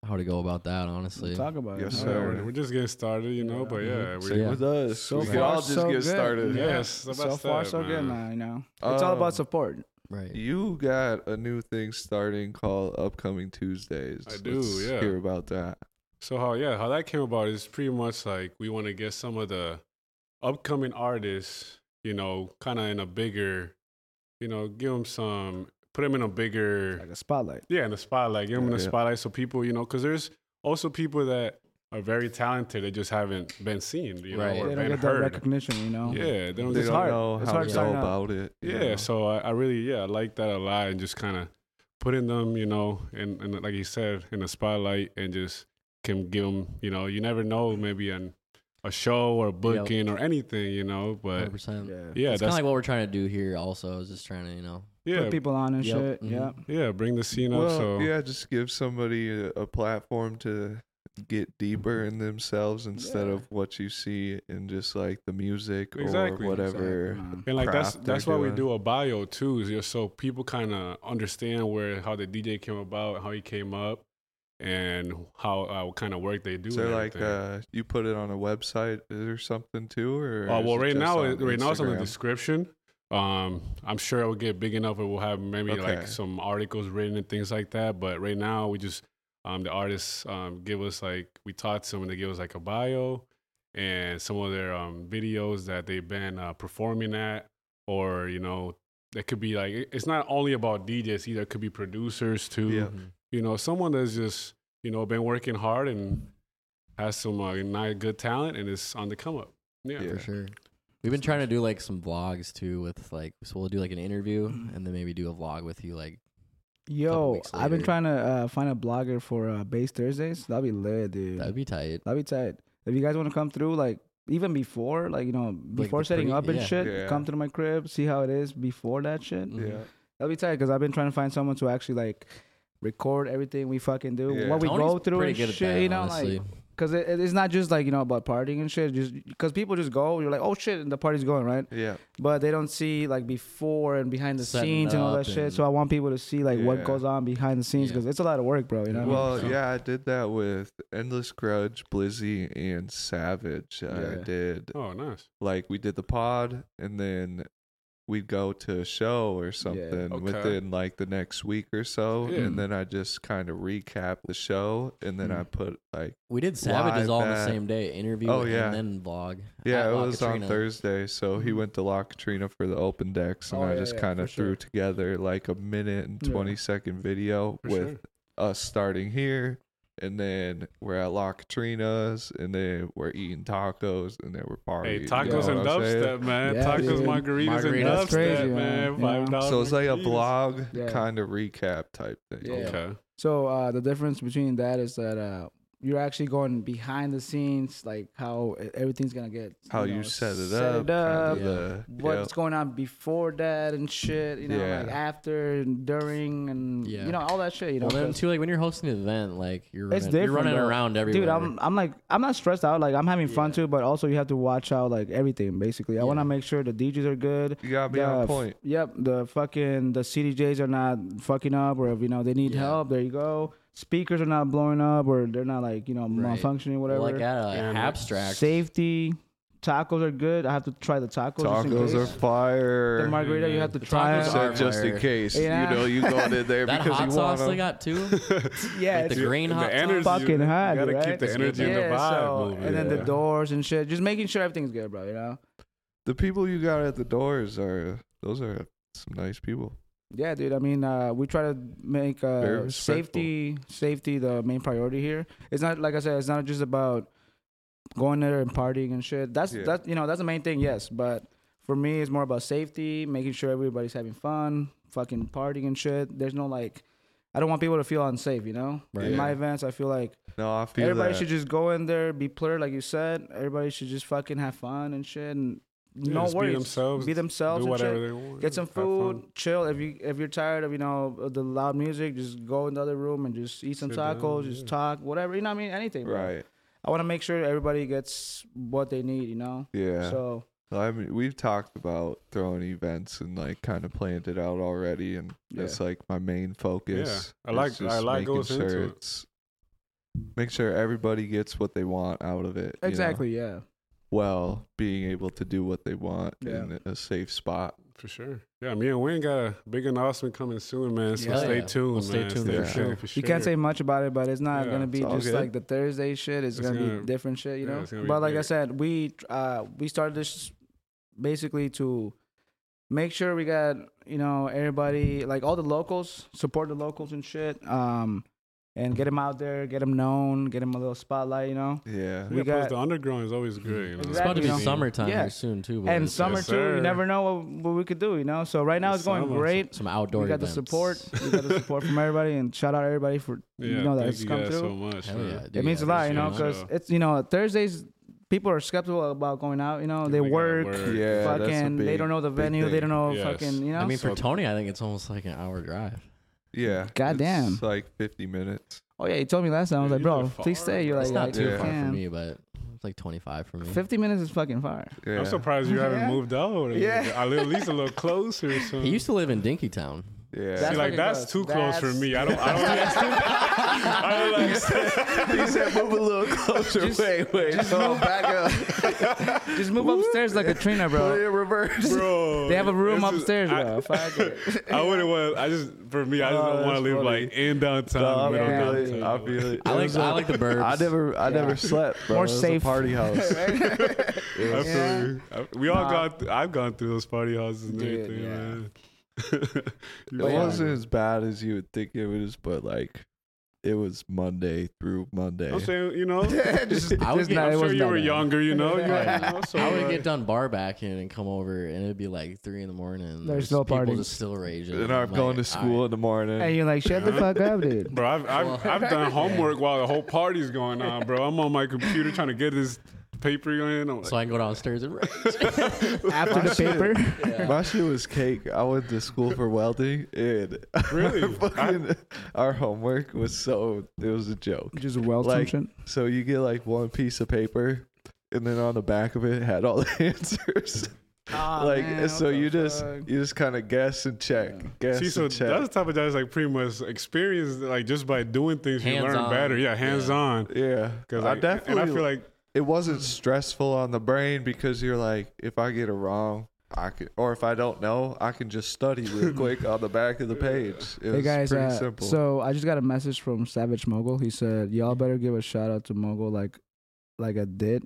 Speaker 4: how to go about that. Honestly,
Speaker 2: We'll talk about
Speaker 1: Yes,
Speaker 2: it.
Speaker 3: Yeah,
Speaker 1: sir.
Speaker 3: we're, we're just getting started, you
Speaker 2: uh,
Speaker 3: know.
Speaker 2: Yeah.
Speaker 3: But yeah,
Speaker 4: Mhm.
Speaker 3: we
Speaker 4: So,
Speaker 1: Stick
Speaker 4: yeah.
Speaker 1: with us.
Speaker 2: So
Speaker 1: we
Speaker 2: far,
Speaker 1: can all just
Speaker 2: so
Speaker 1: get
Speaker 2: good.
Speaker 1: started.
Speaker 2: Yeah.
Speaker 3: Yes,
Speaker 2: So
Speaker 3: the best
Speaker 2: far,
Speaker 3: step,
Speaker 2: so good,
Speaker 3: man.
Speaker 2: man. You know, it's all
Speaker 1: Um,
Speaker 2: about support.
Speaker 4: right?
Speaker 1: You got a new thing starting called Upcoming Tuesdays.
Speaker 3: I do,
Speaker 1: Let's
Speaker 3: yeah.
Speaker 1: Hear about that.
Speaker 3: So how yeah, how that came about is pretty much like we want to get some of the upcoming artists, you know, kind of in a bigger, you know, give them some, put them in a bigger,
Speaker 2: Like a spotlight.
Speaker 3: yeah, in the spotlight, give them in
Speaker 1: Yeah,
Speaker 3: the
Speaker 1: yeah.
Speaker 3: spotlight, so people, you know, because there's also people that are very talented. They just haven't been seen, you
Speaker 4: Right.
Speaker 3: know, or
Speaker 2: They don't
Speaker 3: been
Speaker 2: get that
Speaker 3: heard.
Speaker 2: recognition, you know.
Speaker 3: Yeah, they don't
Speaker 1: they
Speaker 3: get
Speaker 1: don't
Speaker 2: hard.
Speaker 1: know
Speaker 2: It's
Speaker 1: how
Speaker 2: hard
Speaker 1: to
Speaker 2: to
Speaker 1: go
Speaker 2: find out.
Speaker 1: about it. you
Speaker 3: Yeah,
Speaker 1: know?
Speaker 3: so I, I really yeah I like that a lot and just kind of putting them you know and and like you said in the spotlight and just can give them you know you never know maybe an a show or a booking or anything you know but
Speaker 4: 100%.
Speaker 2: Yeah.
Speaker 3: yeah
Speaker 4: it's kind
Speaker 3: that's
Speaker 4: of like what we're trying to do here. Also, is just trying to you know
Speaker 3: yeah
Speaker 2: Put people on and
Speaker 4: Yep.
Speaker 2: shit.
Speaker 1: Mm-hmm.
Speaker 4: Mhm.
Speaker 2: Yeah.
Speaker 3: yeah bring the scene up
Speaker 1: well,
Speaker 3: so
Speaker 1: yeah, just give somebody a, a platform to get deeper in themselves instead
Speaker 2: Yeah.
Speaker 1: of what you see in just like the music
Speaker 3: Exactly,
Speaker 1: or whatever.
Speaker 2: Exactly.
Speaker 3: and like that's
Speaker 1: craft they're
Speaker 3: that's why we
Speaker 1: doing.
Speaker 3: do a bio too is just so people kind of understand where how the DJ came about how he came up and how uh, what kind of work they do
Speaker 1: So
Speaker 3: and
Speaker 1: like
Speaker 3: everything.
Speaker 1: uh, you put it on a website or something too, or
Speaker 3: Uh,
Speaker 1: is
Speaker 3: well,
Speaker 1: it
Speaker 3: right
Speaker 1: just
Speaker 3: now,
Speaker 1: on
Speaker 3: it- right now it's on the
Speaker 1: Instagram?
Speaker 3: description. Um, I'm sure it will get big enough, and we'll have maybe
Speaker 1: Okay.
Speaker 3: like some articles written and things like that. But right now, we just um, the artists um, give us like we taught some, and they give us like a bio and some of their um, videos that they've been uh, performing at, or you know, it could be like it- it's not only about DJs either. It could be producers too.
Speaker 1: Yeah.
Speaker 3: You know, someone that's just you know been working hard and has some uh, not good talent and is on the come up. yeah.
Speaker 1: Yeah.
Speaker 4: for sure. We've been trying to do like some vlogs too with like so we'll do like an interview
Speaker 2: Mm-hmm.
Speaker 4: and then maybe do a vlog with you like
Speaker 2: Yo,
Speaker 4: weeks
Speaker 2: I've been
Speaker 4: later.
Speaker 2: trying to uh, find a blogger for uh, Base Thursdays. That'd be lit, dude.
Speaker 4: that'd
Speaker 2: That'd be,
Speaker 4: be tight.
Speaker 2: tight. If you guys want to come through, like even before, like you know, before
Speaker 4: the
Speaker 2: setting
Speaker 4: pre-
Speaker 2: up and
Speaker 4: yeah.
Speaker 2: shit,
Speaker 1: Yeah.
Speaker 2: come through my crib, see how it is before that shit.
Speaker 4: Mhm.
Speaker 1: Yeah.
Speaker 2: That'd be tight because I've been trying to find someone to actually like record everything we fucking do,
Speaker 1: Yeah.
Speaker 2: what we
Speaker 4: Tony's
Speaker 2: go through,
Speaker 4: pretty
Speaker 2: and
Speaker 4: good at
Speaker 2: shit.
Speaker 4: that,
Speaker 2: you know,
Speaker 4: honestly.
Speaker 2: like because it, it- it's not just like you know about partying and shit. Just because people just go, you're like, oh shit, and the party's going right,
Speaker 1: Yeah.
Speaker 2: but they don't see like before and behind the
Speaker 4: Setting
Speaker 2: scenes and all that
Speaker 4: up
Speaker 2: shit.
Speaker 4: and-
Speaker 2: So I want people to see like
Speaker 1: Yeah.
Speaker 2: what goes on behind the scenes
Speaker 4: Yeah.
Speaker 2: because it's a lot of work, bro. You know. what I mean?
Speaker 1: Well,
Speaker 3: so.
Speaker 1: yeah, I did that with Endless Grudge, Blizzy, and Savage. I
Speaker 2: Yeah.
Speaker 1: did
Speaker 3: Oh, nice.
Speaker 1: like we did the pod, and then we'd go to a show or something
Speaker 3: Okay.
Speaker 1: within like the next week or so,
Speaker 3: Yeah.
Speaker 2: Hmm.
Speaker 1: and then I just kind of recap the show, and then I
Speaker 2: Mm.
Speaker 1: put like
Speaker 4: We did
Speaker 1: live
Speaker 4: Savages all on the
Speaker 1: that-
Speaker 4: same day, interview
Speaker 1: Oh, yeah.
Speaker 4: and then vlog.
Speaker 1: Yeah,
Speaker 4: at
Speaker 1: it
Speaker 4: La
Speaker 1: was on
Speaker 4: Catrina.
Speaker 1: Thursday. So he went to La Katrina for the open decks, and
Speaker 2: Mm-hmm. Oh,
Speaker 1: I
Speaker 2: yeah,
Speaker 1: just
Speaker 2: yeah,
Speaker 1: kind of
Speaker 2: for
Speaker 1: threw
Speaker 2: sure.
Speaker 1: together like a minute and
Speaker 2: Yeah.
Speaker 1: twenty second video
Speaker 3: For
Speaker 1: with
Speaker 3: sure.
Speaker 1: us starting here. And then we're at La Katrina's, and then we're eating tacos, and then we're partying.
Speaker 3: Hey,
Speaker 1: you
Speaker 3: tacos
Speaker 1: know
Speaker 3: and
Speaker 1: what I'm saying?
Speaker 3: dubstep, man.
Speaker 2: Yeah,
Speaker 3: tacos,
Speaker 2: dude.
Speaker 3: margaritas,
Speaker 4: Margaritas,
Speaker 3: and dubstep,
Speaker 4: that's
Speaker 2: crazy,
Speaker 3: man.
Speaker 2: man.
Speaker 3: Five
Speaker 2: Yeah.
Speaker 3: dollars.
Speaker 1: So it's like a
Speaker 3: margaritas.
Speaker 1: vlog
Speaker 2: Yeah.
Speaker 1: kind of recap type thing.
Speaker 2: Yeah.
Speaker 3: Okay.
Speaker 2: So uh, the difference between that is that uh, you're actually going behind the scenes, like how e- everything's gonna get
Speaker 1: How you,
Speaker 2: know,
Speaker 1: set it
Speaker 2: set
Speaker 1: up.
Speaker 2: it up,
Speaker 1: kind of the-
Speaker 2: what's going on before that and shit, you know,
Speaker 1: Yeah.
Speaker 2: like after and during and
Speaker 4: Yeah.
Speaker 2: you know all that shit, you know.
Speaker 4: Well, then
Speaker 2: 'cause-
Speaker 4: too, like when you're hosting an event, like you're
Speaker 2: It's
Speaker 4: running, you're
Speaker 2: different,
Speaker 4: running
Speaker 2: though.
Speaker 4: around everywhere.
Speaker 2: Dude, I'm I'm like I'm not stressed out. Like I'm having fun
Speaker 4: Yeah.
Speaker 2: too, but also you have to watch out like everything. Basically, I want
Speaker 4: Yeah.
Speaker 2: to make sure the DJs are good.
Speaker 1: you gotta be
Speaker 2: the
Speaker 1: on
Speaker 2: f-
Speaker 1: point.
Speaker 2: Yep, the fucking the CDJs are not fucking up, or if you know they need
Speaker 4: Yeah.
Speaker 2: help, there you go. Speakers are not blowing up, or they're not like you know
Speaker 4: Right.
Speaker 2: malfunctioning,
Speaker 4: Well,
Speaker 2: whatever.
Speaker 4: like at uh,
Speaker 3: And, like,
Speaker 4: abstract.
Speaker 2: Safety tacos are good. I have to try the tacos. just in
Speaker 1: Tacos are
Speaker 2: case.
Speaker 1: fire.
Speaker 2: the margarita. You have to
Speaker 4: The
Speaker 2: try.
Speaker 4: tacos
Speaker 2: it.
Speaker 1: Said
Speaker 4: are-
Speaker 1: just in
Speaker 4: fire.
Speaker 1: case,
Speaker 2: Yeah.
Speaker 1: you know, you going in there
Speaker 4: That
Speaker 1: because
Speaker 4: hot
Speaker 1: you
Speaker 4: sauce
Speaker 1: want 'em.
Speaker 4: they got too. like
Speaker 2: yeah,
Speaker 4: the
Speaker 2: it's-
Speaker 4: green hot
Speaker 3: the energy,
Speaker 4: sauce.
Speaker 2: Fucking
Speaker 3: you
Speaker 2: hot,
Speaker 3: gotta
Speaker 2: right?
Speaker 3: keep the
Speaker 4: It's
Speaker 3: energy
Speaker 4: good.
Speaker 3: and the
Speaker 2: yeah,
Speaker 3: vibe
Speaker 2: so-
Speaker 3: moving.
Speaker 2: and then
Speaker 3: Yeah.
Speaker 2: the doors and shit. Just making sure everything's good, bro. You know.
Speaker 1: the people you got at the doors are those are some nice people.
Speaker 2: Yeah, dude. I mean, uh, we try to make
Speaker 1: Very
Speaker 2: uh,
Speaker 1: respectful.
Speaker 2: safety safety the main priority here. It's not like I said. It's not just about going there and partying and shit. That's
Speaker 1: Yeah.
Speaker 2: that you know that's the main thing. Yes, but for me, it's more about safety, making sure everybody's having fun, fucking partying and shit. There's no like, I don't want people to feel unsafe. You know,
Speaker 4: Right.
Speaker 2: in my
Speaker 1: Yeah.
Speaker 2: events, I feel like
Speaker 1: No, I feel
Speaker 2: everybody
Speaker 1: that.
Speaker 2: should just go in there, be plur, like you said. Everybody should just fucking have fun and shit, and no
Speaker 3: just be
Speaker 2: worries.
Speaker 3: themselves,
Speaker 2: Be themselves
Speaker 3: do
Speaker 2: and shit
Speaker 3: whatever they want.
Speaker 2: get some
Speaker 3: Have fun.
Speaker 2: food, chill. If you if you're tired of you know of the loud music, just go in the other room and just eat some
Speaker 3: Sit down,
Speaker 2: tacos, just
Speaker 3: yeah.
Speaker 2: talk, whatever. You know what I mean? Anything. bro.
Speaker 1: right.
Speaker 2: I want to make sure everybody gets what they need. You know.
Speaker 1: Yeah.
Speaker 2: So
Speaker 1: I mean, we've talked about throwing events and like kind of planned it out already, and that's like my main focus.
Speaker 3: I
Speaker 1: is
Speaker 3: like- I
Speaker 1: just
Speaker 3: like
Speaker 1: making
Speaker 3: goes into it.
Speaker 1: it's- Make sure everybody gets what they want out of it. you know,
Speaker 2: exactly, yeah.
Speaker 1: While being able to do what they want
Speaker 2: Yeah.
Speaker 1: in a safe spot.
Speaker 3: For sure. Yeah, me and Wayne got a big announcement coming soon, man. So
Speaker 2: Yeah.
Speaker 3: stay
Speaker 4: Yeah.
Speaker 3: tuned,
Speaker 4: Well, stay
Speaker 3: man.
Speaker 4: tuned
Speaker 1: for
Speaker 3: tuned
Speaker 4: sure.
Speaker 3: for sure.
Speaker 2: You can't say much about it, but it's not
Speaker 3: Yeah,
Speaker 2: gonna be
Speaker 1: it's all
Speaker 2: just
Speaker 1: good.
Speaker 2: like the Thursday shit. It's,
Speaker 3: It's
Speaker 2: gonna,
Speaker 3: gonna-
Speaker 2: be different shit, you
Speaker 3: yeah,
Speaker 2: know.
Speaker 3: it's gonna be
Speaker 2: but like I
Speaker 3: big.
Speaker 2: said, we uh we started this basically to make sure we got you know everybody like all the locals support the locals and shit. Um, and get him out there, get him known, get him a little spotlight, you know.
Speaker 1: Yeah.
Speaker 2: We
Speaker 3: We got
Speaker 2: got-
Speaker 3: the underground is always great. You know?
Speaker 4: It's about to be
Speaker 2: Exactly.
Speaker 4: summertime
Speaker 2: Yeah.
Speaker 4: here soon too. uh, boys.
Speaker 2: and summer
Speaker 3: Yes,
Speaker 2: too. You
Speaker 3: sir.
Speaker 2: never know what, what we could do, you know. So right now
Speaker 3: Yes,
Speaker 2: it's going
Speaker 3: summer,
Speaker 2: great.
Speaker 4: some outdoor.
Speaker 2: we got
Speaker 4: events.
Speaker 2: the support. we got the support from everybody, and shout out everybody for
Speaker 3: Yeah,
Speaker 2: you know that
Speaker 3: thank
Speaker 2: it's
Speaker 3: you
Speaker 2: come
Speaker 3: guys
Speaker 2: through.
Speaker 3: so much.
Speaker 4: Hell
Speaker 3: man.
Speaker 4: yeah, dude.
Speaker 2: it means a
Speaker 4: Yeah,
Speaker 2: lot,
Speaker 4: for
Speaker 2: you know,
Speaker 4: sure.
Speaker 2: because
Speaker 3: So-
Speaker 2: it's you know Thursdays people are skeptical about going out. You know,
Speaker 3: Dude,
Speaker 2: they
Speaker 3: we gotta
Speaker 2: work,
Speaker 3: work.
Speaker 1: Yeah. that's a
Speaker 2: fucking, they
Speaker 1: big-
Speaker 2: don't know the
Speaker 1: big
Speaker 2: venue, they
Speaker 1: thing.
Speaker 2: don't know
Speaker 3: Yes.
Speaker 2: fucking, you know.
Speaker 4: I mean, for
Speaker 3: So-
Speaker 4: Tony, I think it's almost like an hour drive.
Speaker 1: Yeah.
Speaker 2: Goddamn.
Speaker 1: It's like 50 minutes.
Speaker 2: oh yeah, you told me last time. I was
Speaker 3: Yeah,
Speaker 2: like,
Speaker 3: you live
Speaker 2: bro, please
Speaker 3: far,
Speaker 2: stay. You're
Speaker 3: bro.
Speaker 2: like,
Speaker 4: It's not too
Speaker 1: yeah.
Speaker 4: far for
Speaker 2: "Damn."
Speaker 4: me, but it's like 25 for me.
Speaker 2: Fifty minutes is fucking fire.
Speaker 1: Yeah.
Speaker 3: I'm surprised you haven't
Speaker 2: Yeah.
Speaker 3: moved out. a little
Speaker 2: Yeah.
Speaker 3: bit. I live at least a little closer. So.
Speaker 4: He used to live in Dinkytown.
Speaker 1: yeah.
Speaker 3: See,
Speaker 2: That's
Speaker 3: like
Speaker 2: fucking
Speaker 3: that's
Speaker 2: close.
Speaker 3: too close for
Speaker 2: That's-
Speaker 3: me. I don't. I don't. That's too, I don't like.
Speaker 1: he said, move a little closer.
Speaker 2: Just-
Speaker 1: wait, wait.
Speaker 2: just
Speaker 1: no,
Speaker 2: move-
Speaker 1: back up.
Speaker 2: Just move upstairs like Katrina,
Speaker 1: Put it
Speaker 2: bro.
Speaker 1: in reverse.
Speaker 3: Bro,
Speaker 2: They have a room
Speaker 3: it's just-
Speaker 2: upstairs,
Speaker 3: I-
Speaker 2: bro. Fuck it.
Speaker 3: I wouldn't want. I just for me, I just
Speaker 1: Oh,
Speaker 3: don't want
Speaker 1: that's
Speaker 3: to live
Speaker 1: funny.
Speaker 3: like in downtown,
Speaker 1: No, I
Speaker 3: middle
Speaker 2: yeah.
Speaker 1: feel it.
Speaker 3: downtown.
Speaker 1: I feel it.
Speaker 4: I
Speaker 1: It
Speaker 4: like
Speaker 1: was
Speaker 4: I
Speaker 1: a-
Speaker 4: like the burbs.
Speaker 1: I never, I
Speaker 2: Yeah.
Speaker 1: never slept, bro.
Speaker 2: More
Speaker 1: It was a
Speaker 2: safe.
Speaker 1: party house. It
Speaker 3: I
Speaker 1: was-
Speaker 3: feel
Speaker 2: Yeah.
Speaker 3: you. I- we all
Speaker 2: Nah.
Speaker 3: got. I've gone through those party houses and
Speaker 2: Dude,
Speaker 3: everything,
Speaker 2: yeah.
Speaker 3: man.
Speaker 1: It
Speaker 3: You
Speaker 2: yeah.
Speaker 1: wasn't as bad as you would think it was, but like, it was Monday through Monday.
Speaker 3: I'm saying, you know,
Speaker 2: Just-
Speaker 4: I would
Speaker 2: just
Speaker 4: get-
Speaker 2: not-
Speaker 4: I'm
Speaker 2: it
Speaker 3: I'm sure
Speaker 2: wasn't
Speaker 3: you
Speaker 2: that
Speaker 3: were
Speaker 2: bad.
Speaker 3: younger, you know. You,
Speaker 2: Yeah.
Speaker 3: you know, so,
Speaker 4: I would
Speaker 3: uh,
Speaker 4: get done bar backing and come over, and it'd be like three in the morning. and
Speaker 2: There's no
Speaker 4: people
Speaker 2: parties.
Speaker 4: just still raging.
Speaker 1: And I'm
Speaker 4: like,
Speaker 1: going to school
Speaker 4: "Alright."
Speaker 1: in the morning.
Speaker 2: And you're like, shut the fuck up, dude.
Speaker 3: Bro, I've I've, I've done homework while the whole party's going on, bro. I'm on my computer trying to get this paper in. I'm like,
Speaker 4: So I can go downstairs and rage.
Speaker 2: After the paper,
Speaker 1: My shit was cake. I went to school for welding, and
Speaker 3: Really?
Speaker 1: fucking, our homework was so it was a joke.
Speaker 2: just weld
Speaker 1: Like,
Speaker 2: some shit.
Speaker 1: So you get like one piece of paper, and then on the back of it had all the answers.
Speaker 2: Oh,
Speaker 1: like so, you just you just kind of guess and check, guess
Speaker 3: see, so
Speaker 1: and
Speaker 3: that's
Speaker 1: check.
Speaker 3: the type of guys like pretty much experience, like just by doing things, you learn
Speaker 4: Hands-on.
Speaker 3: better. Yeah, hands on.
Speaker 1: yeah,
Speaker 3: Because
Speaker 1: I
Speaker 3: like,
Speaker 1: definitely
Speaker 3: and I feel like
Speaker 1: it wasn't stressful on the brain because you're like, if I get it wrong, I can, or if I don't know, I can just study real quick on the back of the page. It
Speaker 2: Hey
Speaker 1: was
Speaker 2: guys,
Speaker 1: pretty
Speaker 2: uh,
Speaker 1: simple.
Speaker 2: so I just got a message from Savage Mogul. He said, "Y'all better give a shout out to Mogul like, like I did,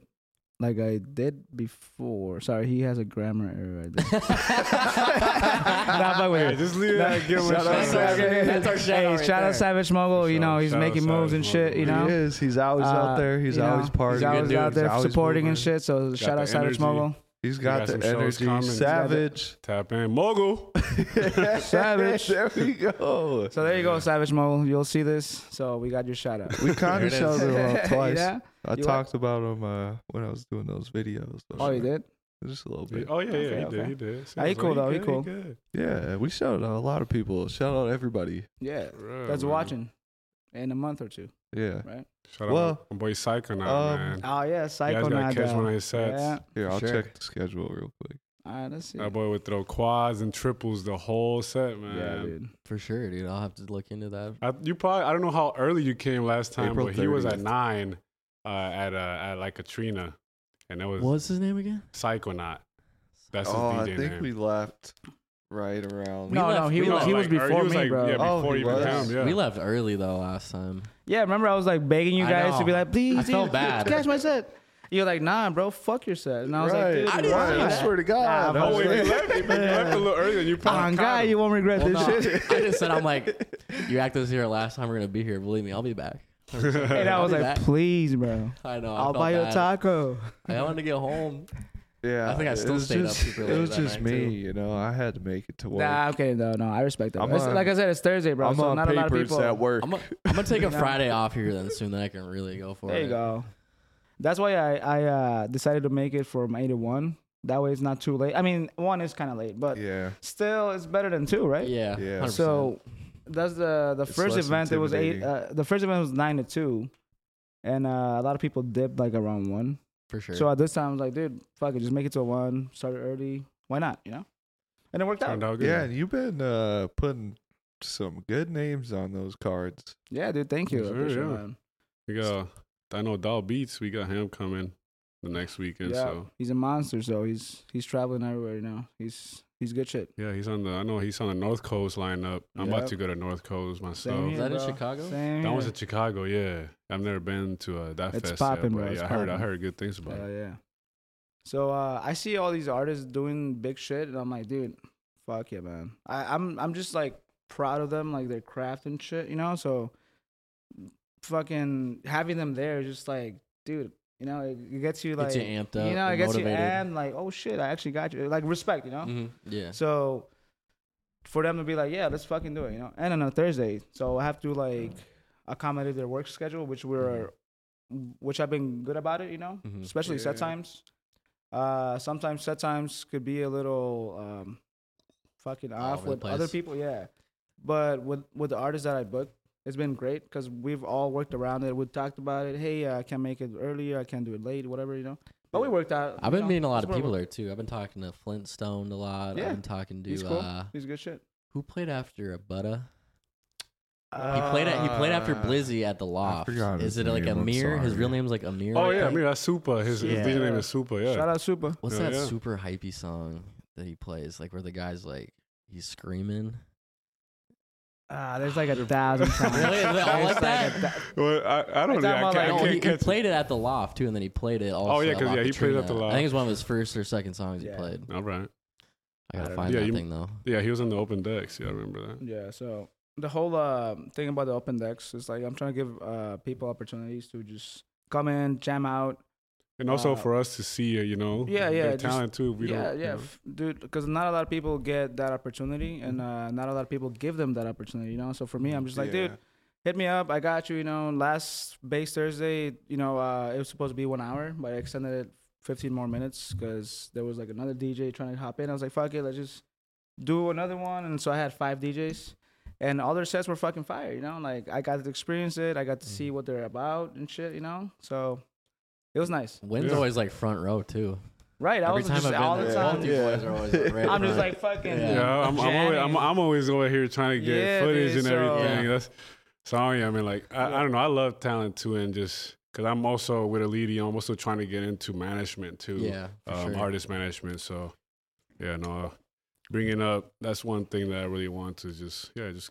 Speaker 2: like I did before." Sorry, he has a grammar error. I think. Nah, fuck with
Speaker 3: yeah,
Speaker 2: you.
Speaker 3: just leave
Speaker 2: Nah,
Speaker 3: that. Give him a
Speaker 1: shout out
Speaker 3: shout out.
Speaker 1: Savage.
Speaker 4: That's our shout
Speaker 2: hey,
Speaker 4: out right
Speaker 2: shout
Speaker 4: there.
Speaker 2: out Savage Mogul. you
Speaker 3: Shout
Speaker 2: know
Speaker 3: out-
Speaker 2: he's
Speaker 3: shout out
Speaker 2: making moves
Speaker 3: Savage
Speaker 2: and shit.
Speaker 3: Mogul.
Speaker 2: You
Speaker 1: he
Speaker 2: know
Speaker 1: is. He's always
Speaker 2: Uh,
Speaker 1: out there. He's
Speaker 2: you know,
Speaker 1: always partying.
Speaker 2: He's always
Speaker 3: dude.
Speaker 2: out there
Speaker 1: He's always
Speaker 2: supporting and
Speaker 1: moving.
Speaker 2: shit. So shout
Speaker 3: the
Speaker 2: out Savage
Speaker 3: energy.
Speaker 2: Mogul.
Speaker 1: He's got,
Speaker 3: got some
Speaker 1: the
Speaker 3: shows
Speaker 1: energy.
Speaker 3: coming. He's got
Speaker 1: Savage.
Speaker 3: Tap in, mogul.
Speaker 2: Savage.
Speaker 1: there we go.
Speaker 2: So there you go, Savage Mogul. You'll see this. So we got your shout out.
Speaker 1: We kind
Speaker 4: There
Speaker 1: of
Speaker 4: it is.
Speaker 1: showed him up twice.
Speaker 2: yeah.
Speaker 1: I
Speaker 2: You
Speaker 1: talked about him uh, when I was doing those videos. though.
Speaker 2: Oh, you did.
Speaker 1: Just a little bit.
Speaker 3: Oh yeah, yeah,
Speaker 2: Okay,
Speaker 3: he
Speaker 2: okay.
Speaker 3: did, he did.
Speaker 2: Ah, he
Speaker 3: Seems
Speaker 2: cool,
Speaker 3: like
Speaker 2: though, he
Speaker 3: good,
Speaker 2: cool.
Speaker 3: good.
Speaker 1: Yeah, we shouted out a lot of people. Shout out everybody.
Speaker 2: Yeah.
Speaker 3: Bro,
Speaker 2: That's
Speaker 3: man.
Speaker 2: watching. In a month or two.
Speaker 1: Yeah.
Speaker 3: Shout out
Speaker 1: Well,
Speaker 3: my boy Psychonaut,
Speaker 1: um,
Speaker 3: man.
Speaker 2: Oh yeah,
Speaker 3: you guys gotta
Speaker 2: Psychonaut.
Speaker 3: catch one of
Speaker 2: Yeah.
Speaker 3: his sets.
Speaker 1: Here, I'll
Speaker 4: Sure.
Speaker 1: check the schedule real quick.
Speaker 2: All right, let's see.
Speaker 3: That boy would throw quads and triples the whole set, man.
Speaker 2: Yeah, dude.
Speaker 4: For sure, dude. I'll have to look into that.
Speaker 3: I, you probably I don't know how early you came last time,
Speaker 1: April
Speaker 3: but he was at
Speaker 1: 30th.
Speaker 3: nine uh, at uh, at like Katrina, and that was
Speaker 4: What's his name again?
Speaker 3: Psychonaut. That's his
Speaker 1: oh,
Speaker 3: DJ
Speaker 1: I think
Speaker 3: name.
Speaker 1: we left right around.
Speaker 2: no,
Speaker 4: left-
Speaker 2: no, he
Speaker 4: we
Speaker 2: was
Speaker 4: left,
Speaker 2: he was
Speaker 3: like, or
Speaker 2: before me,
Speaker 3: like,
Speaker 2: bro.
Speaker 3: Yeah,
Speaker 1: Oh,
Speaker 3: before
Speaker 1: he
Speaker 3: you even
Speaker 1: was?
Speaker 3: come, yeah.
Speaker 4: We left early though last time.
Speaker 2: Yeah, remember I was like begging you
Speaker 4: I
Speaker 2: guys to
Speaker 4: know.
Speaker 2: be like, please,
Speaker 4: I felt
Speaker 2: dude,
Speaker 4: bad.
Speaker 2: catch my set. You're like, nah, bro, fuck your set. And I was like,
Speaker 1: right.
Speaker 2: dude,
Speaker 4: I didn't
Speaker 2: why?
Speaker 4: see
Speaker 1: I
Speaker 4: that.
Speaker 1: swear to God.
Speaker 2: Nah,
Speaker 1: I
Speaker 3: Oh
Speaker 1: was
Speaker 3: wait, you
Speaker 1: like,
Speaker 3: left, you left a little earlier. You
Speaker 2: On
Speaker 3: probably
Speaker 2: guy, you won't regret
Speaker 4: Well,
Speaker 2: this
Speaker 4: no,
Speaker 2: shit.
Speaker 4: I just said I'm like, you act this here last time. We're gonna be here. Believe me, I'll be back.
Speaker 2: And I was
Speaker 4: I'll
Speaker 2: like,
Speaker 4: be back.
Speaker 2: please, bro,
Speaker 4: I know. Oh, I
Speaker 2: I'll
Speaker 4: felt
Speaker 2: buy you a
Speaker 4: bad.
Speaker 2: taco.
Speaker 4: I wanted to get home.
Speaker 1: yeah,
Speaker 4: I think I
Speaker 1: it
Speaker 4: still
Speaker 1: was
Speaker 4: stayed up
Speaker 1: just-
Speaker 4: super late
Speaker 1: It was
Speaker 4: that
Speaker 1: just
Speaker 4: night,
Speaker 1: me,
Speaker 4: too.
Speaker 1: you know. I had to make it to work.
Speaker 2: Nah, I'm kidding though. No, I respect that.
Speaker 1: I'm
Speaker 2: It's-
Speaker 1: on-
Speaker 2: like I said, it's Thursday, bro.
Speaker 1: I'm
Speaker 2: so
Speaker 1: on
Speaker 2: not a lot of
Speaker 1: papers
Speaker 2: people.
Speaker 1: at work.
Speaker 4: I'm gonna I'm gonna take a Friday off here then soon. Then I can really go for
Speaker 2: There
Speaker 4: it.
Speaker 2: you go. That's why I I uh, decided to make it from eight to one. That way, it's not too late. I mean, one is kind of late, but
Speaker 1: yeah,
Speaker 2: still, it's better than two, right?
Speaker 4: Yeah.
Speaker 1: Yeah.
Speaker 4: 100%.
Speaker 2: So that's the the
Speaker 1: It's
Speaker 2: first
Speaker 1: less
Speaker 2: event. It was eight.
Speaker 1: intimidating.
Speaker 2: Uh, the first event was nine to two, and uh, a lot of people dipped like around one.
Speaker 4: for sure.
Speaker 2: So at this time, I was like, dude, fuck it, just make it to one. Start it early. Why not? You know. And it worked out.
Speaker 3: turned out good.
Speaker 1: yeah. And you've been uh, putting some good names on those cards.
Speaker 2: Yeah, dude. Thank you. I
Speaker 3: Sure,
Speaker 2: appreciate
Speaker 3: yeah.
Speaker 2: it, man.
Speaker 3: We got I know Doll Beats. We got him coming the next weekend.
Speaker 2: Yeah,
Speaker 3: So
Speaker 2: he's a monster. So he's he's traveling everywhere you know. He's he's good shit.
Speaker 3: yeah, he's on the. I know he's on the North Coast lineup. I'm
Speaker 2: Yep.
Speaker 3: about to go to North Coast myself.
Speaker 2: here,
Speaker 4: Is that in
Speaker 2: bro.
Speaker 4: Chicago?
Speaker 2: Same
Speaker 3: That was
Speaker 2: here.
Speaker 3: in Chicago. Yeah, I've never been to uh, that
Speaker 2: It's
Speaker 3: fest.
Speaker 2: poppin',
Speaker 3: yet,
Speaker 2: bro,
Speaker 3: but
Speaker 2: it's
Speaker 3: yeah, I heard. I
Speaker 2: poppin'.
Speaker 3: heard good things about
Speaker 2: Hell
Speaker 3: it.
Speaker 2: yeah. So uh, I see all these artists doing big shit, and I'm like, dude, fuck yeah, man. I, I'm I'm just like proud of them, like their craft and shit, you know. So fucking having them there is just like, dude, you know, it, it gets you like
Speaker 4: Gets you amped up
Speaker 2: You know, it
Speaker 4: and
Speaker 2: gets
Speaker 4: motivated.
Speaker 2: you and like, oh shit, I actually got you. Like respect, you know.
Speaker 4: Mhm. Yeah.
Speaker 2: So for them to be like, yeah, let's fucking do it, you know. And on a Thursday, so I have to like accommodate their work schedule, which we're,
Speaker 4: Mm-hmm.
Speaker 2: which I've been good about it, you know.
Speaker 4: Mhm.
Speaker 2: Especially set
Speaker 3: Yeah.
Speaker 2: times. Uh, sometimes set times could be a little um, fucking off
Speaker 4: over the
Speaker 2: with other
Speaker 4: place.
Speaker 2: people, yeah. But with with the artists that I booked, it's been great because we've all worked around it. We talked about it. Hey, uh, I can't make it earlier. I can't do it late. Whatever, you know. But we worked out.
Speaker 4: I've
Speaker 2: you
Speaker 4: been
Speaker 2: know,
Speaker 4: meeting a lot
Speaker 2: it's
Speaker 4: of
Speaker 2: what
Speaker 4: people
Speaker 2: we-
Speaker 4: there too. I've been talking to Flintstone a lot.
Speaker 2: Yeah.
Speaker 4: I've been talking to
Speaker 2: He's cool.
Speaker 4: uh,
Speaker 2: He's good shit.
Speaker 4: who played after Abutta. He played at, he played after
Speaker 1: Uh,
Speaker 4: Blizzy at the loft.
Speaker 1: forgot
Speaker 4: Is
Speaker 1: his
Speaker 4: it like
Speaker 1: name, I'm
Speaker 4: Amir? His real
Speaker 1: sorry.
Speaker 4: name's like Amir.
Speaker 3: Oh
Speaker 4: I
Speaker 3: yeah,
Speaker 4: think.
Speaker 3: Mira Supa. His, his
Speaker 4: Yeah.
Speaker 3: DJ name is Supa. Yeah.
Speaker 2: Shout out Super.
Speaker 4: What's
Speaker 3: Yeah,
Speaker 4: that
Speaker 3: yeah.
Speaker 4: super hypey song that he plays? Like where the guy's like he's screaming.
Speaker 2: Ah, there's like a thousand songs.
Speaker 4: Really? Is it all
Speaker 2: There's
Speaker 4: like that?
Speaker 2: a thou-
Speaker 3: Well, I, I don't
Speaker 2: It's
Speaker 3: know.
Speaker 2: not my
Speaker 3: I
Speaker 2: like-
Speaker 3: can't, I
Speaker 2: oh,
Speaker 4: No,
Speaker 3: can't
Speaker 4: Oh, he, he
Speaker 3: catch Oh,
Speaker 4: played it at the loft too, and then he played it. Also
Speaker 3: yeah, 'cause,
Speaker 4: 'cause
Speaker 3: yeah, he played at the
Speaker 4: I
Speaker 3: Loft.
Speaker 4: think it's one of his first or second songs he
Speaker 2: Yeah.
Speaker 4: played.
Speaker 3: All right.
Speaker 2: I
Speaker 4: I gotta
Speaker 2: don't
Speaker 4: find
Speaker 3: know. Yeah,
Speaker 4: that
Speaker 3: you-
Speaker 4: thing though.
Speaker 3: Yeah, he was on the open decks. Yeah, I remember that.
Speaker 2: Yeah, so the whole uh, thing about the open decks is like I'm trying to give uh, people opportunities to just come in, jam out.
Speaker 3: And also
Speaker 2: Uh,
Speaker 3: for us to see, uh, you know,
Speaker 2: Yeah, yeah,
Speaker 3: their
Speaker 2: just-
Speaker 3: talent too. We
Speaker 2: yeah,
Speaker 3: don't,
Speaker 2: yeah,
Speaker 3: You know.
Speaker 2: f- dude, because not a lot of people get that opportunity, and uh, not a lot of people give them that opportunity, you know. So for me, I'm just like, dude, hit me up, I got you, you know. Last base Thursday, you know, uh, it was supposed to be one hour, but I extended it 15 more minutes because there was like another DJ trying to hop in. I was like, fuck it, let's just do another one. And so I had five DJs, and all their sets were fucking fire, you know. Like I got to experience it, I got to
Speaker 4: Mm.
Speaker 2: see what they're about and shit, you know. So it was nice,
Speaker 4: Wynn's
Speaker 3: Yeah.
Speaker 4: always like front row too.
Speaker 2: right? I
Speaker 4: Every
Speaker 2: was
Speaker 4: time
Speaker 2: just
Speaker 4: I've been
Speaker 2: all
Speaker 4: there,
Speaker 2: the
Speaker 1: yeah.
Speaker 2: time.
Speaker 4: Walty boys are always like, right
Speaker 2: I'm just
Speaker 4: front.
Speaker 2: like fucking.
Speaker 4: Yeah.
Speaker 3: Yeah, I'm, I'm, always, I'm,
Speaker 2: jamming.
Speaker 3: I'm always over here trying to get
Speaker 2: Yeah,
Speaker 3: footage
Speaker 2: dude,
Speaker 3: and
Speaker 2: so-
Speaker 3: everything.
Speaker 4: Yeah.
Speaker 3: That's sorry. I mean, like, I, I don't know. I love talent too, and just because I'm also with a lady, I'm also trying to get into management too.
Speaker 4: yeah, for
Speaker 3: um,
Speaker 4: sure.
Speaker 3: artist management. So, yeah, no, uh, bringing up that's one thing that I really want to just yeah, just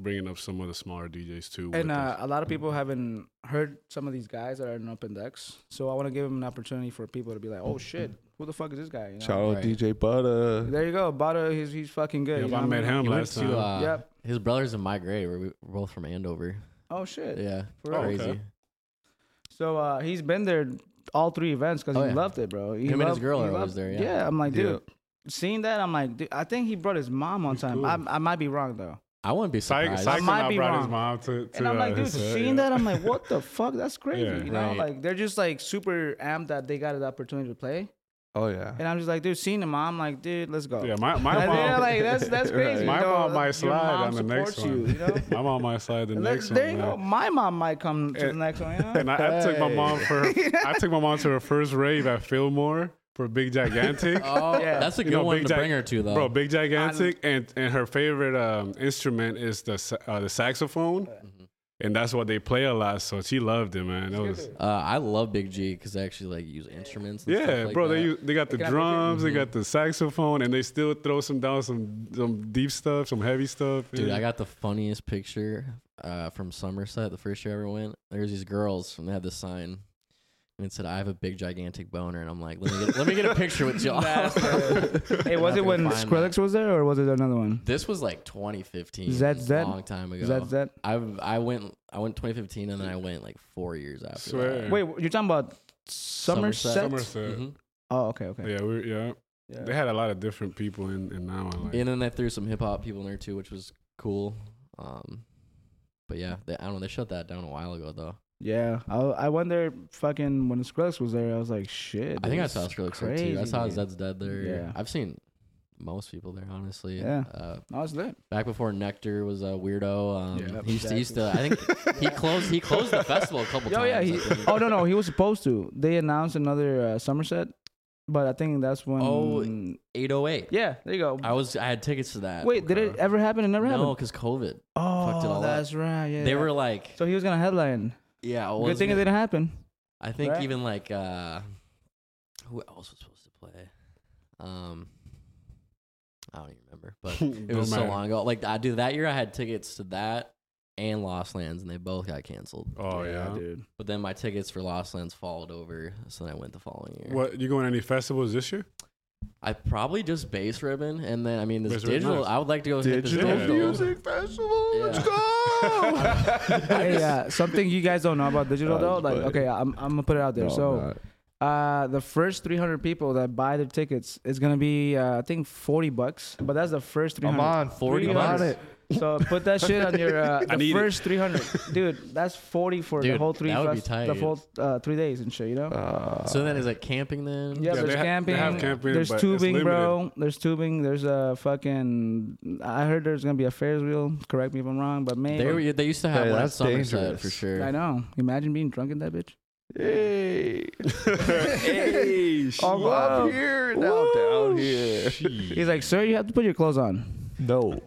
Speaker 3: bringing up some of the smaller DJs too. with
Speaker 2: And uh,
Speaker 3: us.
Speaker 2: a lot of people haven't heard some of these guys that are in open decks, so I want to give them an opportunity for people to be like, "Oh shit, who the fuck is this guy?" You know?
Speaker 1: Shout out
Speaker 4: Right.
Speaker 1: DJ Butter.
Speaker 2: There you go, Bada. He's he's fucking good.
Speaker 3: Yeah,
Speaker 2: you
Speaker 3: if
Speaker 2: know
Speaker 3: I
Speaker 2: what
Speaker 3: met
Speaker 2: mean?
Speaker 3: him
Speaker 4: He went
Speaker 3: last time.
Speaker 4: to, uh,
Speaker 2: Yep.
Speaker 4: His brother's in my grade. We're, we're both from Andover.
Speaker 2: Oh shit.
Speaker 4: Yeah,
Speaker 2: For
Speaker 3: Oh,
Speaker 2: real.
Speaker 4: crazy.
Speaker 3: okay.
Speaker 2: So uh, he's been there all three events because
Speaker 4: Oh,
Speaker 2: he
Speaker 4: yeah.
Speaker 2: loved it, bro. He
Speaker 4: Him and his
Speaker 2: loved-
Speaker 4: girl
Speaker 2: he
Speaker 4: are always
Speaker 2: loved-
Speaker 4: there, yeah.
Speaker 2: I'm like,
Speaker 3: Yeah.
Speaker 2: dude. Seeing that, I'm like, dude, I think he brought his mom on time.
Speaker 3: cool.
Speaker 2: I, I might be wrong though.
Speaker 4: I wouldn't be
Speaker 3: Psych-
Speaker 4: surprised.
Speaker 3: Psycho
Speaker 2: might
Speaker 3: now
Speaker 2: be
Speaker 3: brought his
Speaker 2: wrong.
Speaker 3: mom to, to
Speaker 2: And I'm like,
Speaker 3: uh,
Speaker 2: dude,
Speaker 3: his set,
Speaker 2: seeing
Speaker 3: yeah.
Speaker 2: that, I'm like, what the fuck? That's crazy.
Speaker 3: Yeah.
Speaker 2: you know,
Speaker 4: Right.
Speaker 2: like they're just like super amped that they got an opportunity to play.
Speaker 1: Oh yeah.
Speaker 2: And I'm just like, dude, seeing the mom, like, dude, let's go.
Speaker 3: Yeah, my my
Speaker 2: And they're
Speaker 3: mom,
Speaker 2: like, that's that's
Speaker 1: Right.
Speaker 2: crazy. you
Speaker 3: My
Speaker 2: know,
Speaker 3: mom might
Speaker 2: your
Speaker 3: slide
Speaker 2: mom
Speaker 3: on the next
Speaker 2: supports You,
Speaker 3: one.
Speaker 2: you know?
Speaker 3: my mom might side the
Speaker 2: And
Speaker 3: next
Speaker 2: that- there you
Speaker 3: one.
Speaker 2: go.
Speaker 3: man.
Speaker 2: My mom might come to the
Speaker 3: And-
Speaker 2: next one. You know?
Speaker 3: And I, I took my
Speaker 1: Hey.
Speaker 3: mom for her, I took my mom to her first rave at Fillmore for Big Gigantic.
Speaker 4: Oh,
Speaker 2: Yeah.
Speaker 4: that's a
Speaker 3: You
Speaker 4: good
Speaker 3: know,
Speaker 4: one
Speaker 3: Big
Speaker 4: to
Speaker 3: Jack-
Speaker 4: bring her to though.
Speaker 3: Bro, Big Gigantic, and, and her favorite um, instrument is the sa- uh, the saxophone,
Speaker 2: Mm-hmm.
Speaker 3: and that's what they play a lot. So she loved it, man. That was
Speaker 4: uh, I love Big G because they actually like use instruments. And
Speaker 3: yeah,
Speaker 4: stuff like
Speaker 3: bro.
Speaker 4: That.
Speaker 3: They use, they got the
Speaker 2: Can I pick it? Mhm.
Speaker 3: drums, they got the saxophone, and they still throw some down some some deep stuff, some heavy stuff.
Speaker 4: Dude,
Speaker 3: yeah.
Speaker 4: I got the funniest picture uh, from Somerset the first year I ever went. There's these girls and they had this sign and it said, I have a big gigantic boner and I'm like, Let me get let me get a picture with y'all.
Speaker 2: hey, was
Speaker 4: Not
Speaker 2: it
Speaker 4: gonna
Speaker 2: when
Speaker 4: find that.
Speaker 2: Skrillex was there, or was it another one?
Speaker 4: this was like twenty fifteen.
Speaker 2: Is that
Speaker 4: a
Speaker 2: Zed?
Speaker 4: long time ago.
Speaker 2: Is that that?
Speaker 4: I I went I went twenty fifteen and then I went like four years after.
Speaker 3: Swear.
Speaker 4: that.
Speaker 2: Wait, you're talking about Somerset?
Speaker 3: Somerset.
Speaker 4: Mhm.
Speaker 2: Oh, okay, okay.
Speaker 3: Yeah, we were- yeah.
Speaker 2: Yeah.
Speaker 3: They had a lot of different people in in that one. Like,
Speaker 4: And then they threw some hip hop people in there too, which was cool. Um but yeah, they, I don't know. They shut that down a while ago, though.
Speaker 2: Yeah, I, I went there fucking when Skrillex was there. I was like, shit.
Speaker 4: I think I
Speaker 2: this
Speaker 4: saw
Speaker 2: is
Speaker 4: Skrillex there too. I
Speaker 2: crazy,
Speaker 4: saw
Speaker 2: man.
Speaker 4: Zed's Dead there.
Speaker 2: Yeah.
Speaker 4: I've seen most people there, honestly.
Speaker 2: Yeah.
Speaker 4: Uh,
Speaker 2: No, it's lit.
Speaker 4: back before Nectar was a weirdo. Um,
Speaker 3: Yeah.
Speaker 4: he used to, he used to. I think he closed. He closed the festival a couple
Speaker 2: Oh
Speaker 4: times.
Speaker 2: yeah. He,
Speaker 4: I think.
Speaker 2: oh no no, he was supposed to. They announced another uh, Somerset, but I think that's when.
Speaker 4: Oh. 808.
Speaker 2: yeah. There you go.
Speaker 4: I was. I had tickets to that.
Speaker 2: Wait, did it
Speaker 3: Okay.
Speaker 2: ever happen? It never
Speaker 4: no,
Speaker 2: happened.
Speaker 4: because COVID.
Speaker 2: Oh,
Speaker 4: fucked it all up.
Speaker 2: that's right. Yeah.
Speaker 4: They
Speaker 2: yeah.
Speaker 4: were like,
Speaker 2: So he was gonna headline.
Speaker 4: yeah. well,
Speaker 2: Good
Speaker 4: it's
Speaker 2: thing it
Speaker 4: been-
Speaker 2: didn't happen.
Speaker 4: I think
Speaker 2: Right.
Speaker 4: even like uh, who else was supposed to play? Um, I don't even remember, but it was so long ago. Like I do that year, I had tickets to that and Lost Lands, and they both got canceled.
Speaker 3: Oh yeah.
Speaker 2: dude.
Speaker 4: But then my tickets for Lost Lands followed over, so then I went the following year.
Speaker 3: What you going to any festivals this year?
Speaker 4: I probably just bass ribbon, and then I mean this
Speaker 3: Bass ribbon,
Speaker 4: digital.
Speaker 3: nice.
Speaker 4: I would like to go hit this
Speaker 1: Digital
Speaker 3: Yeah.
Speaker 1: Music Festival. Let's
Speaker 4: Yeah.
Speaker 1: go.
Speaker 2: hey, uh, something you guys don't know about digital
Speaker 1: Uh,
Speaker 2: though. Like,
Speaker 1: but-
Speaker 2: okay, I'm, I'm gonna put it out there.
Speaker 1: No,
Speaker 2: so,
Speaker 1: not.
Speaker 2: uh, the first 300 people that buy their tickets is gonna be, uh, I think, 40 bucks. But that's the first 300.
Speaker 1: I'm on.
Speaker 4: 40
Speaker 1: I'm on
Speaker 4: bucks.
Speaker 1: it.
Speaker 2: So put that shit on your uh, the
Speaker 3: I need it.
Speaker 2: first 300, dude. That's 40 for the
Speaker 4: Dude,
Speaker 2: whole three
Speaker 4: that would be
Speaker 2: fest- the
Speaker 4: tight.
Speaker 2: whole uh, three days and shit. You know.
Speaker 1: Uh,
Speaker 4: So then is it camping then?
Speaker 2: yeah,
Speaker 3: Yeah,
Speaker 2: there's
Speaker 3: they ha- they
Speaker 2: camping,
Speaker 3: have camping,
Speaker 2: There's
Speaker 3: but it's
Speaker 2: tubing, bro.
Speaker 3: limited.
Speaker 2: There's tubing. There's a fucking. I heard there's gonna be a Ferris wheel. Correct me if I'm wrong, but maybe.
Speaker 4: They, were, they used to have
Speaker 1: Hey,
Speaker 4: one at
Speaker 1: that's
Speaker 4: Somerset
Speaker 1: dangerous.
Speaker 4: for sure.
Speaker 2: I know. Imagine being drunk in that bitch.
Speaker 1: hey,
Speaker 3: hey,
Speaker 1: I'm up here now, down here.
Speaker 3: here.
Speaker 2: He's like, sir, you have to put your clothes on.
Speaker 1: No,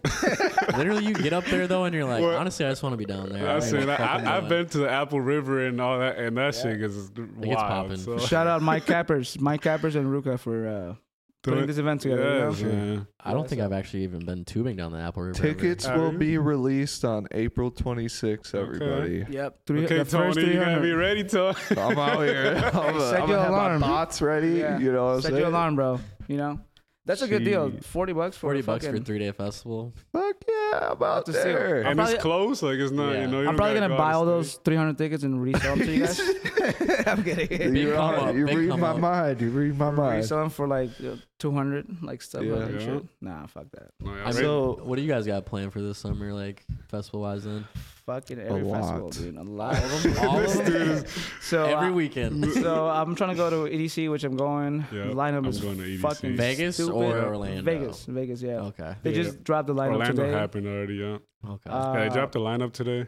Speaker 4: Literally, you get up there though, and you're like,
Speaker 3: Well,
Speaker 4: honestly, I just want to be down there.
Speaker 3: I
Speaker 4: don't
Speaker 3: said,
Speaker 4: even fucking
Speaker 3: I, I've
Speaker 4: know
Speaker 3: been
Speaker 4: it."
Speaker 3: to the Apple River and all that, and that shit is wild.
Speaker 4: poppin'.
Speaker 3: So.
Speaker 2: Shout out Mike Cappers, Mike Cappers and Ruka for uh, putting this event together. you know?
Speaker 3: Yes, man.
Speaker 4: I don't think I've actually even been tubing down the Apple River. ever.
Speaker 1: tickets
Speaker 3: Are
Speaker 1: will
Speaker 3: you?
Speaker 1: be released on April 26th. Everybody,
Speaker 2: Yep. Three,
Speaker 3: Okay,
Speaker 2: the first
Speaker 3: Tony, you
Speaker 2: 300.
Speaker 3: gotta be ready, Tony.
Speaker 1: I'm out here. I'm, uh,
Speaker 2: Set
Speaker 1: I'm
Speaker 2: your
Speaker 1: gonna have my
Speaker 2: alarm.
Speaker 1: thoughts ready.
Speaker 2: Yeah.
Speaker 1: You know, what I'm
Speaker 2: Set
Speaker 1: saying?
Speaker 2: your alarm, bro. You know, that's a good deal.
Speaker 1: Jeez.
Speaker 2: Forty bucks for
Speaker 4: Forty
Speaker 2: a
Speaker 4: bucks for
Speaker 2: fucking-
Speaker 4: three day festival.
Speaker 1: Fuck yeah, I'm out
Speaker 2: to see
Speaker 1: there.
Speaker 3: and
Speaker 2: probably-
Speaker 3: it's close. Like it's not.
Speaker 4: Yeah.
Speaker 3: You know, you
Speaker 2: I'm
Speaker 3: don't
Speaker 2: probably
Speaker 3: gotta
Speaker 2: gonna
Speaker 3: go out
Speaker 2: buy all
Speaker 3: and
Speaker 2: those 300 tickets and resell them to you guys. I'm kidding.
Speaker 4: Big
Speaker 1: You,
Speaker 4: come
Speaker 1: are-
Speaker 4: up,
Speaker 1: you
Speaker 4: big
Speaker 1: read
Speaker 4: come
Speaker 1: my
Speaker 4: up.
Speaker 1: mind. You read my mind.
Speaker 2: Resell them for like uh, 200, like stuff
Speaker 1: Yeah.
Speaker 2: like that
Speaker 3: Yeah.
Speaker 2: shit. Nah, fuck that.
Speaker 3: stay. No, yeah,
Speaker 4: I
Speaker 3: right?
Speaker 4: mean,
Speaker 1: So-
Speaker 4: what do you guys got planned for this summer, like festival wise? Then
Speaker 2: Fucking every
Speaker 1: lot.
Speaker 2: festival, dude. A lot of them.
Speaker 4: all
Speaker 3: This
Speaker 4: of
Speaker 3: dude
Speaker 4: them,
Speaker 3: is-
Speaker 2: So uh,
Speaker 4: every
Speaker 2: I-
Speaker 4: weekend,
Speaker 2: So I'm trying to go to EDC, which I'm going.
Speaker 3: Yeah,
Speaker 2: the lineup
Speaker 3: I'm
Speaker 2: is
Speaker 3: going to E EDC.
Speaker 2: fucking
Speaker 4: Vegas
Speaker 2: stupid.
Speaker 4: or Orlando.
Speaker 2: Vegas, Vegas, yeah.
Speaker 4: Okay.
Speaker 2: They
Speaker 3: Yeah.
Speaker 2: just dropped the lineup
Speaker 3: Orlando
Speaker 2: today.
Speaker 3: happened already. Yeah.
Speaker 4: Okay.
Speaker 2: Uh,
Speaker 3: yeah, they dropped the lineup today.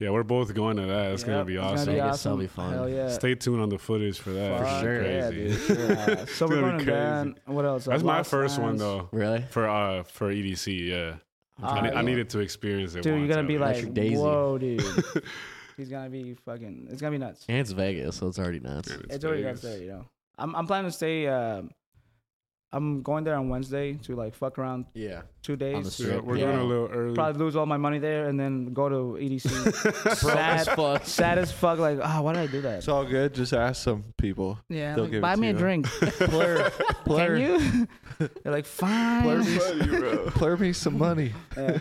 Speaker 3: Yeah, we're both going to that. It's gonna
Speaker 2: yep,
Speaker 3: be
Speaker 2: it's gonna
Speaker 3: awesome.
Speaker 4: be Vegas, that'll be
Speaker 2: awesome.
Speaker 4: fun.
Speaker 2: Hell yeah.
Speaker 3: Stay tuned on the footage for that.
Speaker 2: Fuck
Speaker 3: It's
Speaker 4: sure.
Speaker 2: Yeah,
Speaker 3: Crazy.
Speaker 2: dude. Yeah. So
Speaker 3: It's
Speaker 2: we're
Speaker 3: gonna
Speaker 2: going
Speaker 3: be
Speaker 2: to that. What else? Uh,
Speaker 3: That's my
Speaker 2: Lost
Speaker 3: first one
Speaker 2: Lands.
Speaker 3: though
Speaker 4: Really?
Speaker 3: for uh for EDC. Yeah, I, ne-
Speaker 2: Uh,
Speaker 3: I needed to experience it.
Speaker 2: Dude, you're
Speaker 3: once,
Speaker 2: gonna be
Speaker 3: at
Speaker 2: like,
Speaker 4: Electric Daisy.
Speaker 2: whoa, dude. He's gonna be fucking. It's gonna be nuts.
Speaker 4: And it's Vegas, so it's already nuts.
Speaker 3: least. And
Speaker 2: It's, already
Speaker 3: Vegas.
Speaker 2: nuts there, you know. I'm I'm planning to stay. Um, I'm going there on Wednesday to like fuck around
Speaker 4: Yeah.
Speaker 2: two
Speaker 4: the
Speaker 2: days.
Speaker 3: Yeah,
Speaker 4: strip.
Speaker 3: we're
Speaker 4: Yeah.
Speaker 3: going a little early.
Speaker 2: Probably lose all my money there and then go to EDC.
Speaker 4: Broke as
Speaker 2: sad,
Speaker 4: fuck.
Speaker 2: sad as fuck. Like, ah, why did I do that?
Speaker 1: It's all good. Just ask some people.
Speaker 2: Yeah,
Speaker 1: They'll
Speaker 2: like,
Speaker 1: give it
Speaker 2: buy
Speaker 1: to
Speaker 2: me a
Speaker 1: you.
Speaker 2: drink.
Speaker 1: Plur,
Speaker 2: Can
Speaker 1: plur,
Speaker 2: you? They're
Speaker 1: plur,
Speaker 2: like, fine.
Speaker 1: me, plur me some money.
Speaker 2: Yeah.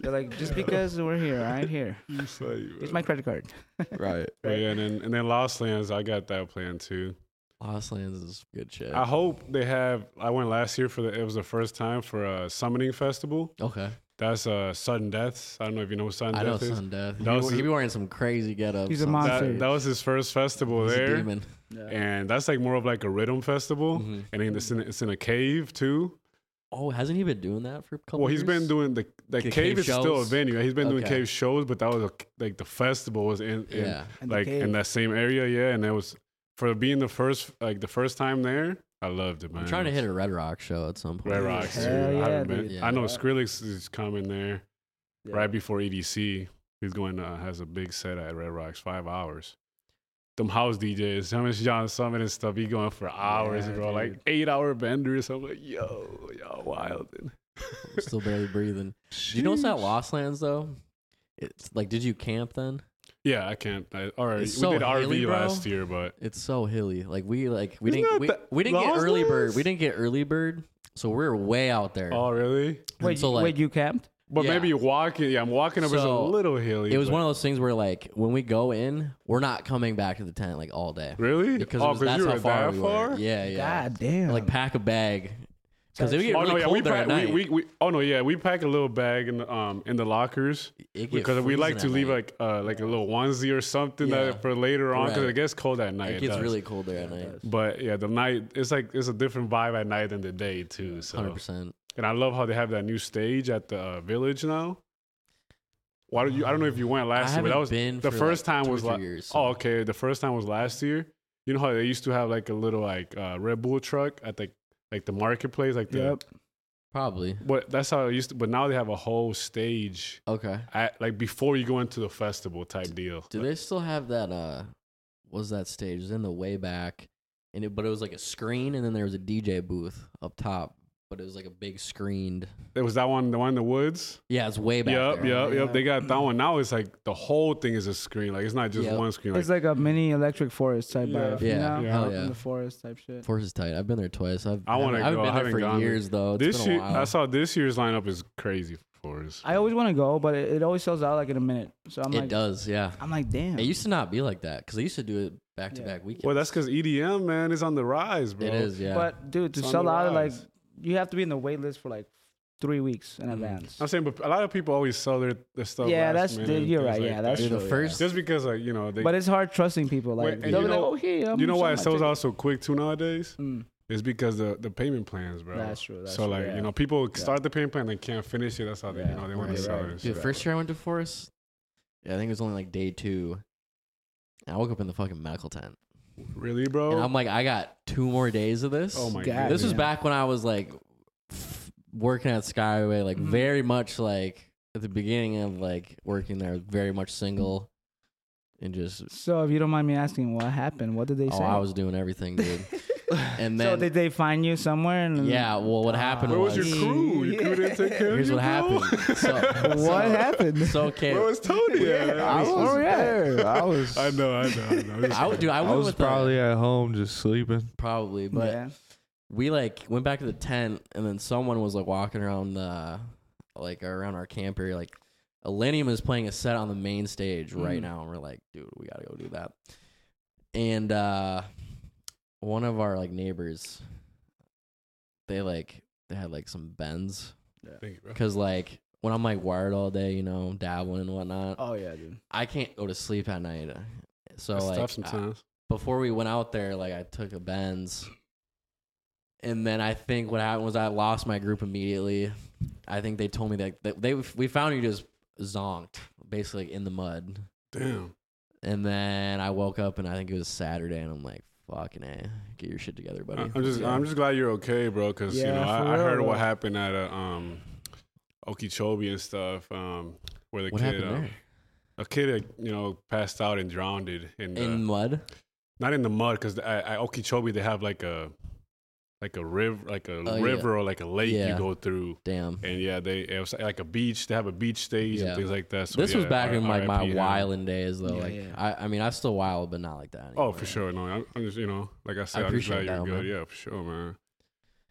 Speaker 2: They're like, just because we're here, right here. It's my credit card.
Speaker 1: Right.
Speaker 3: But yeah, and then and then Lost Lands, I got that plan too.
Speaker 4: Lost Lands is good shit.
Speaker 3: I hope they have. I went last year for the. It was the first time for a summoning festival.
Speaker 4: okay.
Speaker 3: That's uh sudden deaths. I don't know if you know what sudden
Speaker 4: I know
Speaker 3: death is.
Speaker 4: Sun Death. He,
Speaker 3: That was
Speaker 4: was, he
Speaker 3: his-
Speaker 4: be wearing some crazy getup.
Speaker 2: He's a
Speaker 4: some-
Speaker 2: monster.
Speaker 3: that, that was his first festival
Speaker 4: He's a
Speaker 3: there,
Speaker 4: demon.
Speaker 3: and that's like more of like a rhythm festival.
Speaker 2: Mm-hmm.
Speaker 4: Mhm.
Speaker 3: And then it's in it's in a cave too.
Speaker 4: Oh, hasn't he been doing that for a couple
Speaker 3: Well, he's
Speaker 4: years?
Speaker 3: been doing the the,
Speaker 4: The
Speaker 3: cave,
Speaker 4: cave
Speaker 3: is still a
Speaker 4: shows?
Speaker 3: venue. He's been doing
Speaker 4: Okay.
Speaker 3: cave shows, but that was a, like the festival was in, in
Speaker 4: Yeah.
Speaker 2: And the
Speaker 3: like
Speaker 2: cave.
Speaker 3: in that same area. Yeah, and it was for being the first like the first time there. I loved it, man.
Speaker 4: I'm trying to hit a Red Rock show at some point.
Speaker 3: Red Rocks. Too.
Speaker 2: Hell
Speaker 3: I,
Speaker 2: yeah,
Speaker 3: haven't been,
Speaker 4: dude.
Speaker 3: I know
Speaker 2: Yeah.
Speaker 3: Skrillex is coming there
Speaker 2: Yeah.
Speaker 3: right before EDC. He's going to has a big set at Red Rocks, five hours. Them house DJs, how much John Summit and stuff, he going for hours,
Speaker 2: Yeah,
Speaker 3: bro. Like
Speaker 2: dude.
Speaker 3: eight hour benders. I'm like, yo, y'all wild.
Speaker 4: I'm still barely breathing. Do you know what's at Lost Lands though? It's like, did you camp then?
Speaker 3: Yeah, I can't. I, all right, we
Speaker 4: It's so
Speaker 3: did RV
Speaker 4: hilly, bro.
Speaker 3: last year, but
Speaker 4: It's so hilly. Like we like we
Speaker 3: Isn't
Speaker 4: didn't
Speaker 3: that
Speaker 4: we,
Speaker 3: the-
Speaker 4: we didn't get
Speaker 3: Lost
Speaker 4: early bird.
Speaker 3: Lands?
Speaker 4: We didn't get early bird, so we were way out there.
Speaker 3: oh really?
Speaker 4: And
Speaker 2: Wait,
Speaker 4: so,
Speaker 2: you-
Speaker 4: like,
Speaker 2: wait, you camped?
Speaker 3: But
Speaker 4: Yeah.
Speaker 3: maybe walking. Yeah, I'm walking up. it's a
Speaker 4: So,
Speaker 3: little hilly.
Speaker 4: it was
Speaker 3: but-
Speaker 4: one of those things where like when we go in, we're not coming back to the tent like all day
Speaker 3: really
Speaker 4: because
Speaker 3: oh,
Speaker 4: it was, that's
Speaker 3: you
Speaker 4: how
Speaker 3: were
Speaker 4: far
Speaker 3: that
Speaker 4: we
Speaker 3: far.
Speaker 4: were. Yeah, yeah.
Speaker 2: God damn.
Speaker 4: Like pack a bag because it would get
Speaker 3: Oh
Speaker 4: really
Speaker 3: no, yeah,
Speaker 4: cold
Speaker 3: we,
Speaker 4: there
Speaker 3: pack,
Speaker 4: at night.
Speaker 3: we, we, we oh no, yeah, we pack a little bag in the um in the lockers
Speaker 4: It get
Speaker 3: because we like to
Speaker 4: freezing at
Speaker 3: leave
Speaker 4: night.
Speaker 3: like uh like a little onesie or something
Speaker 4: Yeah.
Speaker 3: that for later on because
Speaker 4: Right.
Speaker 3: it gets cold at night.
Speaker 4: It gets
Speaker 3: does.
Speaker 4: really cold there at night.
Speaker 3: But yeah, the night it's like it's a different vibe at night than the day too. So
Speaker 4: Hundred percent.
Speaker 3: and I love how they have that new stage at the uh, village now. Why don't you? I don't know if you went
Speaker 4: I
Speaker 3: last year,
Speaker 4: haven't
Speaker 3: but that was
Speaker 4: been
Speaker 3: the
Speaker 4: for,
Speaker 3: first
Speaker 4: like,
Speaker 3: time
Speaker 4: two or
Speaker 3: was
Speaker 4: three
Speaker 3: like
Speaker 4: years, so-
Speaker 3: oh okay the first time was last year you know how they used to have like a little like uh red bull truck at the like the marketplace like the
Speaker 2: Yep.
Speaker 4: Probably.
Speaker 3: but that's how it used to but now they have a whole stage
Speaker 4: Okay.
Speaker 3: at like before you go into the festival type deal
Speaker 4: Do they still have that? Uh, what was that stage? It was in the way back, and it, but it was like a screen, and then there was a DJ booth up top. But but it was like a big screened.
Speaker 3: It was that one, the one in the woods.
Speaker 4: Yeah, it's way back.
Speaker 3: Yep,
Speaker 4: there.
Speaker 3: yep, yep. They got that one. Now it's like the whole thing is a screen. Like it's not just
Speaker 4: Yep.
Speaker 3: one screen.
Speaker 2: It's
Speaker 3: Like,
Speaker 2: like a mini electric forest type
Speaker 3: Yeah.
Speaker 2: vibe.
Speaker 4: Yeah.
Speaker 2: You know?
Speaker 3: Yeah.
Speaker 2: Out
Speaker 4: Yeah.
Speaker 2: in the forest type shit.
Speaker 4: Force is tight. I've been there twice. I've
Speaker 3: I wanna
Speaker 4: haven't- haven't
Speaker 3: go. I
Speaker 4: been there
Speaker 3: haven't
Speaker 4: for
Speaker 3: gone.
Speaker 4: years though. It's
Speaker 3: this
Speaker 4: been a
Speaker 3: year,
Speaker 4: while.
Speaker 3: I saw this year's lineup is crazy for us.
Speaker 2: I always want to go, but it, it always sells out like in a minute. So I'm
Speaker 4: it
Speaker 2: like,
Speaker 4: does, yeah.
Speaker 2: I'm like, damn.
Speaker 4: It used to not be like that because they used to do it back to
Speaker 2: Yeah.
Speaker 4: back weekends.
Speaker 3: Well, that's because EDM man is on the rise, bro.
Speaker 4: it is, yeah.
Speaker 2: But dude, to
Speaker 3: It's on
Speaker 2: sell
Speaker 3: the
Speaker 2: out, like
Speaker 3: rise.
Speaker 2: you have to be in the wait list for like three weeks in
Speaker 4: Mhm.
Speaker 2: advance.
Speaker 3: I'm saying, but a lot of people always sell their, their stuff.
Speaker 2: yeah,
Speaker 3: last
Speaker 2: that's
Speaker 3: minute and
Speaker 2: you're
Speaker 3: things
Speaker 2: right.
Speaker 3: like
Speaker 2: yeah,
Speaker 3: that.
Speaker 2: that's
Speaker 4: Dude, the
Speaker 2: true,
Speaker 4: first-
Speaker 2: yeah.
Speaker 3: just because like you know they.
Speaker 2: But it's hard trusting people.
Speaker 3: Wait,
Speaker 2: Like
Speaker 3: and
Speaker 2: they'll
Speaker 3: you
Speaker 2: be like,
Speaker 3: know-
Speaker 2: oh, here, I'm
Speaker 3: you know why it
Speaker 2: selling my
Speaker 3: sells out
Speaker 2: ticket."
Speaker 3: so quick too nowadays?
Speaker 2: Mm,
Speaker 3: It's because the the payment plans, bro.
Speaker 2: That's true. That's
Speaker 3: so
Speaker 2: true,
Speaker 3: like
Speaker 2: yeah.
Speaker 3: you know, people start the payment plan, they can't finish it. That's how they
Speaker 2: Yeah,
Speaker 3: you know they want
Speaker 2: right,
Speaker 3: to sell
Speaker 2: right.
Speaker 3: it.
Speaker 4: Dude, the first year I went to Forest, yeah, I think it was only like day two. And I woke up in the fucking medical tent,
Speaker 3: Really, bro?
Speaker 4: and I'm like, I got two more days of this.
Speaker 3: oh my
Speaker 2: God.
Speaker 3: god,
Speaker 4: This was
Speaker 2: Yeah.
Speaker 4: back when I was like f- working at Skyway, like
Speaker 2: Mhm.
Speaker 4: very much like at the beginning of like working there, very much single, and just
Speaker 2: So if you don't mind me asking, what happened? What did they
Speaker 4: oh,
Speaker 2: say?
Speaker 4: I was doing everything, dude. and
Speaker 2: so
Speaker 4: then
Speaker 2: did they find you somewhere? And Ah.
Speaker 4: yeah, well, what happened
Speaker 3: Where was your
Speaker 4: was-
Speaker 3: crew? Your crew didn't take care of
Speaker 4: here's
Speaker 3: you,
Speaker 4: what
Speaker 3: bro?
Speaker 4: happened. So,
Speaker 2: What happened?
Speaker 4: so okay,
Speaker 3: Where was Tony? at?
Speaker 1: I was
Speaker 2: Oh, yeah.
Speaker 1: there. I was.
Speaker 3: I know, I know, I know. This-
Speaker 4: I, dude, I,
Speaker 1: I
Speaker 4: went
Speaker 1: was
Speaker 4: with the-
Speaker 1: probably at home just sleeping.
Speaker 4: probably, but
Speaker 2: yeah.
Speaker 4: we like went back to the tent and then someone was like walking around the like around our camp area like Elenium is playing a set on the main stage right
Speaker 2: Mm.
Speaker 4: now and we're like dude we gotta go do that and uh one of our like neighbors they like they had like some bends
Speaker 3: Thank you, bro.
Speaker 4: because like when I'm like wired all day you know dabbling and whatnot
Speaker 2: Oh yeah, dude.
Speaker 4: I can't go to sleep at night so
Speaker 3: It's
Speaker 4: uh, like
Speaker 3: tough
Speaker 4: I-
Speaker 3: sometimes.
Speaker 4: before we went out there, like I took a Benz, and then I think what happened was I lost my group immediately. I think they told me that that they we found you just zonked, basically in the mud,
Speaker 3: Damn.
Speaker 4: and then I woke up and I think it was Saturday, and I'm like, "Fucking a, get your shit together, buddy."
Speaker 3: I'm just,
Speaker 4: Yeah.
Speaker 3: I'm just glad you're okay, bro. Because you
Speaker 2: Yeah,
Speaker 3: know,
Speaker 2: for
Speaker 3: I, I
Speaker 2: real,
Speaker 3: heard
Speaker 2: bro.
Speaker 3: what happened at a, um, Okeechobee and stuff. Um, where the
Speaker 4: what
Speaker 3: kid,
Speaker 4: happened
Speaker 3: um,
Speaker 4: there
Speaker 3: a kid, uh, you know, passed out and drowned in, in the-
Speaker 4: in mud?
Speaker 3: not in the mud because at, at Okeechobee they have like a like a river like a
Speaker 4: Oh, yeah.
Speaker 3: river or like a lake
Speaker 4: Yeah.
Speaker 3: you go through
Speaker 4: Damn.
Speaker 3: and yeah they it was like a beach they have a beach stage
Speaker 4: Yeah.
Speaker 3: and things like that so
Speaker 4: this was
Speaker 3: yeah,
Speaker 4: back
Speaker 3: R-
Speaker 4: in like my
Speaker 3: RIP him.
Speaker 4: wilding days, though.
Speaker 2: Yeah,
Speaker 4: like
Speaker 2: yeah.
Speaker 4: I, I mean, I still wild, but not like that.
Speaker 3: oh
Speaker 4: anymore.
Speaker 3: for sure no I'm, I'm just you know like I said
Speaker 4: I
Speaker 3: I'm just
Speaker 4: appreciate
Speaker 3: glad you're
Speaker 4: that,
Speaker 3: good
Speaker 4: man.
Speaker 3: yeah for sure man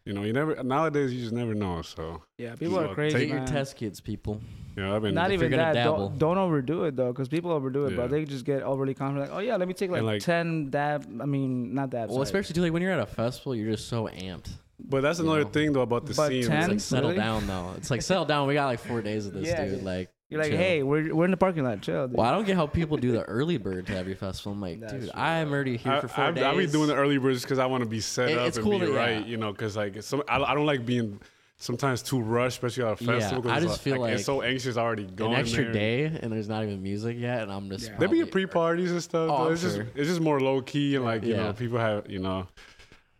Speaker 3: you know you never nowadays you just never know so
Speaker 2: Yeah, people
Speaker 3: Well,
Speaker 2: are crazy.
Speaker 4: Get your
Speaker 2: man.
Speaker 4: test kits, people.
Speaker 3: you know I've been
Speaker 2: Not
Speaker 4: if you're
Speaker 2: even
Speaker 4: gonna
Speaker 2: that.
Speaker 4: dabble.
Speaker 2: Don't, don't overdo it though, because people overdo it, bro.
Speaker 3: Yeah.
Speaker 2: They just get overly confident. Like, oh yeah, let me take like,
Speaker 3: And, like-
Speaker 2: ten dab. I mean, not dabs.
Speaker 4: Well,
Speaker 2: like-
Speaker 4: especially too, like when you're at a festival, you're just so amped.
Speaker 3: but that's
Speaker 4: you
Speaker 3: another
Speaker 4: know.
Speaker 3: thing though about the
Speaker 2: But
Speaker 3: scene
Speaker 4: It's
Speaker 2: ten-
Speaker 4: like
Speaker 2: Really?
Speaker 4: settle down though. It's like settle down. We got like four days of this,
Speaker 2: Yeah,
Speaker 4: dude.
Speaker 2: dude.
Speaker 4: Like
Speaker 2: you're like,
Speaker 4: chill.
Speaker 2: hey, we're we're in the parking lot. Chill. Dude.
Speaker 4: Well, I don't get how people do the early bird to every festival. I'm like,
Speaker 2: That's
Speaker 4: dude,
Speaker 2: true,
Speaker 4: I'm already here
Speaker 3: I,
Speaker 4: for four
Speaker 3: I've,
Speaker 4: days.
Speaker 3: I've been doing the early birds because I want to be set
Speaker 4: It-
Speaker 3: up
Speaker 4: it's
Speaker 3: and
Speaker 4: cool
Speaker 3: be
Speaker 4: to- yeah.
Speaker 3: right, you know, because like it's some, I, I don't like being sometimes too rushed, especially at a
Speaker 4: Yeah,
Speaker 3: festival. 'cause
Speaker 4: I
Speaker 3: it's
Speaker 4: just feel
Speaker 3: it's
Speaker 4: like
Speaker 3: so anxious already
Speaker 4: an
Speaker 3: going
Speaker 4: extra
Speaker 3: there.
Speaker 4: day, and there's not even music yet, and I'm just
Speaker 2: Yeah.
Speaker 3: There be
Speaker 4: probably-
Speaker 3: pre parties and stuff.
Speaker 4: Oh,
Speaker 3: though.
Speaker 4: I'm
Speaker 3: it's
Speaker 4: sure.
Speaker 3: just it's just more low key and like you
Speaker 4: Yeah.
Speaker 3: know people have you know.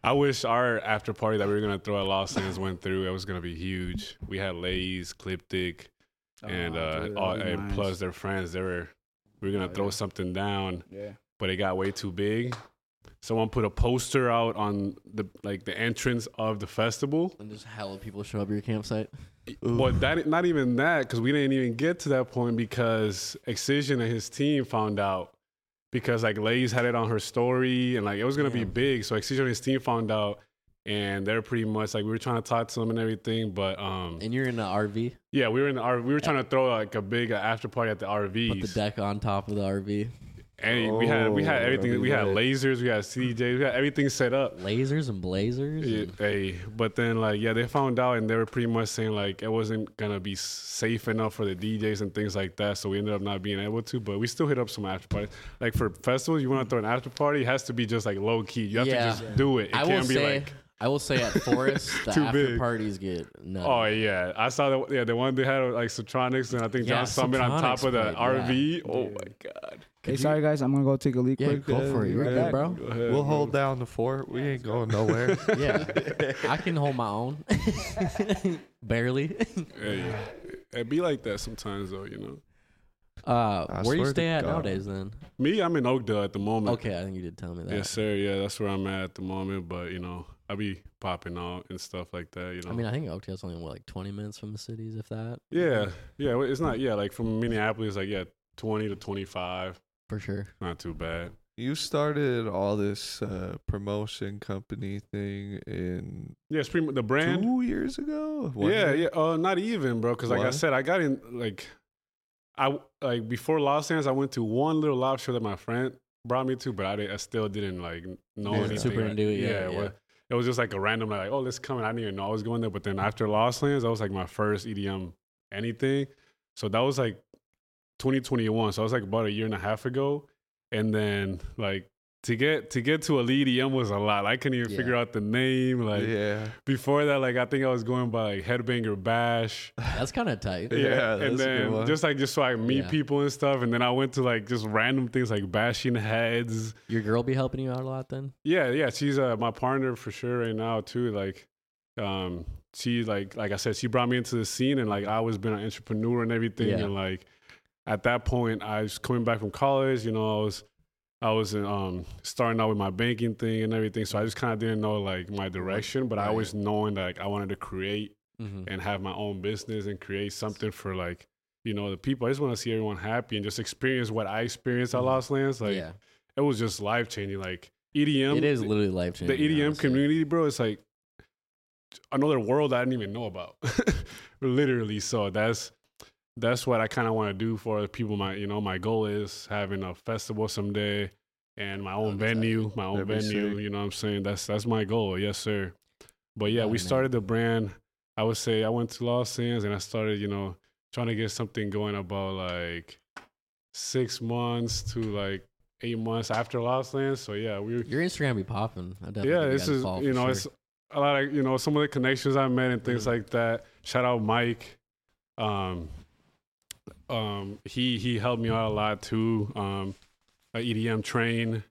Speaker 3: I wish our after party that we were gonna throw at Los Angeles went through. It was gonna be huge. We had Lays, Cliptic,
Speaker 2: Oh,
Speaker 3: and uh,
Speaker 2: dude, that'd
Speaker 3: all,
Speaker 2: be
Speaker 3: and
Speaker 2: nice.
Speaker 3: plus their friends. They were we were gonna
Speaker 2: Oh,
Speaker 3: throw
Speaker 2: yeah.
Speaker 3: something down.
Speaker 2: Yeah.
Speaker 3: but it got way too big. Someone put a poster out on the like the entrance of the festival.
Speaker 4: and just hella people show up at your campsite.
Speaker 3: But that not even that because we didn't even get to that point because Excision and his team found out because like Lays had it on her story and like it was gonna be
Speaker 4: Damn.
Speaker 3: big. So Excision and his team found out and they're pretty much like we were trying to talk to them and everything. But um
Speaker 4: And you're in the RV,
Speaker 3: yeah, we were in the R- we were trying to throw like a big uh, after party at the RVs.
Speaker 4: put the deck on top of the RV,
Speaker 3: and we had we had
Speaker 1: Oh,
Speaker 3: everything. We had
Speaker 1: that'd be
Speaker 3: lasers. We had CDJs. We had everything set up.
Speaker 4: lasers and blazers.
Speaker 3: Yeah,
Speaker 4: and-
Speaker 3: hey, but then like yeah, they found out and they were pretty much saying like it wasn't gonna be s- safe enough for the DJs and things like that, so we ended up not being able to. But we still hit up some after parties. Like for festivals, you want to throw an after party, it has to be just like low key. You have
Speaker 4: Yeah.
Speaker 3: to just do it. It
Speaker 4: I will
Speaker 3: can't be
Speaker 4: say,
Speaker 3: like
Speaker 4: I will say at Forest, the
Speaker 3: Too
Speaker 4: after
Speaker 3: big.
Speaker 4: parties get nuts.
Speaker 3: oh yeah, I saw that. Yeah, the one they had like Sotronics and I think
Speaker 4: Yeah,
Speaker 3: John Summit on top
Speaker 4: Sotronics
Speaker 3: of the RV.
Speaker 4: played,
Speaker 3: Oh my god,
Speaker 2: Hey, sorry guys, I'm gonna go take a leak
Speaker 4: yeah,
Speaker 2: quick.
Speaker 4: go
Speaker 2: uh,
Speaker 4: for it.
Speaker 2: be
Speaker 4: You're
Speaker 2: right
Speaker 4: good,
Speaker 2: back.
Speaker 4: bro.
Speaker 3: Go ahead,
Speaker 1: We'll
Speaker 3: bro.
Speaker 1: hold down the fort. We ain't going nowhere.
Speaker 4: Yeah, I can hold my own, barely.
Speaker 3: Hey, it be like that sometimes though, you know.
Speaker 4: Uh,
Speaker 1: I
Speaker 4: where you
Speaker 1: swear to
Speaker 4: stay at
Speaker 1: God.
Speaker 4: nowadays? Then
Speaker 3: Me, I'm in Oakdale at the moment.
Speaker 4: okay, I think you did tell me that.
Speaker 3: Yes, sir. Yeah, that's where I'm at at the moment. But you know, I'll be popping out and stuff like that. You know.
Speaker 4: I mean, I think Oakdale's only what like twenty minutes from the cities, if that.
Speaker 3: yeah, yeah. well, It's not. Yeah, like from Minneapolis, like yeah, twenty to twenty-five.
Speaker 4: for sure.
Speaker 3: Not too bad.
Speaker 1: You started all this uh, promotion company thing in
Speaker 3: Yeah, it's pretty much the brand.
Speaker 1: two years ago. One
Speaker 3: yeah,
Speaker 1: year?
Speaker 3: yeah. Uh, not even, bro. Because like I
Speaker 1: What?
Speaker 3: said, I got in like, I like before Los Angeles, I went to one little live show that my friend brought me to, but I, did, I still didn't like know
Speaker 1: Yeah.
Speaker 3: anything.
Speaker 4: Super
Speaker 3: like-
Speaker 4: into it, yeah, yeah.
Speaker 3: wa- It was just like a random like, oh, let's come. And I didn't even know I was going there. But then after Los Angeles, that was like my first EDM anything. So that was like 2021. So I was like about a year and a half ago. And then like to get to get to a lead EDM was a lot. I couldn't even
Speaker 4: Yeah.
Speaker 3: figure out the name. Like
Speaker 1: yeah.
Speaker 3: before that, like I think I was going by like Headbanger Bash.
Speaker 4: That's kind of tight.
Speaker 1: Yeah,
Speaker 3: and
Speaker 1: that's a good
Speaker 3: then
Speaker 1: one.
Speaker 3: just like just so I meet
Speaker 4: Yeah.
Speaker 3: people and stuff, and then I went to like just random things like bashing heads.
Speaker 4: Your girl be helping you out a lot then?
Speaker 3: Yeah, yeah, she's uh, my partner for sure right now too. Like, um, she like like I said, she brought me into the scene, and like I always been an entrepreneur and everything,
Speaker 4: Yeah.
Speaker 3: and like at that point, I was coming back from college. You know, I was. I was um, starting out with my banking thing and everything, so I just kind of didn't know like my direction. But I
Speaker 4: Right.
Speaker 3: always knowing like I wanted to create
Speaker 4: Mm-hmm.
Speaker 3: and have my own business and create something for like you know the people. I just want to see everyone happy and just experience what I experienced at
Speaker 4: Mhm.
Speaker 3: Lost Lands. Like
Speaker 4: yeah,
Speaker 3: it was just life changing. Like E EDM,
Speaker 4: it is literally life
Speaker 3: the
Speaker 4: changing.
Speaker 3: EDM community, bro. It's like another world I didn't even know about, literally. So that's that's what I kind of want to do for people. My you know my goal is having a festival someday. And my own
Speaker 4: That'd be tight.
Speaker 3: venue, my own
Speaker 1: That'd be
Speaker 3: venue.
Speaker 1: sick.
Speaker 3: You know what I'm saying? That's that's my goal. Yes, sir. But yeah,
Speaker 4: Oh,
Speaker 3: we
Speaker 4: man.
Speaker 3: started the brand. I would say I went to Los Angeles and I started, you know, trying to get something going about like six months to like eight months after Los Angeles. So yeah, we were
Speaker 4: Your Instagram be popping. I definitely
Speaker 3: yeah,
Speaker 4: give you
Speaker 3: this
Speaker 4: guys a
Speaker 3: is
Speaker 4: follow
Speaker 3: you
Speaker 4: for
Speaker 3: know
Speaker 4: sure.
Speaker 3: it's a lot of you know some of the connections I made and things
Speaker 4: Mhm.
Speaker 3: like that. Shout out Mike, um, um, he he helped me out a lot too. Um, uh, EDM Train,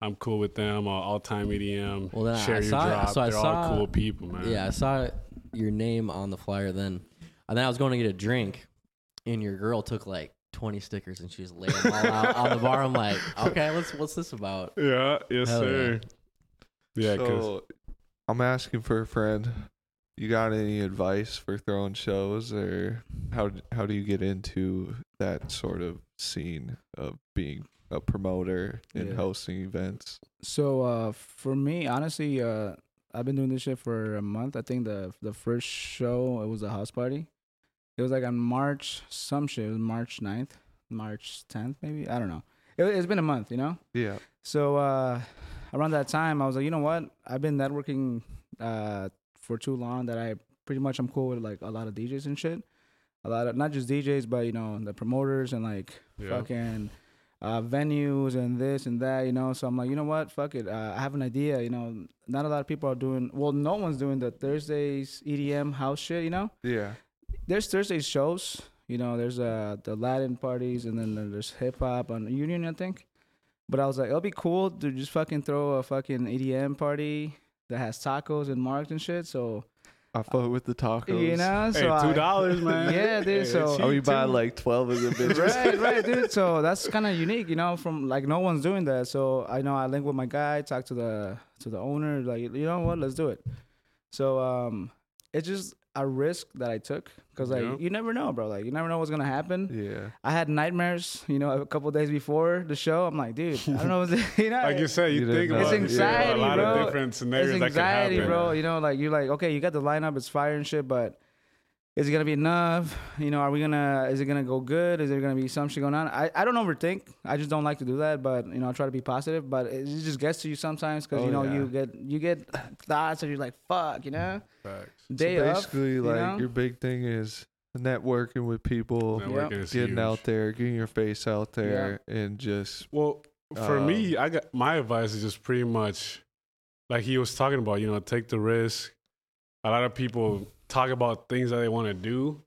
Speaker 3: I'm cool with them. Uh, all time EDM,
Speaker 4: Well, then I-
Speaker 3: share
Speaker 4: I
Speaker 3: your
Speaker 4: saw-
Speaker 3: drop.
Speaker 4: so I
Speaker 3: They're
Speaker 4: saw-
Speaker 3: all cool people, man.
Speaker 4: Yeah, I saw your name on the flyer then. And then I was going to get a drink, and your girl took like 20 stickers and she just laid them all out on the bar. I'm like, okay, what's what's this about?
Speaker 3: yeah, yes
Speaker 4: Hell yeah.
Speaker 3: sir. Yeah, because
Speaker 1: so I'm asking for a friend. You got any advice for throwing shows, or how d- how do you get into that sort of scene of being a promoter and
Speaker 2: Yeah.
Speaker 1: hosting events?
Speaker 2: So uh, for me, honestly, uh, I've been doing this shit for a month. I think the the first show it was a house party. It was like on March some shit. It was March 9th, March tenth, maybe. I don't know. It, it's been a month, you know.
Speaker 1: Yeah,
Speaker 2: So uh, around that time, I was like, you know what? I've been networking uh, for too long that I pretty much I'm cool with like a lot of DJs and shit. A lot of not just DJs, but you know the promoters and like
Speaker 3: Yeah.
Speaker 2: fucking uh, venues and this and that. You know, so I'm like, you know what? Fuck it. Uh, I have an idea. You know, not a lot of people are doing. Well, no one's doing the Thursdays EDM house shit. You know,
Speaker 1: yeah,
Speaker 2: there's Thursday shows. You know, there's uh the Latin parties and then there's hip hop on Union, I think. But I was like, it'll be cool to just fucking throw a fucking EDM party that has tacos and marks and shit. So
Speaker 1: I fuck with the tacos.
Speaker 2: you know,
Speaker 3: hey,
Speaker 2: so I-
Speaker 3: two dollars, man.
Speaker 2: Yeah, dude.
Speaker 3: Hey,
Speaker 2: so
Speaker 3: cheap,
Speaker 1: Oh, you buy
Speaker 3: too.
Speaker 1: like twelve of the bitches.
Speaker 2: right, right, dude. So that's kind of unique, you know. From like no one's doing that. So I know I link with my guy, talk to the to the owner, like you know what, let's do it. So um, it's just a risk that I took because like
Speaker 3: Yeah.
Speaker 2: you never know, bro. Like you never know what's gonna happen.
Speaker 1: yeah,
Speaker 2: I had nightmares, you know, a couple days before the show. I'm like, dude, I don't know, what's- you know,
Speaker 3: Like you said, you,
Speaker 1: You didn't
Speaker 3: think about
Speaker 1: know.
Speaker 2: It's anxiety,
Speaker 3: yeah, a lot
Speaker 2: bro.
Speaker 3: of different scenarios
Speaker 2: it's
Speaker 3: that
Speaker 2: anxiety,
Speaker 3: can happen.
Speaker 2: bro. You know, like you're like, okay, you got the lineup, it's fire and shit, but is it gonna be enough? You know, are we gonna? Is it gonna go good? Is there gonna be some shit going on? I, I don't overthink. I just don't like to do that, but you know, I try to be positive. But it just gets to you sometimes because you
Speaker 1: Oh,
Speaker 2: know
Speaker 1: yeah.
Speaker 2: you get you get thoughts and you're like, fuck, you know,
Speaker 3: Facts.
Speaker 2: day
Speaker 1: so
Speaker 2: of,
Speaker 1: basically,
Speaker 2: you
Speaker 1: like
Speaker 2: know?
Speaker 1: your big thing is networking with people,
Speaker 3: Networking is
Speaker 1: getting
Speaker 3: huge.
Speaker 1: out there, getting your face out there, and just
Speaker 3: Well, for me,
Speaker 1: Um,
Speaker 3: I got my advice is just pretty much like he was talking about. You know, take the risk. A lot of people talk about things that they want to do,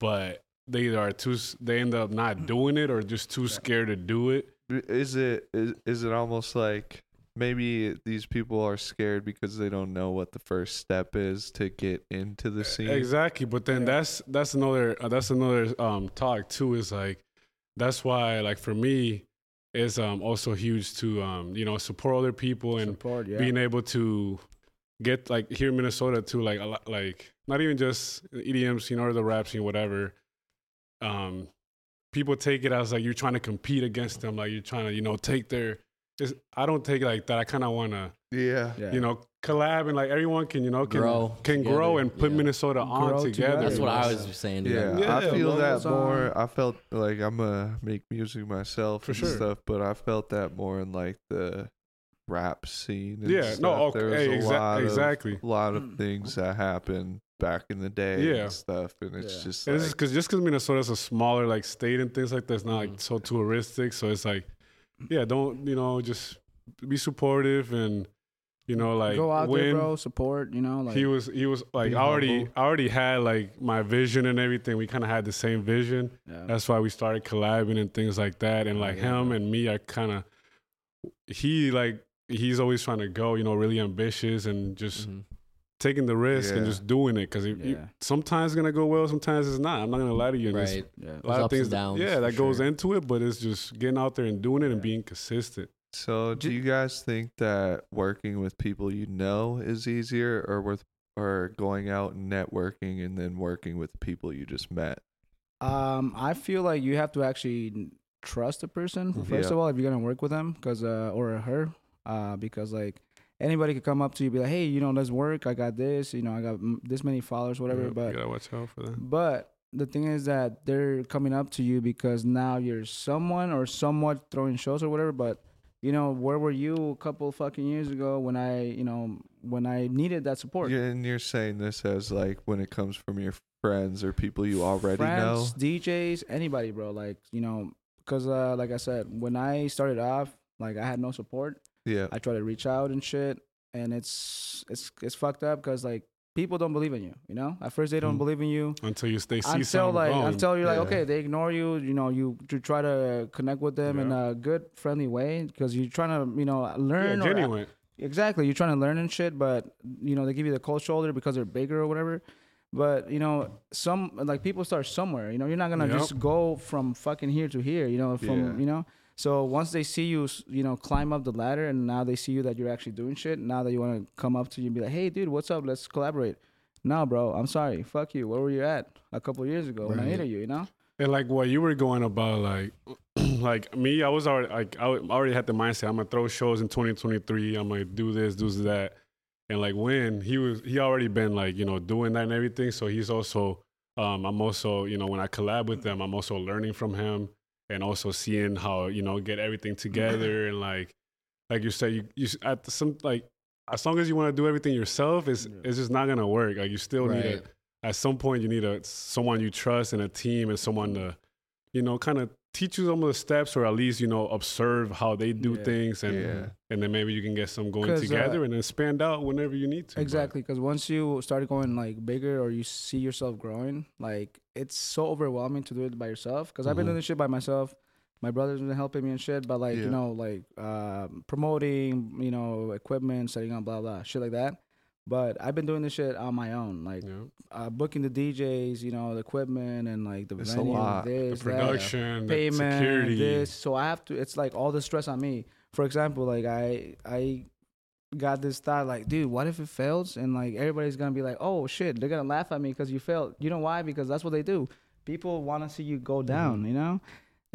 Speaker 3: but they either are too s- they end up not doing it or just too scared to do it.
Speaker 1: is it is, is it almost like maybe these people are scared because they don't know what the first step is to get into
Speaker 3: E-,
Speaker 1: the scene
Speaker 3: Exactly, but then
Speaker 2: Yeah.
Speaker 3: that's that's another uh, that's another um talk too is like that's why like for me it's um also huge to um you know support other people and
Speaker 2: support, yeah,
Speaker 3: being able to get like here in Minnesota too, like a lot, like not even just E the EDM scene or the rap scene, whatever. Um, people take it as like you're trying to compete against them, like you're trying to you know take their. It's, I don't take it like that. I kind of want to
Speaker 1: Yeah.
Speaker 2: Yeah.
Speaker 3: you know collab and like everyone can you know can
Speaker 4: Grow
Speaker 3: can grow
Speaker 4: together,
Speaker 3: and put
Speaker 4: yeah.
Speaker 3: Minnesota on
Speaker 2: Grow
Speaker 3: together.
Speaker 2: together.
Speaker 4: That's what I
Speaker 2: Yeah.
Speaker 4: was saying. To
Speaker 1: Yeah,
Speaker 4: them.
Speaker 3: Yeah,
Speaker 1: I feel
Speaker 3: well,
Speaker 1: that
Speaker 2: it's, uh,
Speaker 1: more. I felt like I'm gonna make music myself
Speaker 3: For
Speaker 1: and
Speaker 3: sure.
Speaker 1: stuff, but I felt that more in like the rap scene. And
Speaker 3: Yeah, no,
Speaker 1: stuff.
Speaker 3: okay,
Speaker 1: there was
Speaker 3: hey,
Speaker 1: a
Speaker 3: exa-
Speaker 1: lot of,
Speaker 3: exactly.
Speaker 1: A lot of
Speaker 2: Mm.
Speaker 1: things that happened back in the day.
Speaker 3: Yeah.
Speaker 1: and stuff, and it's
Speaker 2: Yeah.
Speaker 1: just
Speaker 3: And
Speaker 1: like,
Speaker 3: this is because just because Minnesota's a smaller like state and things like that's not like
Speaker 4: Mhm.
Speaker 3: so
Speaker 2: Mm-hmm.
Speaker 3: touristic, so it's like, yeah, don't you know just be supportive and you know like
Speaker 2: go out
Speaker 3: when
Speaker 2: there, bro. Support. You know, like
Speaker 3: he was he was like
Speaker 1: Be
Speaker 3: I already
Speaker 1: humble.
Speaker 3: I already had like my vision and everything. We kind of had the same vision.
Speaker 2: yeah. Oh,
Speaker 3: That's why we started collabing and things like that. And like him and me are kind of he like he's always trying to go, you know, really ambitious and just
Speaker 4: Mhm.
Speaker 3: taking the risk and
Speaker 1: Yeah.
Speaker 3: just doing it because
Speaker 2: Mm-hmm. Yeah.
Speaker 3: sometimes it's gonna go well, sometimes it's not. I'm not gonna lie to you. and it's
Speaker 4: Right.
Speaker 2: yeah.
Speaker 3: A lot
Speaker 4: There's
Speaker 3: of
Speaker 4: ups and
Speaker 3: things, that-
Speaker 4: downs,
Speaker 3: yeah, that
Speaker 4: for
Speaker 3: goes
Speaker 4: sure.
Speaker 3: into it, but it's just getting out there and doing it and
Speaker 2: Yeah.
Speaker 3: being consistent.
Speaker 1: So, do
Speaker 2: Ju-
Speaker 1: you guys think that working with people you know is easier, or with or going out and networking and then working with people you just met?
Speaker 2: Um, I feel like you have to actually trust the person
Speaker 3: Mhm.
Speaker 2: first
Speaker 1: Yeah.
Speaker 2: of all if you're gonna work with them, because uh, or her, uh, because like anybody could come up to you and be like, hey, you know, let's work. I got this. You know, I got mm, this many followers, whatever.
Speaker 3: Yeah,
Speaker 2: But
Speaker 3: you gotta watch out for that.
Speaker 2: but the thing is that they're coming up to you because now you're someone or somewhat throwing shows or whatever. But you know, where were you a couple fucking years ago when I, you know, when I needed that support?
Speaker 1: Yeah, and you're saying this as like when it comes from your friends or people you already know.
Speaker 2: friends, DJs, anybody, bro. Like you know, because uh, like I said, when I started off, like I had no support.
Speaker 1: Yeah.
Speaker 2: I tried to reach out and shit, and it's it's it's fucked up because like people don't believe in you. You know, at first they don't
Speaker 3: Mhm.
Speaker 1: Mm.
Speaker 2: believe in you.
Speaker 3: Until you stay see
Speaker 2: until
Speaker 3: something
Speaker 2: like
Speaker 3: wrong.
Speaker 2: until you're like
Speaker 1: Yeah.
Speaker 2: okay they ignore you you know you you try to connect with them in
Speaker 3: Yeah.
Speaker 2: a good friendly way because you're trying to you know
Speaker 3: yeah,
Speaker 2: learn or-
Speaker 3: genuine.
Speaker 2: exactly you're trying to learn and shit but you know they give you the cold shoulder because they're bigger or whatever but you know some like people start somewhere you know you're not gonna
Speaker 3: Yep.
Speaker 2: just go from fucking here to here you know from
Speaker 1: Yeah.
Speaker 2: you know so once they see you s- you know climb up the ladder and now they see you that you're actually doing shit now that you want to come up to you and be like hey dude what's up let's collaborate no bro i'm sorry fuck you where were you at a couple years ago when i
Speaker 3: Right.
Speaker 2: needed you you know
Speaker 3: And like what you were going about, like like me, I was already like I already had the mindset. I'm gonna throw shows in 2023. I'm gonna do this, do that. And like when he was, he already been like you know doing that and everything. So he's also, um, I'm also you know when I collab with them, I'm also learning from him and also seeing how you know get everything together and like like you said, you you s- at some like as long as you want to do everything yourself, it's
Speaker 2: Yeah.
Speaker 3: it's just not gonna work. Like you still need a
Speaker 4: Right.
Speaker 3: at some point you need a someone you trust and a team and someone to you know kind of teach you some of the steps or at least you know observe how they do
Speaker 2: Yeah.
Speaker 3: things and
Speaker 1: Yeah.
Speaker 3: and then maybe you can get some going
Speaker 2: 'Cause, uh,
Speaker 3: together and then expand out whenever you need to but-
Speaker 2: Exactly, because once you start going like bigger or you see yourself growing, like it's so overwhelming to do it by yourself. Because I've been
Speaker 1: Mm-hmm.
Speaker 3: Mhm.
Speaker 2: doing this shit by myself. My brother's been helping me and shit, but like
Speaker 1: Yeah.
Speaker 2: you know, like um promoting, you know, equipment, setting up, blah blah, shit like that. But I've been doing this shit on my own, like
Speaker 3: yeah.
Speaker 2: uh, booking the DJs, you know, the equipment and like the
Speaker 1: It's a
Speaker 2: venue,
Speaker 1: lot. The
Speaker 3: the
Speaker 2: this, that,
Speaker 3: production the
Speaker 2: payment,
Speaker 3: security
Speaker 2: this. So I have to. It's like all the stress on me. For example, like I I got this thought like, dude, what if it fails? And like everybody's gonna be like, oh shit, they're gonna laugh at me because you failed. You know why? Because that's what they do. People want to see you go down. You know.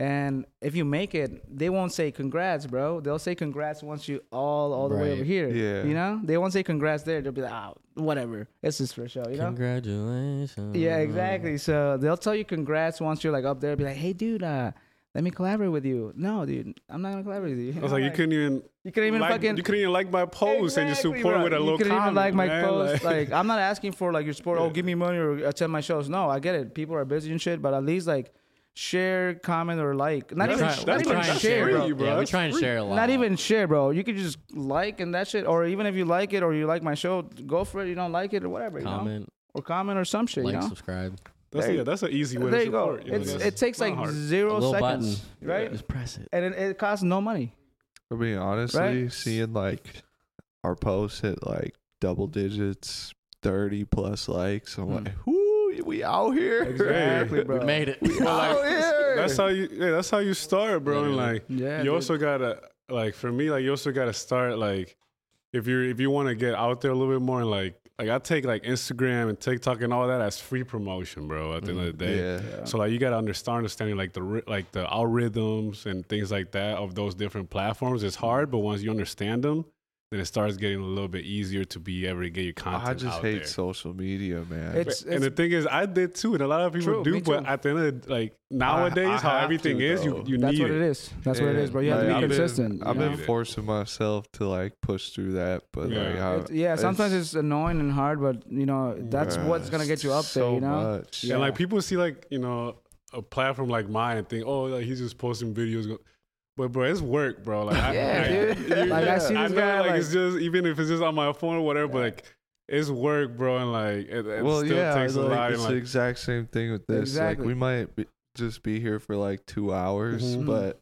Speaker 2: And if you make it, they won't say congrats, bro. They'll say congrats once you all all the way over
Speaker 4: Right.
Speaker 2: here.
Speaker 1: Yeah.
Speaker 2: You know? They won't say congrats there. They'll be like, oh, whatever. It's just for show, you know?
Speaker 4: Congratulations.
Speaker 2: Yeah,
Speaker 3: Mm-hmm.
Speaker 2: exactly. So they'll tell you congrats once you're like up there. Be like, hey, dude, uh, let me collaborate with you. No, dude, I'm not gonna collaborate with you.
Speaker 3: I was like, you couldn't even,
Speaker 2: you couldn't even
Speaker 3: like,
Speaker 2: fucking.
Speaker 3: you couldn't even like my post and just
Speaker 2: Exactly,
Speaker 3: support
Speaker 2: bro.
Speaker 3: with a
Speaker 2: You
Speaker 3: little
Speaker 2: couldn't
Speaker 3: comment.
Speaker 2: even like my
Speaker 3: man,
Speaker 2: post. Like, I'm not asking for like your support. Oh,
Speaker 3: Yeah.
Speaker 2: give me money or attend my shows. No, I get it. People are busy and shit, but at least like share, comment, or like. Not
Speaker 3: That's
Speaker 2: even,
Speaker 3: right.
Speaker 2: not
Speaker 3: That's
Speaker 2: even
Speaker 3: right. That's
Speaker 2: share,
Speaker 3: free,
Speaker 2: bro.
Speaker 3: bro.
Speaker 4: Yeah, we
Speaker 3: That's
Speaker 4: try and
Speaker 3: free.
Speaker 4: share a lot.
Speaker 2: Not even share, bro. You could just like and that shit, or even if you like it or you like my show, go for it. You don't like it or whatever, you know,
Speaker 4: comment,
Speaker 2: or comment or some shit,
Speaker 4: like,
Speaker 2: you know.
Speaker 4: subscribe.
Speaker 3: that's,
Speaker 2: There you-
Speaker 3: yeah, that's an easy way
Speaker 2: there
Speaker 3: to
Speaker 2: you go.
Speaker 3: support. know,
Speaker 2: It's,
Speaker 3: that's
Speaker 2: it takes
Speaker 3: not
Speaker 2: like
Speaker 3: hard.
Speaker 4: A
Speaker 2: zero
Speaker 4: little
Speaker 2: seconds,
Speaker 4: button.
Speaker 2: right?
Speaker 4: Just press it.
Speaker 2: And it, it costs no money.
Speaker 1: I mean, honestly, seeing like our posts hit like double digits, thirty plus likes, I'm
Speaker 3: Hmm.
Speaker 2: Mm.
Speaker 1: like, whoo, we out here.
Speaker 3: Exactly,
Speaker 2: bro. Oh,
Speaker 4: We made it.
Speaker 3: But, like,
Speaker 1: out here.
Speaker 3: that's how you. Yeah, that's how you start, bro. And
Speaker 4: Literally.
Speaker 3: like,
Speaker 2: Yeah,
Speaker 3: you also gotta like for me like you also gotta start like if you if you want to get out there a little bit more, like like I take like Instagram and TikTok and all that as free promotion, bro. At the end of the day,
Speaker 1: Mm-hmm. Yeah.
Speaker 3: so like you gotta understand understanding like the ri- like the algorithms and things like that of those different platforms. It's hard, but once you understand them, then it starts getting a little bit easier to be able to get your content.
Speaker 1: I just
Speaker 3: out
Speaker 1: hate
Speaker 3: there.
Speaker 1: social media, man.
Speaker 2: It's-
Speaker 3: and the thing is, I did too, and a lot of people
Speaker 2: True,
Speaker 3: do.
Speaker 2: me
Speaker 3: But
Speaker 2: too.
Speaker 3: at the end of the, like nowadays, how
Speaker 1: have
Speaker 3: everything
Speaker 1: to,
Speaker 3: is,
Speaker 1: though.
Speaker 3: you, you
Speaker 2: That's
Speaker 3: need
Speaker 2: what it
Speaker 3: it.
Speaker 2: is. That's what it
Speaker 1: And,
Speaker 2: is, bro. You have
Speaker 1: like,
Speaker 2: to be
Speaker 3: I've been-
Speaker 2: consistent.
Speaker 1: I've
Speaker 2: you
Speaker 1: been
Speaker 2: know?
Speaker 3: Yeah.
Speaker 1: forcing myself to like push through that, but like,
Speaker 3: Yeah.
Speaker 1: I,
Speaker 2: It's- yeah, sometimes it's, annoying and hard, but you know that's
Speaker 1: Bruh,
Speaker 2: what's gonna get you up there.
Speaker 1: Uh, so
Speaker 2: You know,
Speaker 1: much.
Speaker 2: Yeah.
Speaker 3: And like people see like you know a platform like mine and think, oh, like he's just posting videos. But bro, it's work, bro. Like I,
Speaker 2: Yeah,
Speaker 3: I,
Speaker 2: dude. Like, I see this
Speaker 3: know,
Speaker 2: guy,
Speaker 3: like,
Speaker 2: like-
Speaker 3: it's just even if it's just on my phone or whatever, but like it's work, bro. And like it, it
Speaker 1: well,
Speaker 3: still
Speaker 1: yeah,
Speaker 3: takes
Speaker 1: like,
Speaker 3: a lot.
Speaker 1: It's
Speaker 3: And,
Speaker 1: the
Speaker 3: like,
Speaker 1: exact same thing with this.
Speaker 2: Exactly. Mm-hmm.
Speaker 1: Like we might be, just be here for like two hours,
Speaker 3: Mhm.
Speaker 1: but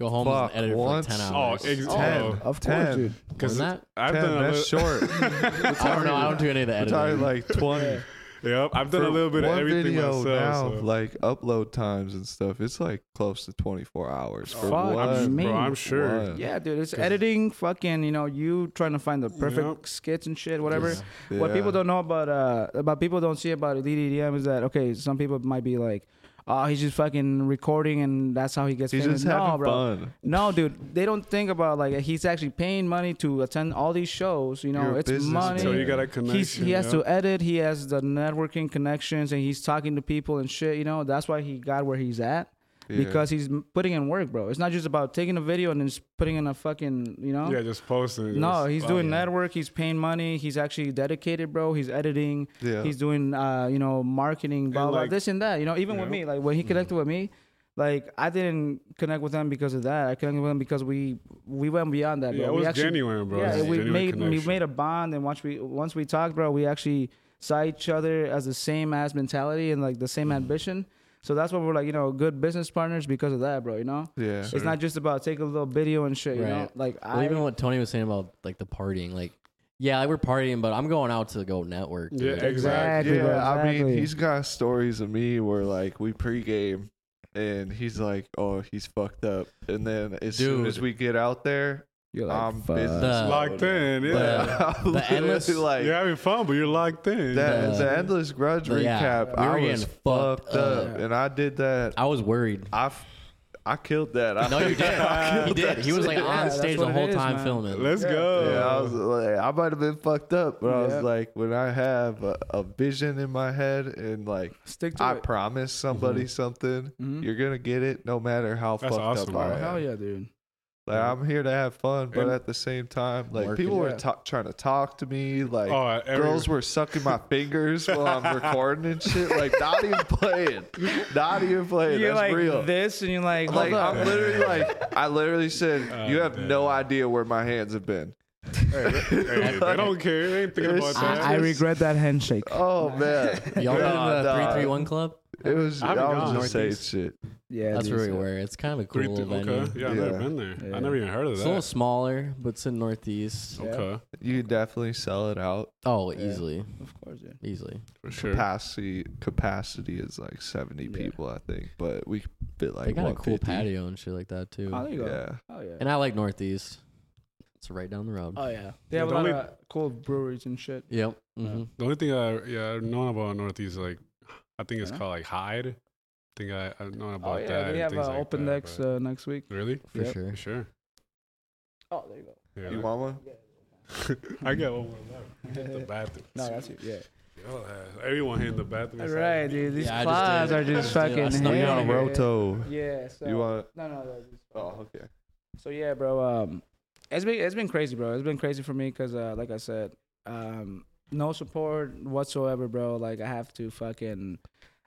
Speaker 4: Go home
Speaker 1: Fuck,
Speaker 4: and edit it for like
Speaker 1: once-
Speaker 4: ten
Speaker 3: oh,
Speaker 4: hours.
Speaker 3: ex-
Speaker 2: Oh,
Speaker 1: Ten.
Speaker 2: of course,
Speaker 1: Ten.
Speaker 2: dude.
Speaker 4: Because
Speaker 3: because
Speaker 4: that
Speaker 3: I've
Speaker 1: Ten,
Speaker 3: done a
Speaker 1: that's
Speaker 3: little,
Speaker 1: short.
Speaker 4: I don't know. I don't do any of the
Speaker 1: we're
Speaker 4: editing.
Speaker 1: talking like twenty.
Speaker 3: Yep, I've done a
Speaker 1: For
Speaker 3: little bit of
Speaker 1: one
Speaker 3: everything
Speaker 1: video
Speaker 3: myself.
Speaker 1: now,
Speaker 3: so.
Speaker 1: like upload times and stuff. It's like close to twenty four hours for
Speaker 2: Fuck,
Speaker 1: one.
Speaker 2: I'm-
Speaker 3: I'm,
Speaker 2: Man.
Speaker 3: bro, I'm sure.
Speaker 1: one.
Speaker 2: Yeah, dude. It's
Speaker 3: 'Cause-
Speaker 2: editing, fucking. You know, you trying to find the perfect
Speaker 3: Yep.
Speaker 2: skits and shit, whatever.
Speaker 4: Yeah.
Speaker 2: What
Speaker 1: Yeah.
Speaker 2: people don't know about uh about people don't see about DDDM is that okay? Some people might be like, oh, he's just fucking recording and that's how he gets
Speaker 1: He's
Speaker 2: famous.
Speaker 1: just
Speaker 2: no,
Speaker 1: having
Speaker 2: bro.
Speaker 1: fun.
Speaker 2: No, dude, they don't think about like he's actually paying money to attend all these shows. You know,
Speaker 1: You're a
Speaker 2: it's
Speaker 1: businessman.
Speaker 2: money.
Speaker 3: So you got a
Speaker 2: He's,
Speaker 3: connection.
Speaker 2: he has
Speaker 3: yeah.
Speaker 2: to edit. He has the networking connections, and he's talking to people and shit. You know, that's why he got where he's at
Speaker 1: Yeah.
Speaker 2: because he's m- putting in work, bro. It's not just about taking a video and then just putting in a fucking, you know.
Speaker 3: Yeah, just posting. it.
Speaker 2: no,
Speaker 3: Just-
Speaker 2: he's
Speaker 3: oh,
Speaker 2: doing
Speaker 3: yeah.
Speaker 2: network. He's paying money. He's actually dedicated, bro. He's editing.
Speaker 1: Yeah.
Speaker 2: He's doing, uh, you know, marketing, blah
Speaker 3: And,
Speaker 2: blah,
Speaker 3: like-
Speaker 2: this and that. You know, even with
Speaker 3: Yeah. Mm-hmm.
Speaker 2: me, like when he connected with me, like I didn't connect with him because of that. I connected with him because we we went beyond that. bro.
Speaker 3: Yeah, it
Speaker 2: we
Speaker 3: was
Speaker 2: actually,
Speaker 3: genuine, bro.
Speaker 2: Yeah,
Speaker 3: It's a
Speaker 2: we
Speaker 3: genuine
Speaker 2: made we
Speaker 3: connection.
Speaker 2: made a bond, and once we once we talked, bro, we actually saw each other as the same ass mentality and like the same ambition. So that's why we're like, you know, good business partners because of that, bro. You know,
Speaker 1: yeah.
Speaker 2: it's not just about take a little video and shit. You know,
Speaker 4: Right.
Speaker 2: like
Speaker 4: Well,
Speaker 2: I
Speaker 4: even what Tony was saying about like the partying, like yeah, like, we're partying, but I'm going out to go network.
Speaker 3: Yeah,
Speaker 4: dude.
Speaker 3: exactly.
Speaker 2: Exactly,
Speaker 1: yeah,
Speaker 2: bro,
Speaker 1: I
Speaker 2: exactly.
Speaker 1: mean, he's got stories of me where like we pregame and he's like, "Oh, he's fucked up," and then as soon
Speaker 4: Dude.
Speaker 1: as we get out there,
Speaker 2: you're
Speaker 1: I'm
Speaker 2: fuck.
Speaker 1: business
Speaker 4: The-
Speaker 3: Locked in, yeah.
Speaker 1: yeah, I'm
Speaker 4: the
Speaker 1: literally
Speaker 4: endless-
Speaker 1: like
Speaker 3: You're having fun, but you're locked in.
Speaker 1: that
Speaker 4: the-
Speaker 1: the endless grudge
Speaker 4: the- yeah,
Speaker 1: recap.
Speaker 4: we were
Speaker 1: I was
Speaker 4: getting
Speaker 1: fucked,
Speaker 4: fucked
Speaker 1: up,
Speaker 4: up.
Speaker 1: and I did that.
Speaker 4: I was worried.
Speaker 1: I, f- I killed that. I,
Speaker 4: No, you did.
Speaker 1: I
Speaker 4: he
Speaker 1: killed
Speaker 4: did.
Speaker 1: that
Speaker 4: He was
Speaker 1: shit.
Speaker 4: like "Oh."
Speaker 2: Yeah,
Speaker 4: on
Speaker 2: that's
Speaker 4: stage
Speaker 2: what
Speaker 4: the
Speaker 2: it
Speaker 4: whole
Speaker 2: is,
Speaker 4: time
Speaker 2: man.
Speaker 4: filming.
Speaker 3: Let's go.
Speaker 1: Yeah, I was like, I might have been fucked up, but I was
Speaker 2: Yeah.
Speaker 1: like, when I have a, a vision in my head and like
Speaker 2: Stick to
Speaker 1: I
Speaker 2: it.
Speaker 1: promise somebody something, you're gonna get it no matter how
Speaker 3: Mm-hmm. That's
Speaker 1: fucked
Speaker 3: awesome,
Speaker 1: up I
Speaker 2: oh
Speaker 1: am.
Speaker 2: hell yeah, dude.
Speaker 1: Like I'm here to have fun, but
Speaker 3: And-
Speaker 1: at the same time, like
Speaker 4: Work
Speaker 1: people
Speaker 2: it
Speaker 1: were
Speaker 2: out.
Speaker 1: ta- trying to talk to me, like
Speaker 3: Oh, uh, every-
Speaker 1: girls were sucking my fingers while I'm recording and shit. Like not even playing, not even playing.
Speaker 2: You're
Speaker 1: That's
Speaker 2: like
Speaker 1: real.
Speaker 2: this, and you're like,
Speaker 1: like
Speaker 2: hold
Speaker 1: I'm
Speaker 2: up.
Speaker 1: literally like I literally said,
Speaker 3: Oh,
Speaker 1: you have
Speaker 3: man.
Speaker 1: no idea where my hands have been.
Speaker 3: Hey, they don't care. They ain't thinking about
Speaker 1: It's-
Speaker 3: that.
Speaker 2: I, I regret that handshake.
Speaker 1: Oh man,
Speaker 4: Y'all know
Speaker 1: Nah,
Speaker 4: the
Speaker 1: nah.
Speaker 4: three three one club?
Speaker 1: It was
Speaker 3: I
Speaker 1: I,
Speaker 3: haven't
Speaker 1: was
Speaker 3: gone.
Speaker 1: just saying
Speaker 3: Northeast.
Speaker 1: shit.
Speaker 2: Yeah,
Speaker 4: That's
Speaker 2: dude,
Speaker 4: where we
Speaker 2: so-
Speaker 4: were. It's kind of a cool
Speaker 3: Three, th-
Speaker 4: venue.
Speaker 3: okay. Yeah, I've never
Speaker 1: Yeah.
Speaker 3: been there.
Speaker 2: Yeah.
Speaker 3: I never even heard of
Speaker 4: It's a little
Speaker 3: that.
Speaker 4: smaller, but it's in Northeast.
Speaker 2: Yeah.
Speaker 3: Okay,
Speaker 1: You could definitely sell it out.
Speaker 4: Oh,
Speaker 2: Yeah.
Speaker 4: easily,
Speaker 2: Of course, dude.
Speaker 4: easily.
Speaker 3: for sure.
Speaker 1: Capacity capacity is like 70
Speaker 2: Yeah.
Speaker 1: people, I think, but we could fit like
Speaker 4: they got a cool
Speaker 1: 150.
Speaker 4: patio and shit like that too.
Speaker 2: Oh, there you go.
Speaker 1: Yeah.
Speaker 2: Oh yeah.
Speaker 4: And I like Northeast. It's right down the road.
Speaker 2: oh yeah. They have a
Speaker 3: The
Speaker 2: lot
Speaker 3: only-
Speaker 2: of cool breweries and shit.
Speaker 4: Yep. hmm
Speaker 3: The only thing I yeah I've known about Northeast like I think it's
Speaker 2: Yeah.
Speaker 3: called like Hyde. I think I I've known about
Speaker 2: oh yeah,
Speaker 3: that.
Speaker 2: they
Speaker 3: and
Speaker 2: have
Speaker 3: things
Speaker 2: uh,
Speaker 3: like
Speaker 2: open
Speaker 3: that,
Speaker 2: decks
Speaker 3: but-
Speaker 2: uh, next week.
Speaker 3: really?
Speaker 4: For
Speaker 2: Yep.
Speaker 4: sure.
Speaker 3: For sure.
Speaker 2: Oh, there you go.
Speaker 3: Yeah.
Speaker 1: You want one?
Speaker 3: I got one more left. Hit the bathroom.
Speaker 2: No, that's it. Yeah.
Speaker 3: Y'all have- Everyone hit the bathroom.
Speaker 2: All
Speaker 3: It's
Speaker 2: right,
Speaker 3: like-
Speaker 2: dude. These
Speaker 4: Yeah, I just
Speaker 2: claws
Speaker 4: did.
Speaker 2: are just
Speaker 4: I just
Speaker 2: fucking.
Speaker 4: did. I snuck
Speaker 1: We
Speaker 4: Yeah.
Speaker 1: on a
Speaker 2: hanging.
Speaker 1: roto.
Speaker 2: Yeah. So
Speaker 1: You want?
Speaker 2: No, no, no. it's fine.
Speaker 1: Oh, okay.
Speaker 2: So yeah, bro. Um, it's been it's been crazy, bro. It's been crazy for me because, uh, like I said, um, no support whatsoever, bro. Like I have to fucking.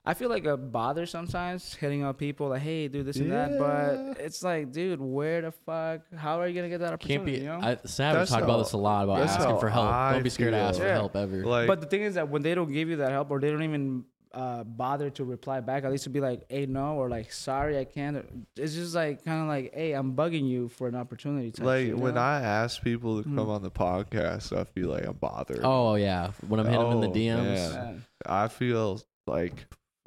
Speaker 2: I feel like a bother sometimes hitting up people like, hey, dude, this and that, but
Speaker 1: Yeah.
Speaker 2: it's like, dude, where the fuck? How are you gonna get that
Speaker 4: Can't
Speaker 2: opportunity?
Speaker 4: be.
Speaker 2: you know?
Speaker 4: I, Savage
Speaker 1: That's
Speaker 4: talked about
Speaker 1: how-
Speaker 4: this a lot about
Speaker 1: that's
Speaker 4: asking
Speaker 1: how
Speaker 4: for help.
Speaker 1: I
Speaker 4: Don't be scared to ask
Speaker 1: feel.
Speaker 4: for
Speaker 2: Yeah.
Speaker 4: help ever.
Speaker 1: Like,
Speaker 2: but the thing is that when they don't give you that help or they don't even uh, bother to reply back, at least to be like, hey, no, or like, sorry, I can't. It's just like kind of like, hey, I'm bugging you for an opportunity. type
Speaker 1: like
Speaker 2: shit, you
Speaker 1: when
Speaker 2: know?
Speaker 1: I ask people to come on the podcast, I feel like I'm bothered.
Speaker 4: Mm. oh yeah, when I'm hitting them in
Speaker 1: Oh,
Speaker 4: the DMs.
Speaker 1: man.
Speaker 2: Yeah.
Speaker 1: I feel like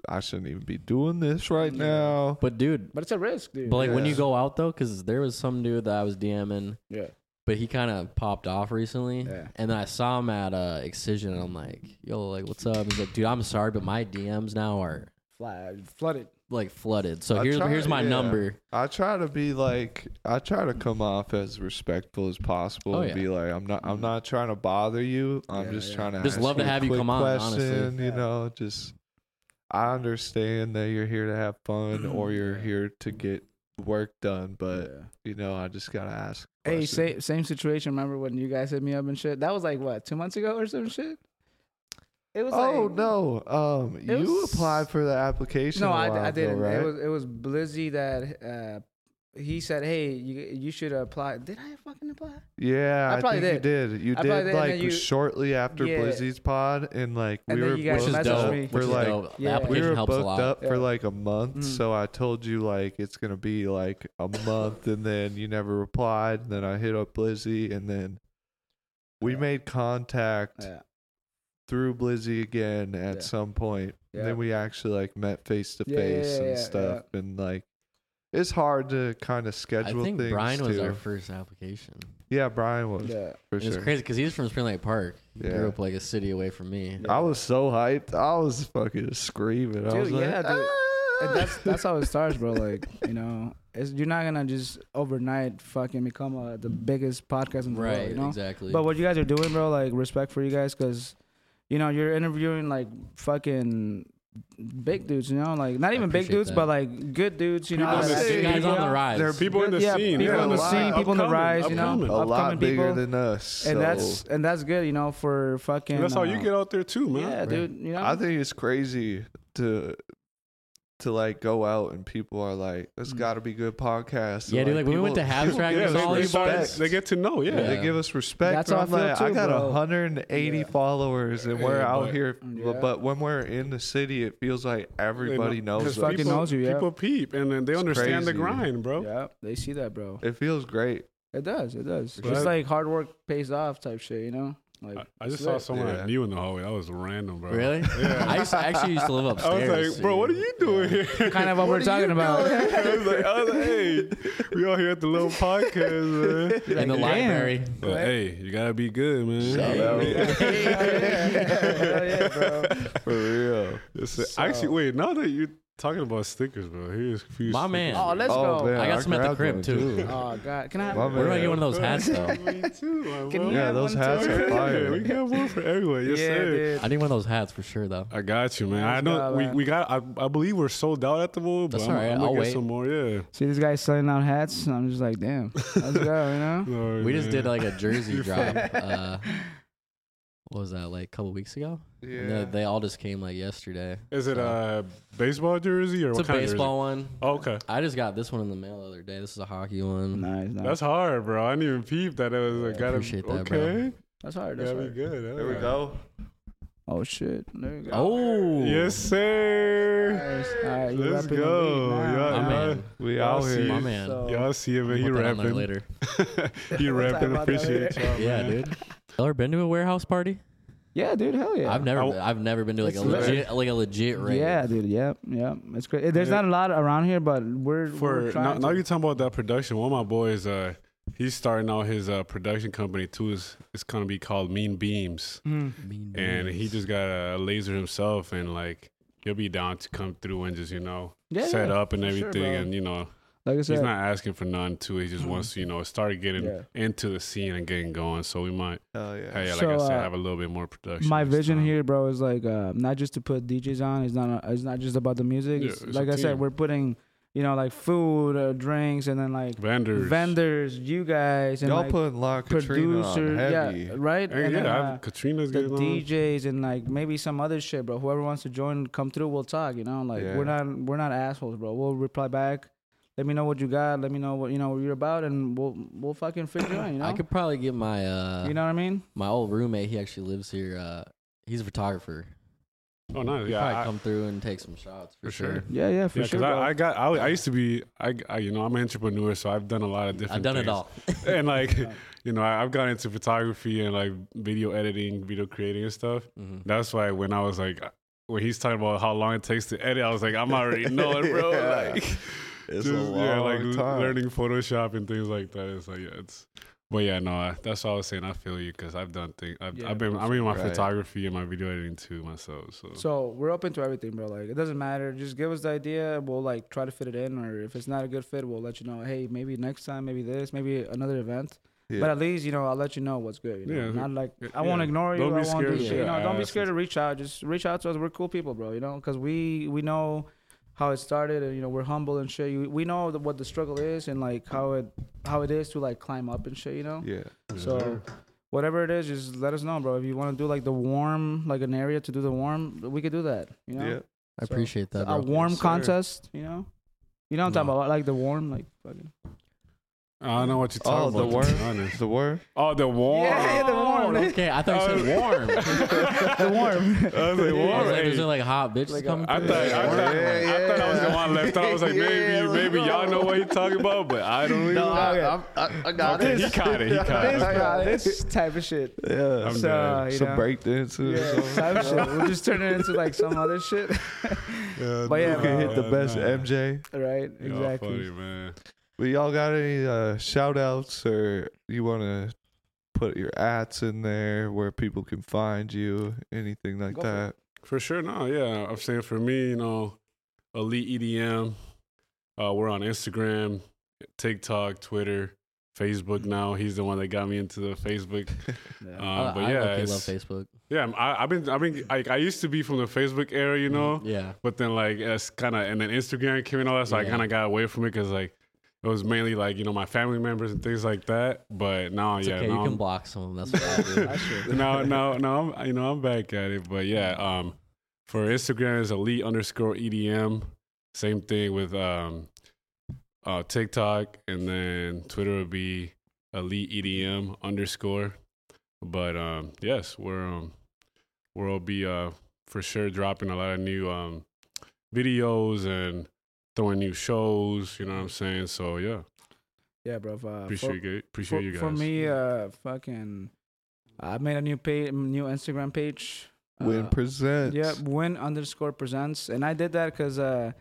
Speaker 1: I shouldn't even be doing this right now.
Speaker 4: But dude,
Speaker 2: But it's a risk, dude.
Speaker 4: but like when
Speaker 1: Yeah.
Speaker 4: you go out though, because there was some dude that I was DMing,
Speaker 2: yeah.
Speaker 4: but he kind of popped off recently.
Speaker 2: Yeah.
Speaker 4: And then I saw him at uh, Excision, and I'm like, "Yo, like, what's up?" He's like, "Dude, I'm sorry, but my DMs now are
Speaker 2: Fly, flooded.
Speaker 4: like flooded. So
Speaker 1: I
Speaker 4: here's
Speaker 1: try-
Speaker 4: here's my
Speaker 1: yeah.
Speaker 4: number."
Speaker 1: I try to be like I try to come off as respectful as possible
Speaker 4: Oh,
Speaker 1: and
Speaker 4: yeah.
Speaker 1: be like I'm not I'm not trying to bother you. I'm
Speaker 2: Yeah,
Speaker 1: just
Speaker 2: yeah.
Speaker 1: trying to
Speaker 4: Just
Speaker 1: ask
Speaker 4: love to
Speaker 1: you a
Speaker 4: have you
Speaker 1: quick
Speaker 4: come on, honestly.
Speaker 1: question, You
Speaker 2: Yeah.
Speaker 1: know, just I understand that you're here to have fun or you're
Speaker 2: Yeah.
Speaker 1: here to get work done, but
Speaker 2: Yeah.
Speaker 1: you know I just gotta ask.
Speaker 2: Hey,
Speaker 1: questions.
Speaker 2: same same situation. Remember when you guys hit me up and shit? That was like what two months ago or some shit. It was.
Speaker 1: Oh
Speaker 2: like,
Speaker 1: no! Um, you
Speaker 2: was-
Speaker 1: applied for the application.
Speaker 2: No,
Speaker 1: I
Speaker 2: I, d- I didn't.
Speaker 1: Right?
Speaker 2: It was it was Blizzy that uh, he said, "Hey, you you should apply." Did I fucking apply?
Speaker 1: yeah,
Speaker 2: I
Speaker 1: I,
Speaker 2: probably
Speaker 1: think you did. You
Speaker 2: I probably
Speaker 1: did
Speaker 2: did, and
Speaker 1: like
Speaker 2: then you-
Speaker 1: shortly after
Speaker 2: Yeah.
Speaker 1: Blizzy's pod, and like
Speaker 2: And
Speaker 1: we
Speaker 2: then
Speaker 1: were
Speaker 2: you guys
Speaker 1: both
Speaker 4: Which is
Speaker 2: messaged
Speaker 4: dope.
Speaker 2: me.
Speaker 4: Which
Speaker 1: We're
Speaker 4: is
Speaker 1: like
Speaker 4: dope. The
Speaker 2: Yeah.
Speaker 1: we
Speaker 4: application
Speaker 1: were
Speaker 4: helps a
Speaker 1: booked
Speaker 4: lot. Mm.
Speaker 1: up for
Speaker 2: Yeah.
Speaker 1: like a month,
Speaker 2: Mhm.
Speaker 1: so I told you like it's gonna be like a month, and then you never replied. And then I hit up Blizzy, and then we
Speaker 2: Yeah.
Speaker 1: made contact
Speaker 2: Yeah,
Speaker 1: through Blizzy again at
Speaker 2: Yeah.
Speaker 1: some point. And
Speaker 2: Yeah.
Speaker 1: then we actually like met face to
Speaker 2: Yeah, yeah,
Speaker 1: face
Speaker 2: yeah,
Speaker 1: and
Speaker 2: yeah,
Speaker 1: stuff, and like it's hard to kind of
Speaker 4: I
Speaker 1: schedule
Speaker 4: think
Speaker 1: things.
Speaker 4: Brian was
Speaker 1: too.
Speaker 4: our first application.
Speaker 1: yeah, Brian was
Speaker 2: yeah.
Speaker 1: for
Speaker 4: It was
Speaker 1: sure.
Speaker 4: crazy because he's from Spring Lake Park. He
Speaker 1: Yeah.
Speaker 4: grew up like a city away from me.
Speaker 2: Yeah.
Speaker 1: I was so hyped. I was fucking screaming. I
Speaker 2: Dude,
Speaker 1: was like,
Speaker 2: yeah, dude.
Speaker 1: "Ah!"
Speaker 2: And that's that's how it starts, bro. Like you know, it's, you're not gonna just overnight fucking become uh the biggest podcast in the
Speaker 4: Right,
Speaker 2: world. You know,
Speaker 4: exactly.
Speaker 2: But what you guys are doing, bro, like respect for you guys, cause you know you're interviewing like fucking big dudes, you know, like not even big
Speaker 4: appreciate
Speaker 2: dudes,
Speaker 4: that.
Speaker 2: but like good dudes, you know.
Speaker 3: People on
Speaker 2: that-
Speaker 3: the scene,
Speaker 4: guys
Speaker 2: you
Speaker 4: on
Speaker 2: know?
Speaker 4: the rise.
Speaker 3: There are people in the
Speaker 2: Yeah,
Speaker 3: scene.
Speaker 2: people
Speaker 1: in the
Speaker 3: like,
Speaker 1: scene,
Speaker 2: people in the
Speaker 3: upcoming,
Speaker 2: rise, you know?
Speaker 3: upcoming.
Speaker 1: a lot
Speaker 2: upcoming
Speaker 1: bigger
Speaker 2: people.
Speaker 1: than us.
Speaker 2: And
Speaker 1: so
Speaker 2: that's and that's good, you know, for fucking.
Speaker 3: And that's how you
Speaker 2: uh,
Speaker 3: get out there too, man.
Speaker 2: Yeah, dude. You know,
Speaker 1: I think it's crazy to to like go out and people are like, "That's
Speaker 2: Mm.
Speaker 1: got to be good podcast."
Speaker 4: Yeah, dude, like, when we went to Habs
Speaker 1: people
Speaker 4: Track,
Speaker 1: give
Speaker 3: Yeah,
Speaker 4: there's
Speaker 1: us
Speaker 4: all
Speaker 3: they,
Speaker 4: these
Speaker 3: start-
Speaker 1: respect.
Speaker 3: they get to know. Yeah,
Speaker 1: Yeah, they
Speaker 4: Yeah.
Speaker 1: give us respect.
Speaker 2: That's
Speaker 1: and
Speaker 2: how I
Speaker 1: I'm
Speaker 2: feel
Speaker 1: like,
Speaker 2: too,
Speaker 1: I got
Speaker 2: bro.
Speaker 1: 180
Speaker 2: Yeah.
Speaker 1: followers, and we're
Speaker 3: Yeah,
Speaker 1: out
Speaker 3: but-
Speaker 1: here.
Speaker 2: Yeah.
Speaker 1: But when we're in the city, it feels like
Speaker 3: They know-
Speaker 1: everybody knows
Speaker 3: because
Speaker 2: fucking
Speaker 1: us.
Speaker 3: people-
Speaker 2: knows you, yeah.
Speaker 3: People peep, and then they
Speaker 1: It's
Speaker 3: understand the
Speaker 1: crazy.
Speaker 3: grind, bro.
Speaker 2: yeah, they see that, bro.
Speaker 1: It feels great.
Speaker 2: It does, it does.
Speaker 3: Right.
Speaker 2: It's like hard work pays off, type shit, you know. Like
Speaker 3: I, I just
Speaker 2: it's
Speaker 3: saw
Speaker 2: lit.
Speaker 3: someone
Speaker 1: Yeah.
Speaker 3: I knew in the hallway. That was random, bro.
Speaker 4: Really?
Speaker 3: Yeah.
Speaker 4: I used to, actually used to live
Speaker 3: I was
Speaker 4: upstairs.
Speaker 3: like, bro, what are
Speaker 4: dude.
Speaker 3: you doing here?
Speaker 2: Kind of what, we're talking about.
Speaker 3: I was like, I was like, hey, we all here at the little podcast, man.
Speaker 4: in the
Speaker 2: Damn.
Speaker 4: library?
Speaker 3: But hey, you gotta be good, man.
Speaker 1: Shout out.
Speaker 2: Hell yeah, bro.
Speaker 1: For real.
Speaker 3: It's- actually, wait. Now that you're talking about stickers, bro, here's a few.
Speaker 4: My
Speaker 3: stickers.
Speaker 4: man.
Speaker 2: Oh, let's go.
Speaker 4: I got some at the
Speaker 1: grabbed
Speaker 4: crib,
Speaker 1: one,
Speaker 4: too.
Speaker 2: Oh God, can I? Have
Speaker 1: My
Speaker 4: Where do I
Speaker 1: man.
Speaker 4: get one of those hats though?
Speaker 3: Me too,
Speaker 2: Can
Speaker 3: my
Speaker 2: you
Speaker 3: bro.
Speaker 1: Yeah,
Speaker 2: have
Speaker 1: those
Speaker 2: one
Speaker 1: hats
Speaker 2: too?
Speaker 1: are
Speaker 3: Yeah,
Speaker 1: fire.
Speaker 3: we got one for everyone. Yes,
Speaker 2: yeah,
Speaker 3: sir.
Speaker 2: dude.
Speaker 4: I need one of those hats for sure though.
Speaker 3: I got you, man. I
Speaker 2: Nice
Speaker 3: know
Speaker 2: job,
Speaker 3: we,
Speaker 2: man.
Speaker 3: we got. I, I believe we're sold out at the moment, but
Speaker 4: That's
Speaker 3: I'm,
Speaker 4: all right.
Speaker 3: I'm gonna
Speaker 4: I'll
Speaker 3: get
Speaker 4: wait.
Speaker 3: some more. Yeah.
Speaker 2: See this guy selling out hats. and I'm just like, damn, let's go, you know.
Speaker 3: No,
Speaker 4: We just
Speaker 3: man.
Speaker 4: did like a jersey
Speaker 3: You're
Speaker 4: drop. Uh, what was that? Like a couple weeks ago? And they-
Speaker 1: Yeah.
Speaker 4: they all just came like yesterday.
Speaker 3: Is it
Speaker 4: so-
Speaker 3: a baseball jersey or
Speaker 4: It's a
Speaker 3: what kind
Speaker 4: baseball one.
Speaker 3: of jersey? Oh, okay.
Speaker 4: I just got this one in the mail the other day. This is a hockey one.
Speaker 2: Nice, nice.
Speaker 3: That's hard, bro. I didn't even peep that it was.
Speaker 2: Yeah,
Speaker 3: I gotta
Speaker 4: appreciate that, bro.
Speaker 3: okay.
Speaker 2: That's hard. That's
Speaker 3: Gotta be
Speaker 2: hard.
Speaker 3: good. all
Speaker 1: There we
Speaker 3: right.
Speaker 1: go.
Speaker 2: Oh shit, there you go.
Speaker 4: Oh,
Speaker 3: Yes, sir.
Speaker 2: Nice. All right, you're
Speaker 3: Let's
Speaker 2: repping the
Speaker 3: go.
Speaker 2: league now,
Speaker 3: Yeah,
Speaker 4: my
Speaker 2: huh?
Speaker 4: man.
Speaker 1: We
Speaker 3: Y'all
Speaker 1: out
Speaker 3: see
Speaker 1: here.
Speaker 3: it.
Speaker 4: My Oh, man.
Speaker 2: So-
Speaker 3: Y'all see it, man. He
Speaker 4: I'll put that on there
Speaker 3: rapping.
Speaker 4: later.
Speaker 3: He
Speaker 2: We'll talk
Speaker 3: rapping.
Speaker 2: about that
Speaker 3: Appreciate
Speaker 2: later.
Speaker 3: y'all,
Speaker 4: Yeah,
Speaker 3: man.
Speaker 4: dude. Y'all ever been to a warehouse party?
Speaker 2: Yeah, dude. Hell yeah.
Speaker 4: I've never,
Speaker 3: I-
Speaker 4: been, I've never been to like a
Speaker 2: It's lit.
Speaker 4: legit, like a legit rave.
Speaker 2: Yeah, dude. Yep, yep. It's great. There's
Speaker 3: Yeah.
Speaker 2: not a lot around here, but we're
Speaker 3: For
Speaker 2: we're
Speaker 3: now,
Speaker 2: trying
Speaker 3: now
Speaker 2: to-
Speaker 3: you're talking about that production. One of my boys, uh, he's starting out his uh, production company too. Is it's gonna be called Mean Beams,
Speaker 2: Mm.
Speaker 4: Mean
Speaker 3: and he
Speaker 4: beans.
Speaker 3: just got a laser himself, and like he'll be down to come through and just you know
Speaker 2: Yeah,
Speaker 3: set
Speaker 2: yeah,
Speaker 3: up and
Speaker 2: for sure,
Speaker 3: everything,
Speaker 2: bro.
Speaker 3: and you know
Speaker 2: Like I
Speaker 3: he's
Speaker 2: said,
Speaker 3: not asking for none too. He just wants to you know start getting
Speaker 2: Yeah.
Speaker 3: into the scene and getting going. So we might,
Speaker 1: Hell yeah.
Speaker 3: hey, like I
Speaker 2: So,
Speaker 3: said,
Speaker 2: uh,
Speaker 3: have a little bit more production.
Speaker 2: my
Speaker 3: next
Speaker 2: vision
Speaker 3: time.
Speaker 2: here, bro, is like uh, not just to put DJs on. It's not. uh, it's not just about the music.
Speaker 3: Yeah,
Speaker 2: It's-
Speaker 3: it's a
Speaker 2: like I said,
Speaker 3: team.
Speaker 2: we're putting, you know, like food, uh, drinks, and then like
Speaker 3: vendors,
Speaker 2: vendors, you guys, and
Speaker 1: Y'all
Speaker 2: like
Speaker 1: putting La Katrina on
Speaker 2: producers,
Speaker 1: heavy.
Speaker 2: yeah, right.
Speaker 3: Hey,
Speaker 2: and
Speaker 3: yeah,
Speaker 2: then,
Speaker 3: I
Speaker 2: uh,
Speaker 3: have, Katrina's
Speaker 2: the
Speaker 3: getting on.
Speaker 2: DJs and like maybe some other shit, bro. Whoever wants to join, come through. We'll talk. You know, like we're
Speaker 1: Yeah.
Speaker 2: not we're not assholes, bro. We'll reply back. Let me know what you got. Let me know what you know what you're about, and we'll we'll fucking fit you in. You know,
Speaker 4: I could probably get my, uh,
Speaker 2: you know what I mean?
Speaker 4: my old roommate. He actually lives here. Uh, he's a photographer.
Speaker 3: Oh, nice.
Speaker 4: He'd
Speaker 3: Yeah,
Speaker 4: probably
Speaker 3: I-
Speaker 4: come through and take some shots for,
Speaker 3: For sure.
Speaker 4: sure.
Speaker 2: Yeah, yeah, for
Speaker 3: yeah,
Speaker 2: sure.
Speaker 3: because
Speaker 2: bro.
Speaker 3: I, I got I, I used to be I, I you know I'm an entrepreneur, so I've done a lot of different.
Speaker 4: I've done
Speaker 3: things.
Speaker 4: it all.
Speaker 3: and like you know I, I've gotten into photography and like video editing, video creating and stuff.
Speaker 4: Mhm.
Speaker 3: That's why when I was like when he's talking about how long it takes to edit, I was like I'm already knowing, bro.
Speaker 1: Yeah.
Speaker 3: Like
Speaker 1: It's a
Speaker 3: just,
Speaker 1: long
Speaker 3: yeah, like l-
Speaker 1: time.
Speaker 3: learning Photoshop and things like that. It's like yeah, it's But yeah, no, I, that's what I was saying. I feel you because I've done things. I've,
Speaker 2: Yeah,
Speaker 3: I've been. I'm in my
Speaker 1: right.
Speaker 3: photography and my video editing too myself. So,
Speaker 2: So we're open to everything, bro. Like it doesn't matter. Just give us the idea. We'll like try to fit it in, or if it's not a good fit, we'll let you know. Hey, maybe next time, maybe this, maybe another event.
Speaker 1: Yeah.
Speaker 2: But at least you know I'll let you know what's good. You know?
Speaker 3: Yeah.
Speaker 2: Not like
Speaker 3: Yeah,
Speaker 2: I won't
Speaker 3: yeah.
Speaker 2: ignore you.
Speaker 3: Don't
Speaker 2: I
Speaker 3: be
Speaker 2: won't do
Speaker 3: scared
Speaker 2: shit.
Speaker 3: to
Speaker 2: You know, don't be
Speaker 3: ask.
Speaker 2: scared to reach out. Just reach out to us. We're cool people, bro. You know, because we we know how it started, and you know we're humble and shit. You, we know the, what the struggle is, and like how it how it is to like climb up and shit. You know.
Speaker 1: Yeah.
Speaker 2: So whatever it is, just let us know, bro. If you want to do like the warm, like an area to do the warm, we could do that. You know,
Speaker 1: Yeah.
Speaker 4: I appreciate that.
Speaker 2: a
Speaker 4: bro.
Speaker 2: warm
Speaker 1: Yes, sir.
Speaker 2: contest. You know, you know what I'm
Speaker 3: No.
Speaker 2: talking about, like the warm, like fucking.
Speaker 3: I don't know what you're
Speaker 1: Oh,
Speaker 3: talking
Speaker 1: the
Speaker 3: about. to be
Speaker 1: worm.
Speaker 3: honest.
Speaker 1: The word.
Speaker 3: Oh, the warm. Oh,
Speaker 2: Yeah, the warm.
Speaker 4: Okay, I thought you said warm.
Speaker 2: The warm.
Speaker 3: I was like,
Speaker 4: I was
Speaker 3: warm.
Speaker 4: like,
Speaker 3: hey.
Speaker 4: is it like hot bitches
Speaker 2: Like a-
Speaker 4: coming?
Speaker 3: I
Speaker 4: through?
Speaker 3: thought, I,
Speaker 1: Yeah,
Speaker 3: thought, I thought I was the
Speaker 1: yeah.
Speaker 3: one left out. I was like, maybe,
Speaker 1: Yeah, let's
Speaker 3: maybe y'all
Speaker 1: go.
Speaker 3: know what he talking about, but I don't even know.
Speaker 2: okay.
Speaker 1: I, I, I got
Speaker 3: Okay,
Speaker 1: it.
Speaker 3: he caught it. He caught it.
Speaker 2: This,
Speaker 1: I
Speaker 2: bro,
Speaker 1: got it.
Speaker 2: this type of shit.
Speaker 1: Yeah.
Speaker 3: I'm
Speaker 1: some-
Speaker 2: so
Speaker 3: dead.
Speaker 2: you
Speaker 1: some
Speaker 2: know,
Speaker 1: break dancing. or
Speaker 2: yeah,
Speaker 1: something.
Speaker 2: type of shit. We'll just turn it into like some other shit, But yeah,
Speaker 1: You can hit the
Speaker 3: Yeah,
Speaker 1: best
Speaker 3: nah.
Speaker 1: MJ.
Speaker 2: right?
Speaker 3: Y'all
Speaker 2: exactly.
Speaker 3: funny, man.
Speaker 1: But y'all got any uh, shout outs or you want to put your ats in there where people can find you? Anything like
Speaker 2: Go for
Speaker 1: that?
Speaker 3: For sure, no, yeah. I'm saying for me, you know, Elite EDM. Uh, we're on Instagram, TikTok, Twitter, Facebook. Now he's the one that got me into the Facebook.
Speaker 2: Yeah.
Speaker 4: I,
Speaker 3: Um, but
Speaker 4: I
Speaker 3: yeah,
Speaker 4: low-key
Speaker 3: it's-
Speaker 4: love Facebook.
Speaker 3: yeah. I'm- I, I've been, I've been, like, I used to be from the Facebook era, you know.
Speaker 4: Yeah.
Speaker 3: But then like it's kind of and then Instagram came and all that, so I
Speaker 4: Yeah.
Speaker 3: kind of got away from it because like it was mainly like you know my family members and things like that. But now,
Speaker 4: It's
Speaker 3: yeah,
Speaker 4: okay.
Speaker 3: now
Speaker 4: you can
Speaker 3: I'm-
Speaker 4: block some of them. That's what I
Speaker 2: That shit.
Speaker 3: no, no, no. I'm, you know, I'm back at it. But yeah, um, for Instagram is elite underscore EDM. Same thing with um, uh, TikTok, and then Twitter would be elite EDM underscore. But um, yes, we're um, we'll be uh for sure dropping a lot of new um videos and throwing new shows. You know what I'm saying? So yeah,
Speaker 2: Yeah, bro. if, uh, for-
Speaker 3: appreciate you, appreciate
Speaker 2: Uh, for,
Speaker 3: you guys.
Speaker 2: for me, uh, fucking, I made a new page, new Instagram page.
Speaker 1: Win
Speaker 2: uh,
Speaker 1: presents.
Speaker 2: Yeah, win underscore presents, and I did that because uh,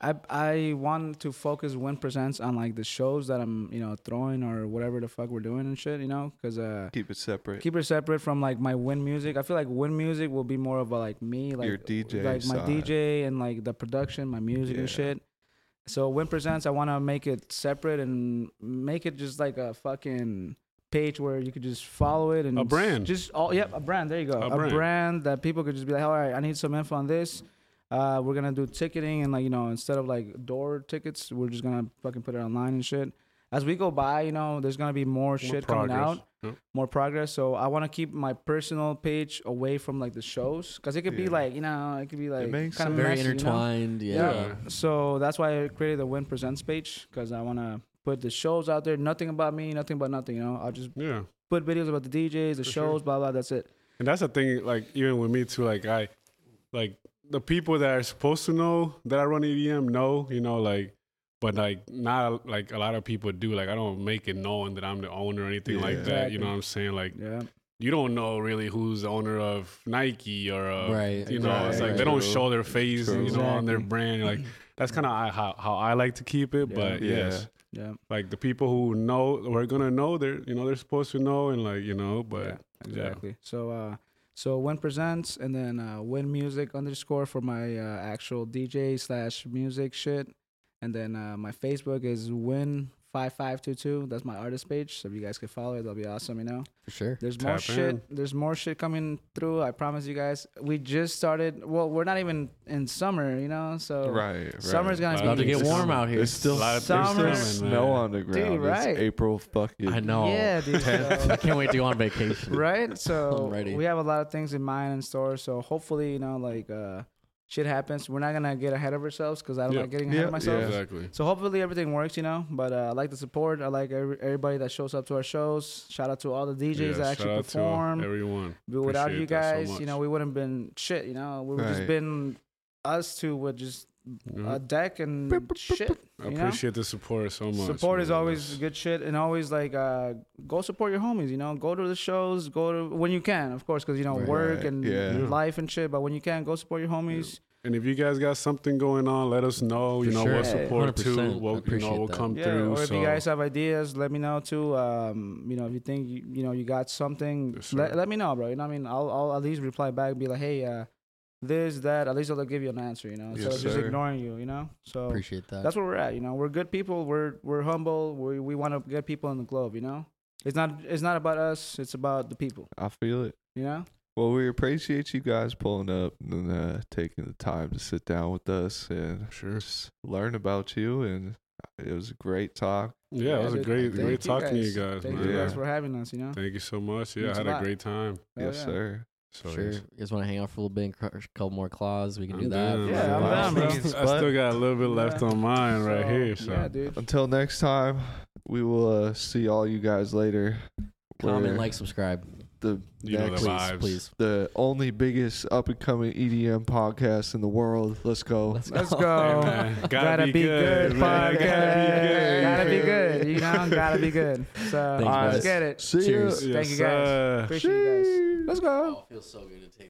Speaker 2: I I wanted to focus win presents on like the shows that I'm you know throwing or whatever the fuck we're doing and shit, you know, because uh,
Speaker 1: Keep it separate.
Speaker 2: keep it separate from like my win music. I feel like win music will be more of a like me, like
Speaker 1: Your DJ
Speaker 2: like my
Speaker 1: side.
Speaker 2: DJ and like the production, my music and
Speaker 1: Yeah.
Speaker 2: shit. So win presents, I want to make it separate and make it just like a fucking page where you could just follow it and
Speaker 3: A brand.
Speaker 2: just all yep a brand there you go
Speaker 3: A
Speaker 2: a,
Speaker 3: brand.
Speaker 2: brand. that people could just be like all right i need some info on this uh we're gonna do ticketing and like you know instead of like door tickets we're just gonna fucking put it online and shit as we go by you know there's gonna be more, shit coming out
Speaker 3: Yep.
Speaker 2: more progress. So I want to keep my personal page away from like the shows because it could be
Speaker 1: Yeah.
Speaker 2: like you know it could be like
Speaker 1: makes
Speaker 2: kind of
Speaker 1: sense.
Speaker 4: Very
Speaker 2: messy, you know?
Speaker 4: intertwined. Yeah.
Speaker 2: uh,
Speaker 3: Yeah.
Speaker 2: So that's why I created the Win Presents page because I want to put the shows out there. Nothing about me, nothing about nothing. You know, I'll just
Speaker 3: Yeah.
Speaker 2: put videos about the DJs, the
Speaker 3: For sure.
Speaker 2: shows, blah blah. That's it.
Speaker 3: And that's the thing, like even with me too, like I like the people that are supposed to know that I run EDM know, you know, like but like not like a lot of people do. Like I don't make it known that I'm the owner or anything like
Speaker 1: Yeah.
Speaker 3: that.
Speaker 2: Exactly.
Speaker 3: You know what I'm saying? Like
Speaker 2: Yeah.
Speaker 3: you don't know really who's the owner of Nike or of,
Speaker 4: Right.
Speaker 3: you know, it's like
Speaker 1: Right.
Speaker 3: they don't
Speaker 1: True.
Speaker 3: show their face,
Speaker 1: True.
Speaker 3: you know, on their
Speaker 2: Exactly.
Speaker 3: brand. Like that's kind of how how I like to keep it.
Speaker 2: Yeah.
Speaker 3: But
Speaker 1: Yeah.
Speaker 3: yes,
Speaker 2: Yeah.
Speaker 3: like the people who know, who are gonna know, they're you know they're supposed to know, and like you know, but
Speaker 2: yeah, exactly. So uh, so Win Presents and then uh, Win Music underscore for my uh, actual DJ slash music shit, and then uh, my Facebook is Win. 5522 that's my artist page so if you guys could follow it that'll be awesome you know
Speaker 4: For sure.
Speaker 2: There's more
Speaker 3: Tap
Speaker 2: shit.
Speaker 3: in.
Speaker 2: There's more shit coming through. I promise you guys. We just started. Well, we're not even in summer, you know. So
Speaker 1: Right. right.
Speaker 2: summer's gonna
Speaker 3: It's
Speaker 4: It's
Speaker 2: be
Speaker 4: about to get
Speaker 3: It's
Speaker 4: warm
Speaker 3: summer.
Speaker 4: out here.
Speaker 1: It's still
Speaker 3: a lot of
Speaker 1: there's
Speaker 2: Summer.
Speaker 1: still snow on the ground.
Speaker 2: Dude, right.
Speaker 1: It's April fucking.
Speaker 4: I know.
Speaker 2: Yeah, dude.
Speaker 4: I
Speaker 2: So,
Speaker 4: can't wait to go on vacation.
Speaker 2: right. So
Speaker 4: I'm ready.
Speaker 2: we have a lot of things in mind in store. So hopefully, you know, like uh, shit happens. We're not gonna get ahead of ourselves because I don't
Speaker 3: Yeah.
Speaker 2: like getting ahead
Speaker 1: Yeah,
Speaker 2: of myself.
Speaker 1: yeah.
Speaker 3: Exactly.
Speaker 2: So hopefully everything works, you know. But uh, I like the support. I like every, everybody that shows up to our shows. Shout out to all the DJs that actually
Speaker 3: shout out to
Speaker 2: perform.
Speaker 3: everyone.
Speaker 2: But without
Speaker 3: Appreciate
Speaker 2: you
Speaker 3: that so
Speaker 2: guys, you know,
Speaker 3: much.
Speaker 2: we wouldn't been shit. You know, we would just
Speaker 1: Right.
Speaker 2: been us two with just
Speaker 3: Yeah.
Speaker 2: a deck and shit.
Speaker 3: I
Speaker 2: you know?
Speaker 3: appreciate the support so much.
Speaker 2: Support is
Speaker 3: man.
Speaker 2: always
Speaker 3: That's-
Speaker 2: good shit, and always like uh, go support your homies. You know, go to the shows, go to when you can, of course, because you know
Speaker 4: Right.
Speaker 2: work
Speaker 1: Right.
Speaker 2: and
Speaker 1: Yeah.
Speaker 3: Yeah.
Speaker 2: life and shit. But when you can, go support your homies.
Speaker 3: And if you guys got something going on, let us know. you
Speaker 4: For
Speaker 3: know,
Speaker 4: sure.
Speaker 3: we'll
Speaker 2: Yeah,
Speaker 3: support too.
Speaker 4: 100%. I
Speaker 3: We'll, you know,
Speaker 4: appreciate
Speaker 3: we'll
Speaker 4: that.
Speaker 3: come
Speaker 2: Yeah,
Speaker 3: through.
Speaker 2: or if
Speaker 3: so.
Speaker 2: you guys have ideas, let me know too. Um, you know, if you think you, you know you got something,
Speaker 3: Yes,
Speaker 2: let,
Speaker 3: sir.
Speaker 2: let me know, bro. You know, what I mean, I'll, I'll at least reply back, be like, hey, uh, this, that. At least I'll give you an answer. You know, instead
Speaker 3: Yes,
Speaker 2: of just
Speaker 3: sir.
Speaker 2: ignoring you. You know, so
Speaker 4: Appreciate that.
Speaker 2: that's where we're at. You know, we're good people. We're we're humble. We we want to get people in the globe. You know, it's not it's not about us. It's about the people.
Speaker 1: I feel it.
Speaker 2: You know,
Speaker 1: Well, we appreciate you guys pulling up and uh, taking the time to sit down with us and
Speaker 3: Sure.
Speaker 1: just learn about you. And it was a great talk.
Speaker 3: Yeah, it was a
Speaker 2: dude,
Speaker 3: great,
Speaker 2: thank
Speaker 3: great talking to you guys.
Speaker 2: Thank
Speaker 3: man.
Speaker 2: you
Speaker 1: Yeah.
Speaker 2: guys for having us. You know,
Speaker 3: Thank you so much. Yeah, I
Speaker 2: Thanks a
Speaker 3: had a
Speaker 2: lot.
Speaker 3: great time.
Speaker 2: Hell
Speaker 1: yes,
Speaker 2: Oh, yeah.
Speaker 1: sir.
Speaker 3: So
Speaker 4: sure.
Speaker 3: yes.
Speaker 4: You guys want to hang out for a little bit and crush a couple more claws? We can do
Speaker 3: I'm
Speaker 4: that.
Speaker 3: down,
Speaker 2: Yeah,
Speaker 3: man.
Speaker 2: I'm
Speaker 3: I
Speaker 2: down, bro.
Speaker 3: think it's- I still got a little bit left
Speaker 2: Yeah.
Speaker 3: on mine right
Speaker 2: So,
Speaker 3: here. So
Speaker 2: yeah, dude.
Speaker 1: Until next time, we will uh, see all you guys later.
Speaker 4: Comment,
Speaker 1: We're
Speaker 4: like, subscribe.
Speaker 1: the
Speaker 3: you know the
Speaker 1: next-
Speaker 3: vibes.
Speaker 4: Please,
Speaker 1: the only biggest up and coming EDM podcast in the world. Let's go.
Speaker 4: please.
Speaker 2: Let's
Speaker 3: Hey,
Speaker 2: go.
Speaker 3: man, gotta,
Speaker 2: gotta be good,
Speaker 3: man.
Speaker 2: podcast. Gotta be good. You know, gotta be good. So
Speaker 4: Thanks,
Speaker 2: let's
Speaker 4: guys.
Speaker 2: get it.
Speaker 1: See ya.
Speaker 4: Cheers.
Speaker 3: Yes,
Speaker 2: Thank you guys.
Speaker 3: sir.
Speaker 2: Appreciate you guys. Let's go.
Speaker 4: feels so good to take.